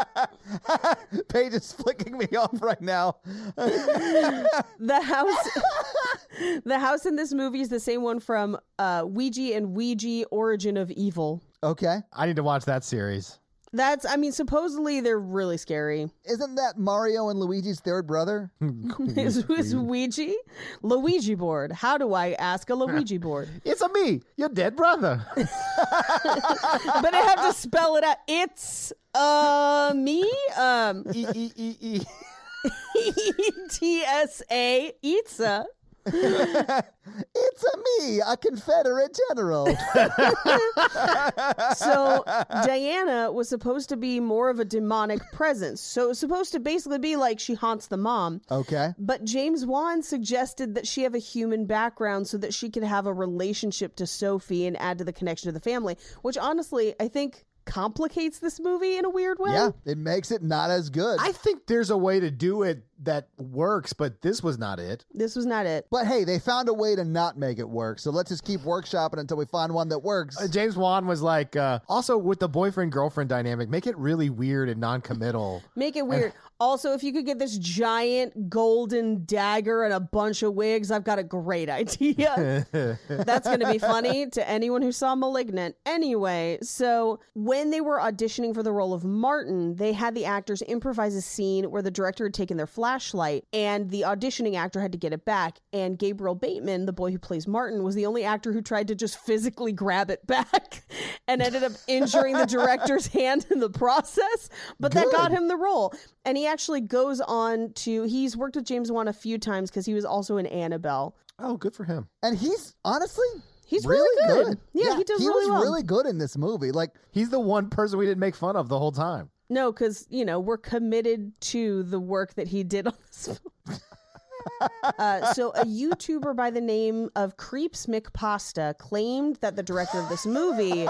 Speaker 4: on.
Speaker 1: Paige is flicking me off right now.
Speaker 2: The house, the house in this movie is the same one from uh, Ouija and Ouija: Origin of Evil.
Speaker 1: Okay.
Speaker 4: I need to watch that series.
Speaker 2: That's, I mean, supposedly they're really scary.
Speaker 1: Isn't that Mario and Luigi's third brother? E,
Speaker 2: Is, is Ouija? Luigi board. How do I ask a Luigi board?
Speaker 4: It's a me, your dead brother.
Speaker 2: But I have to spell it out. It's uh me. Um
Speaker 4: E E E E.
Speaker 2: ETSA Itza.
Speaker 1: It's a me, a Confederate general.
Speaker 2: So Diana was supposed to be more of a demonic presence. So it was supposed to basically be like she haunts the mom.
Speaker 1: okay.
Speaker 2: But James Wan suggested that she have a human background so that she could have a relationship to Sophie and add to the connection to the family, which honestly, I think complicates this movie in a weird way.
Speaker 1: Yeah, it makes it not as good.
Speaker 4: I think there's a way to do it that works, but this was not it.
Speaker 2: This was not it.
Speaker 1: but hey, they found a way to not make it work. So let's just keep workshopping until we find one that works.
Speaker 4: Uh, James Wan was like, uh, also with the boyfriend girlfriend dynamic, make it really weird and non committal.
Speaker 2: Make it weird. also, if you could get this giant golden dagger and a bunch of wigs, I've got a great idea. That's going to be funny to anyone who saw Malignant. Anyway, so when they were auditioning for the role of Martin, they had the actors improvise a scene where the director had taken their flashlight and the auditioning actor had to get it back. And Gabriel Bateman, the boy who plays Martin, was the only actor who tried to just physically grab it back and ended up injuring the director's hand in the process. But that got him the role. And he actually goes on to, he's worked with James Wan a few times because he was also in Annabelle.
Speaker 4: Oh, good for him.
Speaker 1: and he's honestly
Speaker 2: He's really good. Yeah, he does
Speaker 1: He
Speaker 2: really
Speaker 1: was
Speaker 2: well.
Speaker 1: really good in this movie. Like
Speaker 4: He's the one person we didn't make fun of the whole time.
Speaker 2: No, because you know we're committed to the work that he did on this film. uh, so, a YouTuber by the name of Creeps McPasta claimed that the director of this movie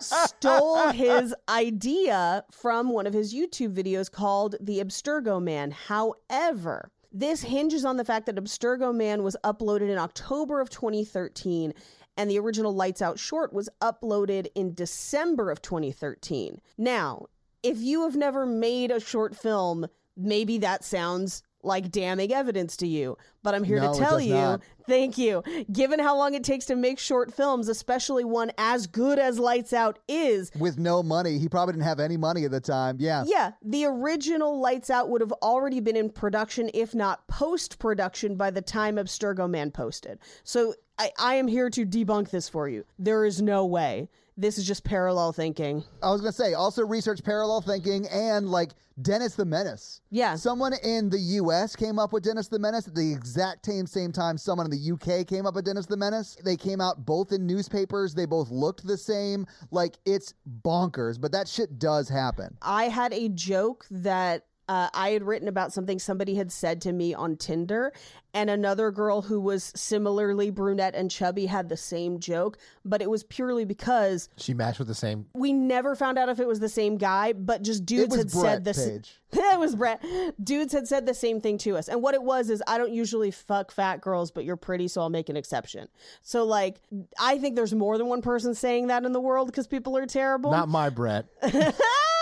Speaker 2: stole his idea from one of his YouTube videos called The Abstergo Man. However, this hinges on the fact that Abstergo Man was uploaded in October of 2013 and the original Lights Out short was uploaded in December of 2013. Now, if you have never made a short film, maybe that sounds like damning evidence to you. But I'm here
Speaker 1: No, it
Speaker 2: to tell
Speaker 1: does
Speaker 2: you,
Speaker 1: not.
Speaker 2: thank you. Given how long it takes to make short films, especially one as good as Lights Out is,
Speaker 1: with no money, he probably didn't have any money at the time. Yeah.
Speaker 2: yeah, the original Lights Out would have already been in production, if not post production, by the time Abstergo Man posted. So I, I am here to debunk this for you. There is no way. This is just parallel thinking.
Speaker 1: I was gonna say also research parallel thinking and like Dennis the Menace.
Speaker 2: Yeah.
Speaker 1: Someone in the U.S. came up with Dennis the Menace at the exact same same time someone in the U.K. came up with Dennis the Menace. They came out both in newspapers. They both looked the same. Like it's bonkers, but that shit does happen.
Speaker 2: I had a joke that uh, I had written about something somebody had said to me on Tinder, and another girl who was similarly brunette and chubby had the same joke, but it was purely because
Speaker 4: She matched with the same.
Speaker 2: we never found out if it was the same guy, but just
Speaker 1: It
Speaker 2: dudes
Speaker 1: was
Speaker 2: had
Speaker 1: Brett
Speaker 2: said this.
Speaker 1: Page.
Speaker 2: it was Brett. Dudes had said the same thing to us. And what it was is, I don't usually fuck fat girls, but you're pretty, so I'll make an exception. So, like, I think there's more than one person saying that in the world because people are terrible.
Speaker 4: Not my Brett.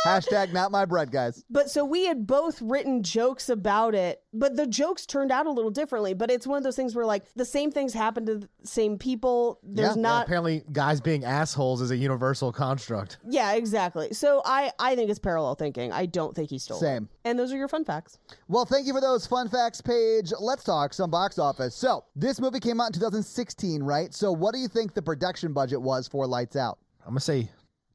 Speaker 1: Hashtag not my bread, guys.
Speaker 2: But so we had both written jokes about it, but the jokes turned out a little differently. But it's one of those things where like the same things happen to the same people. There's
Speaker 1: Yeah, yeah,
Speaker 2: not
Speaker 4: Apparently, guys being assholes is a universal construct.
Speaker 2: yeah, exactly. So I I think it's parallel thinking. I don't think he stole it.
Speaker 1: Same.
Speaker 2: And those are your fun facts.
Speaker 1: Well, thank you for those fun facts, Paige. Let's talk some box office. So, this movie came out in 2016, right? So, what do you think the production budget was for Lights Out?
Speaker 4: I'm going to say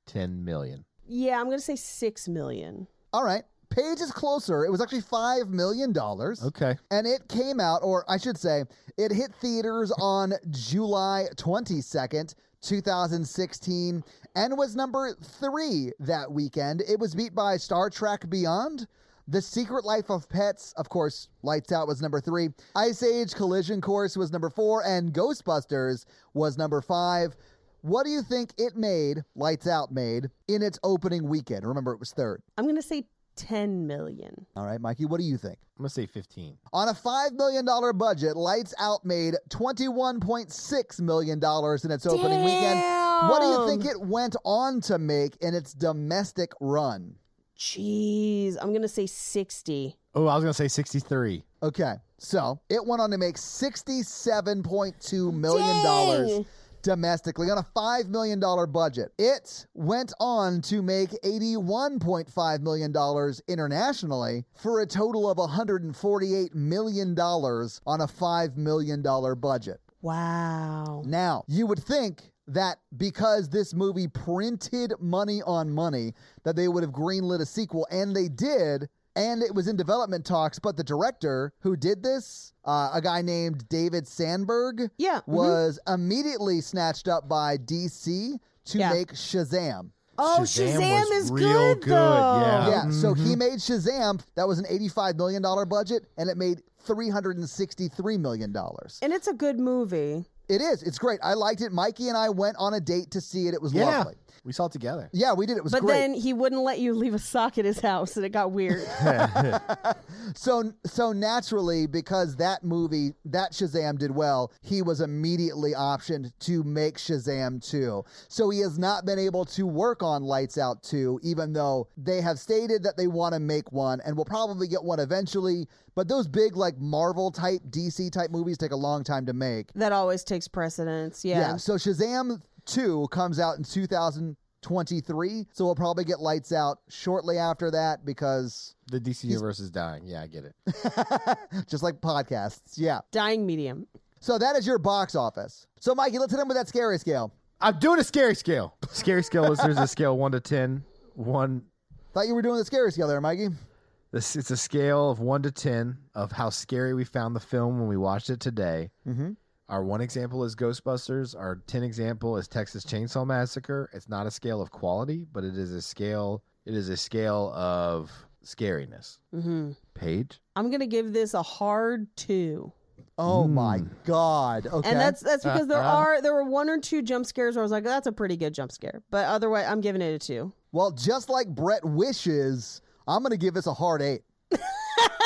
Speaker 4: 10 million.
Speaker 2: Yeah, I'm gonna say six million.
Speaker 1: All right. Paige is closer. It was actually $5 million.
Speaker 4: Okay.
Speaker 1: And it came out, or I should say, it hit theaters on July 22nd, 2016, and was number three that weekend. It was beat by Star Trek Beyond. The Secret Life of Pets, of course, Lights Out was number three. Ice Age Collision Course was number four, and Ghostbusters was number five. What do you think it made, Lights Out made, in its opening weekend? Remember, it was third.
Speaker 2: I'm gonna say ten million.
Speaker 1: All right, Mikey, what do you think?
Speaker 4: I'm going to say 15.
Speaker 1: On a $5 million budget, Lights Out made $21.6 million in its opening weekend. What do you think it went on to make in its domestic run?
Speaker 2: Jeez, I'm gonna say sixty.
Speaker 4: Oh, I was going to say 63.
Speaker 1: Okay, so it went on to make $67.2 million dollars
Speaker 2: Dang.
Speaker 1: domestically on a $5 million budget. It went on to make $81.5 million dollars internationally for a total of $148 million dollars on a $5 million dollar budget.
Speaker 2: Wow.
Speaker 1: Now, you would think that because this movie printed money on money, that they would have greenlit a sequel, and they did. and it was in development talks. But the director who did this, uh, a guy named David Sandberg,
Speaker 2: Yeah, mhm.
Speaker 1: was immediately snatched up by DC to
Speaker 2: Yeah.
Speaker 1: make Shazam.
Speaker 2: Oh, Shazam,
Speaker 4: Shazam was
Speaker 2: is
Speaker 4: real
Speaker 2: good,
Speaker 4: good,
Speaker 2: though.
Speaker 4: yeah.
Speaker 1: Yeah, so he made Shazam. That was an eighty-five million dollar budget, and it made three hundred and sixty-three million dollars.
Speaker 2: And it's a good movie.
Speaker 1: It is. It's great. I liked it. Mikey and I went on a date to see it. It was
Speaker 4: Yeah.
Speaker 1: lovely.
Speaker 4: We saw it together.
Speaker 1: Yeah, we did. It was
Speaker 2: But
Speaker 1: great.
Speaker 2: then he wouldn't let you leave a sock at his house, and it got weird.
Speaker 1: so so naturally, because that movie, that Shazam did well, he was immediately optioned to make Shazam 2. So he has not been able to work on Lights Out 2, even though they have stated that they want to make one and will probably get one eventually. But those big like Marvel type, DC type movies take a long time to make.
Speaker 2: that always takes precedence. Yeah.
Speaker 1: Yeah. So Shazam 2 comes out in 2023. So we'll probably get Lights Out shortly after that because
Speaker 4: The DC universe is dying. Yeah, I get it.
Speaker 1: just like podcasts. Yeah.
Speaker 2: Dying medium.
Speaker 1: So that is your box office. So Mikey, let's hit him with that scary scale.
Speaker 4: I'm doing a scary scale. Scary scale listeners, a scale one to ten. One
Speaker 1: Thought you were doing the scary scale there, Mikey.
Speaker 4: This it's a scale of one to ten of how scary we found the film when we watched it today.
Speaker 1: Mhm.
Speaker 4: Our one example is Ghostbusters. Our ten example is Texas Chainsaw Massacre. It's not a scale of quality, but it is a scale. It is a scale of scariness.
Speaker 2: hmm
Speaker 4: Page.
Speaker 2: I'm gonna give this a hard two,
Speaker 1: Oh my god. Okay.
Speaker 2: and that's that's because there
Speaker 4: Uh-uh.
Speaker 2: are there were one or two jump scares where I was like, that's a pretty good jump scare, but otherwise I'm giving it a two.
Speaker 1: well, just like Brett wishes, I'm gonna give this a hard eight.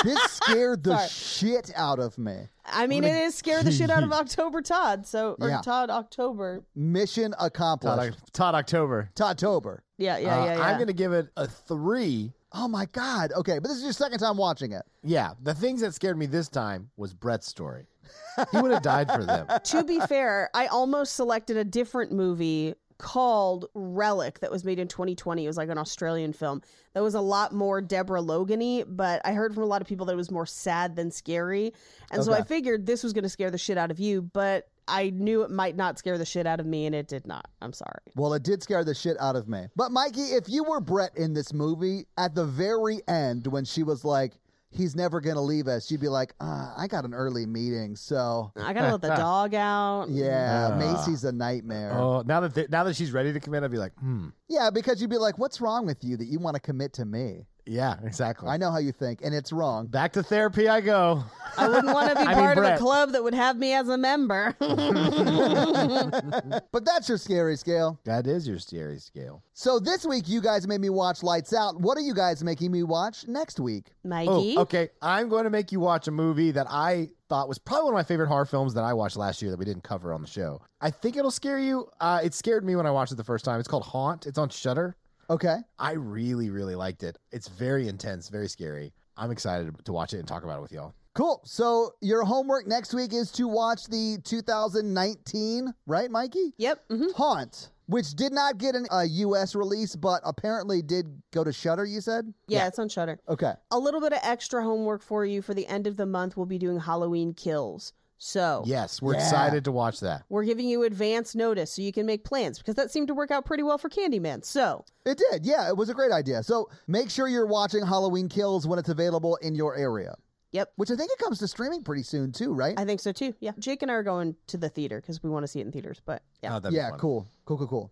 Speaker 1: this scared the shit out of me.
Speaker 2: I mean, it is scare the shit out of October Todd, so or
Speaker 1: Yeah.
Speaker 2: Todd October.
Speaker 1: Mission
Speaker 4: Todd,
Speaker 1: accomplished.
Speaker 4: Todd October.
Speaker 1: Toddtober.
Speaker 2: Yeah, yeah,
Speaker 4: Uh,
Speaker 2: yeah, yeah.
Speaker 4: I'm gonna give it a three.
Speaker 1: Oh my god. Okay, but this is your second time watching it.
Speaker 4: Yeah, the things that scared me this time was Brett's story. He would have died for them.
Speaker 2: to be fair, I almost selected a different movie called Relic that was made in 2020. It was like an Australian film that was a lot more Deborah Logany, but I heard from a lot of people that it was more sad than scary. And so I figured this was going to scare the shit out of you, but I knew it might not scare the shit out of me, and it did not. I'm sorry.
Speaker 1: Well, it did scare the shit out of me. But Mikey, if you were Brett in this movie, at the very end when she was like, "He's never gonna leave us," you'd be like, uh, "I got an early meeting, so
Speaker 2: I got to let the dog out.
Speaker 1: yeah,
Speaker 4: Ah.
Speaker 1: Macy's a nightmare."
Speaker 4: Oh, now that they, now that she's ready to commit, I'd be like, hmm.
Speaker 1: Yeah, because you'd be like, "What's wrong with you that you want to commit to me?"
Speaker 4: Yeah, exactly.
Speaker 1: I know how you think, and it's wrong.
Speaker 4: Back to therapy I go.
Speaker 2: I wouldn't want to be
Speaker 4: I mean,
Speaker 2: part of a
Speaker 4: Brett.
Speaker 2: club that would have me as a member.
Speaker 1: But that's your scary scale.
Speaker 4: That is your scary scale.
Speaker 1: So this week, you guys made me watch Lights Out. What are you guys making me watch next week?
Speaker 2: Mikey?
Speaker 4: Oh, okay. I'm going to make you watch a movie that I thought was probably one of my favorite horror films that I watched last year that we didn't cover on the show. I think it'll scare you. Uh, it scared me when I watched it the first time. It's called Haunt. It's on Shudder.
Speaker 1: Okay.
Speaker 4: I really, really liked it. It's very intense, very scary. I'm excited to watch it and talk about it with y'all.
Speaker 1: Cool. So your homework next week is to watch the 2019, right, Mikey?
Speaker 2: Yep. mhm.
Speaker 1: Haunt, which did not get an, a U.S. release, but apparently did go to Shutter. You said?
Speaker 2: yeah, it's on Shutter.
Speaker 1: Okay.
Speaker 2: a little bit of extra homework for you for the end of the month. We'll be doing Halloween kills. So
Speaker 4: Yes, we're
Speaker 1: Yeah.
Speaker 4: excited to watch that.
Speaker 2: we're giving you advance notice so you can make plans because that seemed to work out pretty well for Candyman. So
Speaker 1: It did. Yeah, it was a great idea. So make sure you're watching Halloween Kills when it's available in your area.
Speaker 2: Yep.
Speaker 1: Which I think it comes to streaming pretty soon too, right?
Speaker 2: I think so too. Yeah. Jake and I are going to the theater because we want to see it in theaters. But yeah.
Speaker 4: Oh, that'd be
Speaker 1: yeah,
Speaker 4: fun.
Speaker 1: cool. Cool, cool, cool.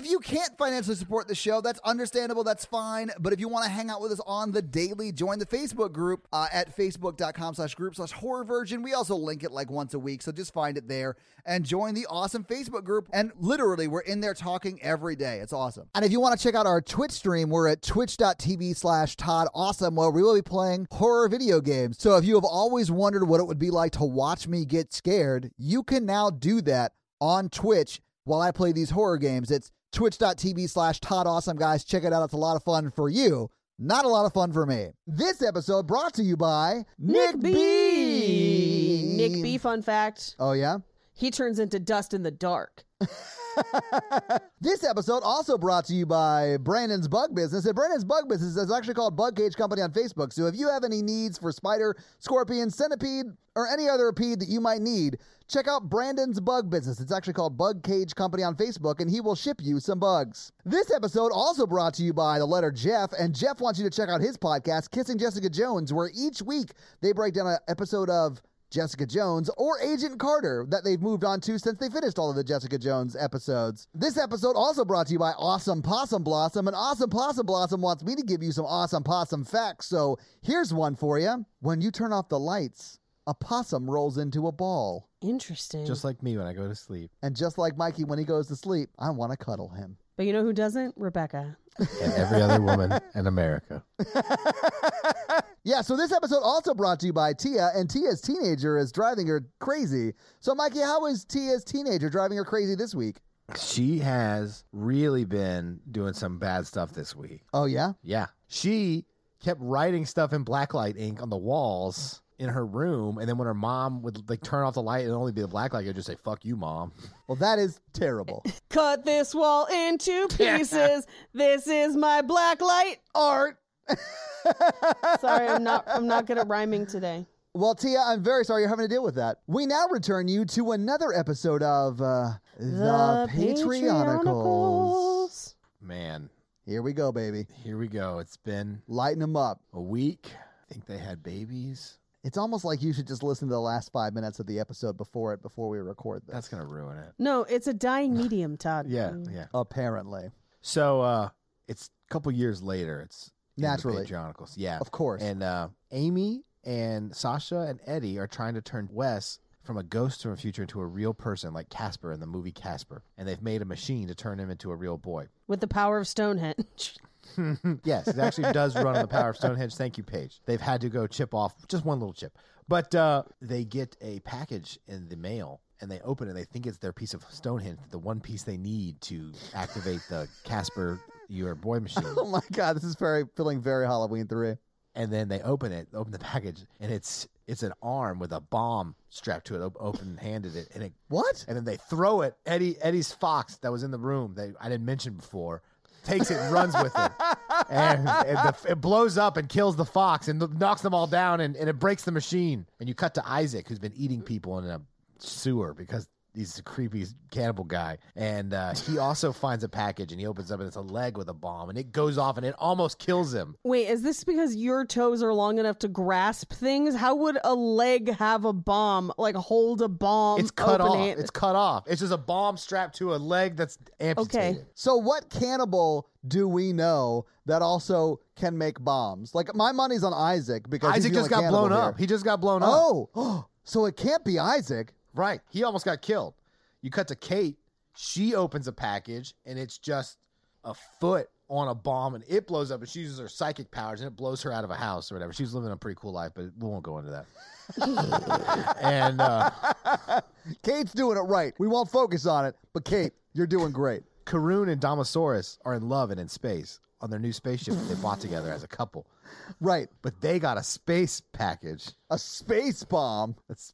Speaker 1: If you can't financially support the show, that's understandable. That's fine. But if you want to hang out with us on the daily, join the Facebook group uh, at facebook.com slash group slash horror virgin. We also link it like once a week. So just find it there and join the awesome Facebook group. And literally, we're in there talking every day. It's awesome. And if you want to check out our Twitch stream, we're at twitch.tv slash Todd Awesome, where we will be playing horror video games. So if you have always wondered what it would be like to watch me get scared, you can now do that on Twitch while I play these horror games. It's twitch.tv slash Todd Awesome, guys. Check it out. It's a lot of fun for you. Not a lot of fun for me. This episode brought to you by Nick B.
Speaker 2: Nick B. Fun fact:
Speaker 1: Oh, yeah?
Speaker 2: He turns into dust in the dark.
Speaker 1: This episode also brought to you by Brandon's Bug Business. And Brandon's Bug Business is actually called Bug Cage Company on Facebook. So if you have any needs for spider, scorpion, centipede, or any other pede that you might need, check out Brandon's Bug Business. It's actually called Bug Cage Company on Facebook, and he will ship you some bugs. This episode also brought to you by the letter Jeff, and Jeff wants you to check out his podcast, Kissing Jessica Jones, where each week they break down an episode of Jessica Jones or Agent Carter that they've moved on to since they finished all of the Jessica Jones episodes. This episode also brought to you by Awesome Possum Blossom, and Awesome Possum Blossom wants me to give you some awesome possum facts, so here's one for you. When you turn off the lights, a possum rolls into a ball.
Speaker 2: Interesting.
Speaker 4: Just like me when I go to sleep.
Speaker 1: And just like Mikey when he goes to sleep, I want to cuddle him.
Speaker 2: but you know who doesn't? Rebecca.
Speaker 4: And every other woman in America.
Speaker 1: Yeah, so this episode also brought to you by Tia, and Tia's teenager is driving her crazy. So, Mikey, how is Tia's teenager driving her crazy this week?
Speaker 4: She has really been doing some bad stuff this week.
Speaker 1: Oh, yeah?
Speaker 4: Yeah. She kept writing stuff in blacklight ink on the walls in her room, and then when her mom would like turn off the light and only be the black light, it would just say, Fuck you, mom.
Speaker 1: Well, that is terrible.
Speaker 2: Cut this wall into pieces. this is my black light.
Speaker 1: Art!
Speaker 2: Sorry, I'm not. I'm not good at rhyming today.
Speaker 1: Well, Tia, I'm very sorry you're having to deal with that. We now return you to another episode of uh, The, Patreonicals.
Speaker 2: Patreonicals.
Speaker 4: Man,
Speaker 1: Here we go, baby.
Speaker 4: here we go. It's been
Speaker 1: Lighten them up.
Speaker 4: a week. I think they had babies.
Speaker 1: It's almost like you should just listen to the last five minutes of the episode before it, before we record this.
Speaker 4: That's gonna ruin it.
Speaker 2: No, it's a dying medium, Todd.
Speaker 4: Yeah, yeah.
Speaker 1: Apparently.
Speaker 4: So uh it's a couple years later. It's in the
Speaker 1: Naturally.
Speaker 4: Patriarchals. Yeah.
Speaker 1: Of course.
Speaker 4: And uh, Amy and Sasha and Eddie are trying to turn Wes from a ghost from the future into a real person, like Casper in the movie Casper. And they've made a machine to turn him into a real boy.
Speaker 2: With the power of Stonehenge.
Speaker 4: yes, it actually does run on the power of Stonehenge. Thank you, Paige. They've had to go chip off just one little chip. But uh, they get a package in the mail and they open it. They think it's their piece of Stonehenge, the one piece they need to activate the Casper, your boy machine.
Speaker 1: oh my God, this is very feeling very Halloween 3.
Speaker 4: and then they open it, open the package, and it's it's an arm with a bomb strapped to it, op- open-handed it, and it,
Speaker 1: What?
Speaker 4: and then they throw it. Eddie Eddie's fox that was in the room that I didn't mention before takes it and runs with it, and, and the, it blows up and kills the fox and knocks them all down, and, and it breaks the machine. And you cut to Isaac who's been eating people in a sewer because. He's a creepy cannibal guy, and uh, he also finds a package, and he opens up, and it's a leg with a bomb, and it goes off, and it almost kills him.
Speaker 2: Wait, is this because your toes are long enough to grasp things? How would a leg have a bomb? Like hold a bomb?
Speaker 4: It's cut off.
Speaker 2: open-handed?
Speaker 4: It's cut off. It's just a bomb strapped to a leg that's amputated.
Speaker 1: So, what cannibal do we know that also can make bombs? Like, my money's on Isaac because he's
Speaker 4: Isaac
Speaker 1: the
Speaker 4: just
Speaker 1: only
Speaker 4: got
Speaker 1: cannibal
Speaker 4: blown
Speaker 1: here.
Speaker 4: up. He just got blown up.
Speaker 1: Oh, so it can't be Isaac.
Speaker 4: Right. He almost got killed. You cut to Kate. She opens a package and it's just a foot on a bomb and it blows up and she uses her psychic powers and it blows her out of a house or whatever. She's living a pretty cool life, but we won't go into that. and uh,
Speaker 1: Kate's doing it right. We won't focus on it, but Kate, you're doing great.
Speaker 4: Karun and Damosaurus are in love and in space on their new spaceship that they bought together as a couple.
Speaker 1: Right.
Speaker 4: But they got a space package.
Speaker 1: A space bomb.
Speaker 4: That's-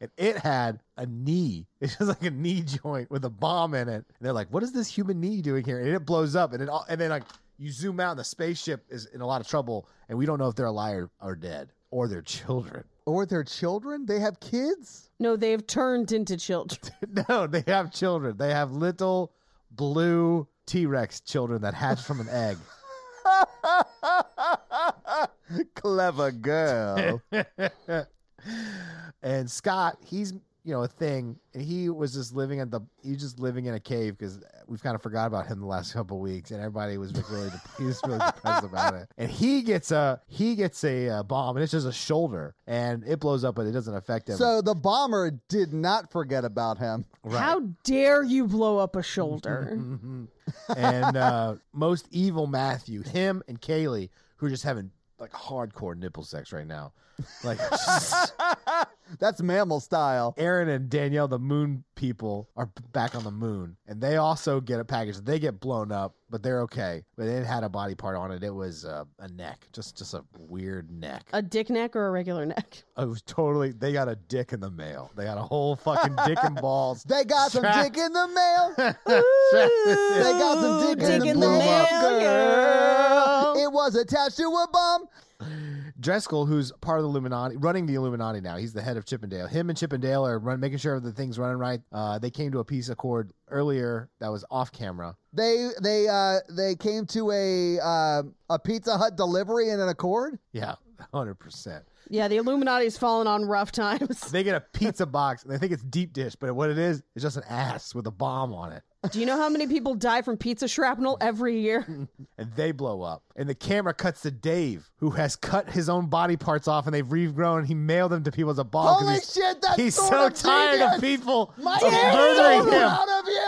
Speaker 4: and it had a knee. It's just like a knee joint with a bomb in it. And they're like, "What is this human knee doing here?" And it blows up, and it all, and then like you zoom out, and the spaceship is in a lot of trouble, and we don't know if they're alive or, or dead or their children.
Speaker 1: Or their children? They have kids?
Speaker 2: no, they've turned into children.
Speaker 4: no, they have children. They have little blue T Rex children that hatched from an egg.
Speaker 1: Clever girl.
Speaker 4: and Scott, he's you know a thing, and he was just living at the he was just living in a cave because we've kind of forgot about him the last couple weeks, and everybody was really dep- he was really depressed about it. And he gets a he gets a, uh bomb, and it's just a shoulder, and it blows up, but it doesn't affect him.
Speaker 1: So the bomber did not forget about him.
Speaker 4: Right.
Speaker 2: How dare you blow up a shoulder?
Speaker 4: Mhm. and uh, most evil Matthew, him and Kaylee, who are just having like hardcore nipple sex right now. Like
Speaker 1: That's mammal style.
Speaker 4: Aaron and Danielle, the moon people, are b- back on the moon, and they also get a package. They get blown up, but they're okay. But it had a body part on it. It was uh, a neck, just just a weird neck.
Speaker 2: a dick neck or a regular neck?
Speaker 4: It was totally. They got a dick in the mail. They got a whole fucking dick and balls.
Speaker 1: They got some
Speaker 4: Sure.
Speaker 1: dick in the mail.
Speaker 2: they
Speaker 1: got some dick in the
Speaker 4: blue up
Speaker 2: girl.
Speaker 1: It was attached to a bomb.
Speaker 4: Dreskel, who's part of the Illuminati, running the Illuminati now. He's the head of Chippendale. Him and Chippendale are run, making sure the thing's running right. Uh, they came to a peace accord earlier that was off camera.
Speaker 1: They they uh they came to a uh, a Pizza Hut delivery in an Accord.
Speaker 4: Yeah, 100%.
Speaker 2: Yeah, the Illuminati's fallen on rough times.
Speaker 4: They get a pizza box and they think it's deep dish, but what it is, it's just an ass with a bomb on it.
Speaker 2: Do you know how many people die from pizza shrapnel every year?
Speaker 4: And they blow up. And the camera cuts to Dave, who has cut his own body parts off and they've regrown. He mailed them to people as a bomb. 'cause
Speaker 1: Holy
Speaker 4: he's,
Speaker 1: shit! That's
Speaker 4: He's
Speaker 1: sort
Speaker 4: so
Speaker 1: of
Speaker 4: tired
Speaker 1: genius.
Speaker 4: of people
Speaker 1: My
Speaker 4: of
Speaker 1: dad's
Speaker 4: murdering
Speaker 1: so
Speaker 4: him.
Speaker 1: proud of you.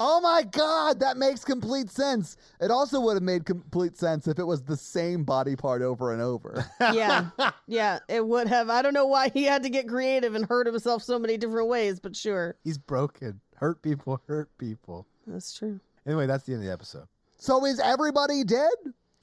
Speaker 1: Oh my god, that makes complete sense. It also would have made complete sense if it was the same body part over and over.
Speaker 2: yeah. Yeah, it would have. I don't know why he had to get creative and hurt himself so many different ways, but sure.
Speaker 4: He's broken. Hurt people, hurt people.
Speaker 2: That's true.
Speaker 4: Anyway, that's the end of the episode.
Speaker 1: so is everybody dead?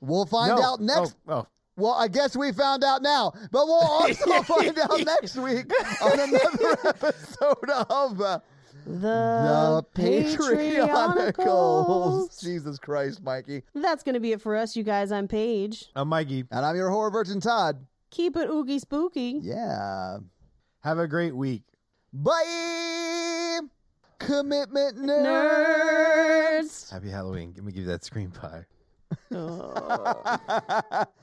Speaker 1: We'll find
Speaker 4: No.
Speaker 1: out next
Speaker 4: Oh, oh.
Speaker 1: Well, I guess we found out now, but we'll also find out next week on another episode of uh,
Speaker 2: The,
Speaker 1: The Patrioticals. Jesus Christ, Mikey.
Speaker 2: That's going to be it for us, you guys. I'm Paige.
Speaker 4: I'm Uh, Mikey.
Speaker 1: And I'm your horror virgin, Todd.
Speaker 2: Keep it oogie spooky.
Speaker 1: Yeah.
Speaker 4: Have a great week.
Speaker 1: Bye. Commitment
Speaker 2: Nerds.
Speaker 4: Happy Halloween. Let me give you that screen pie.
Speaker 2: Oh.
Speaker 1: nerd.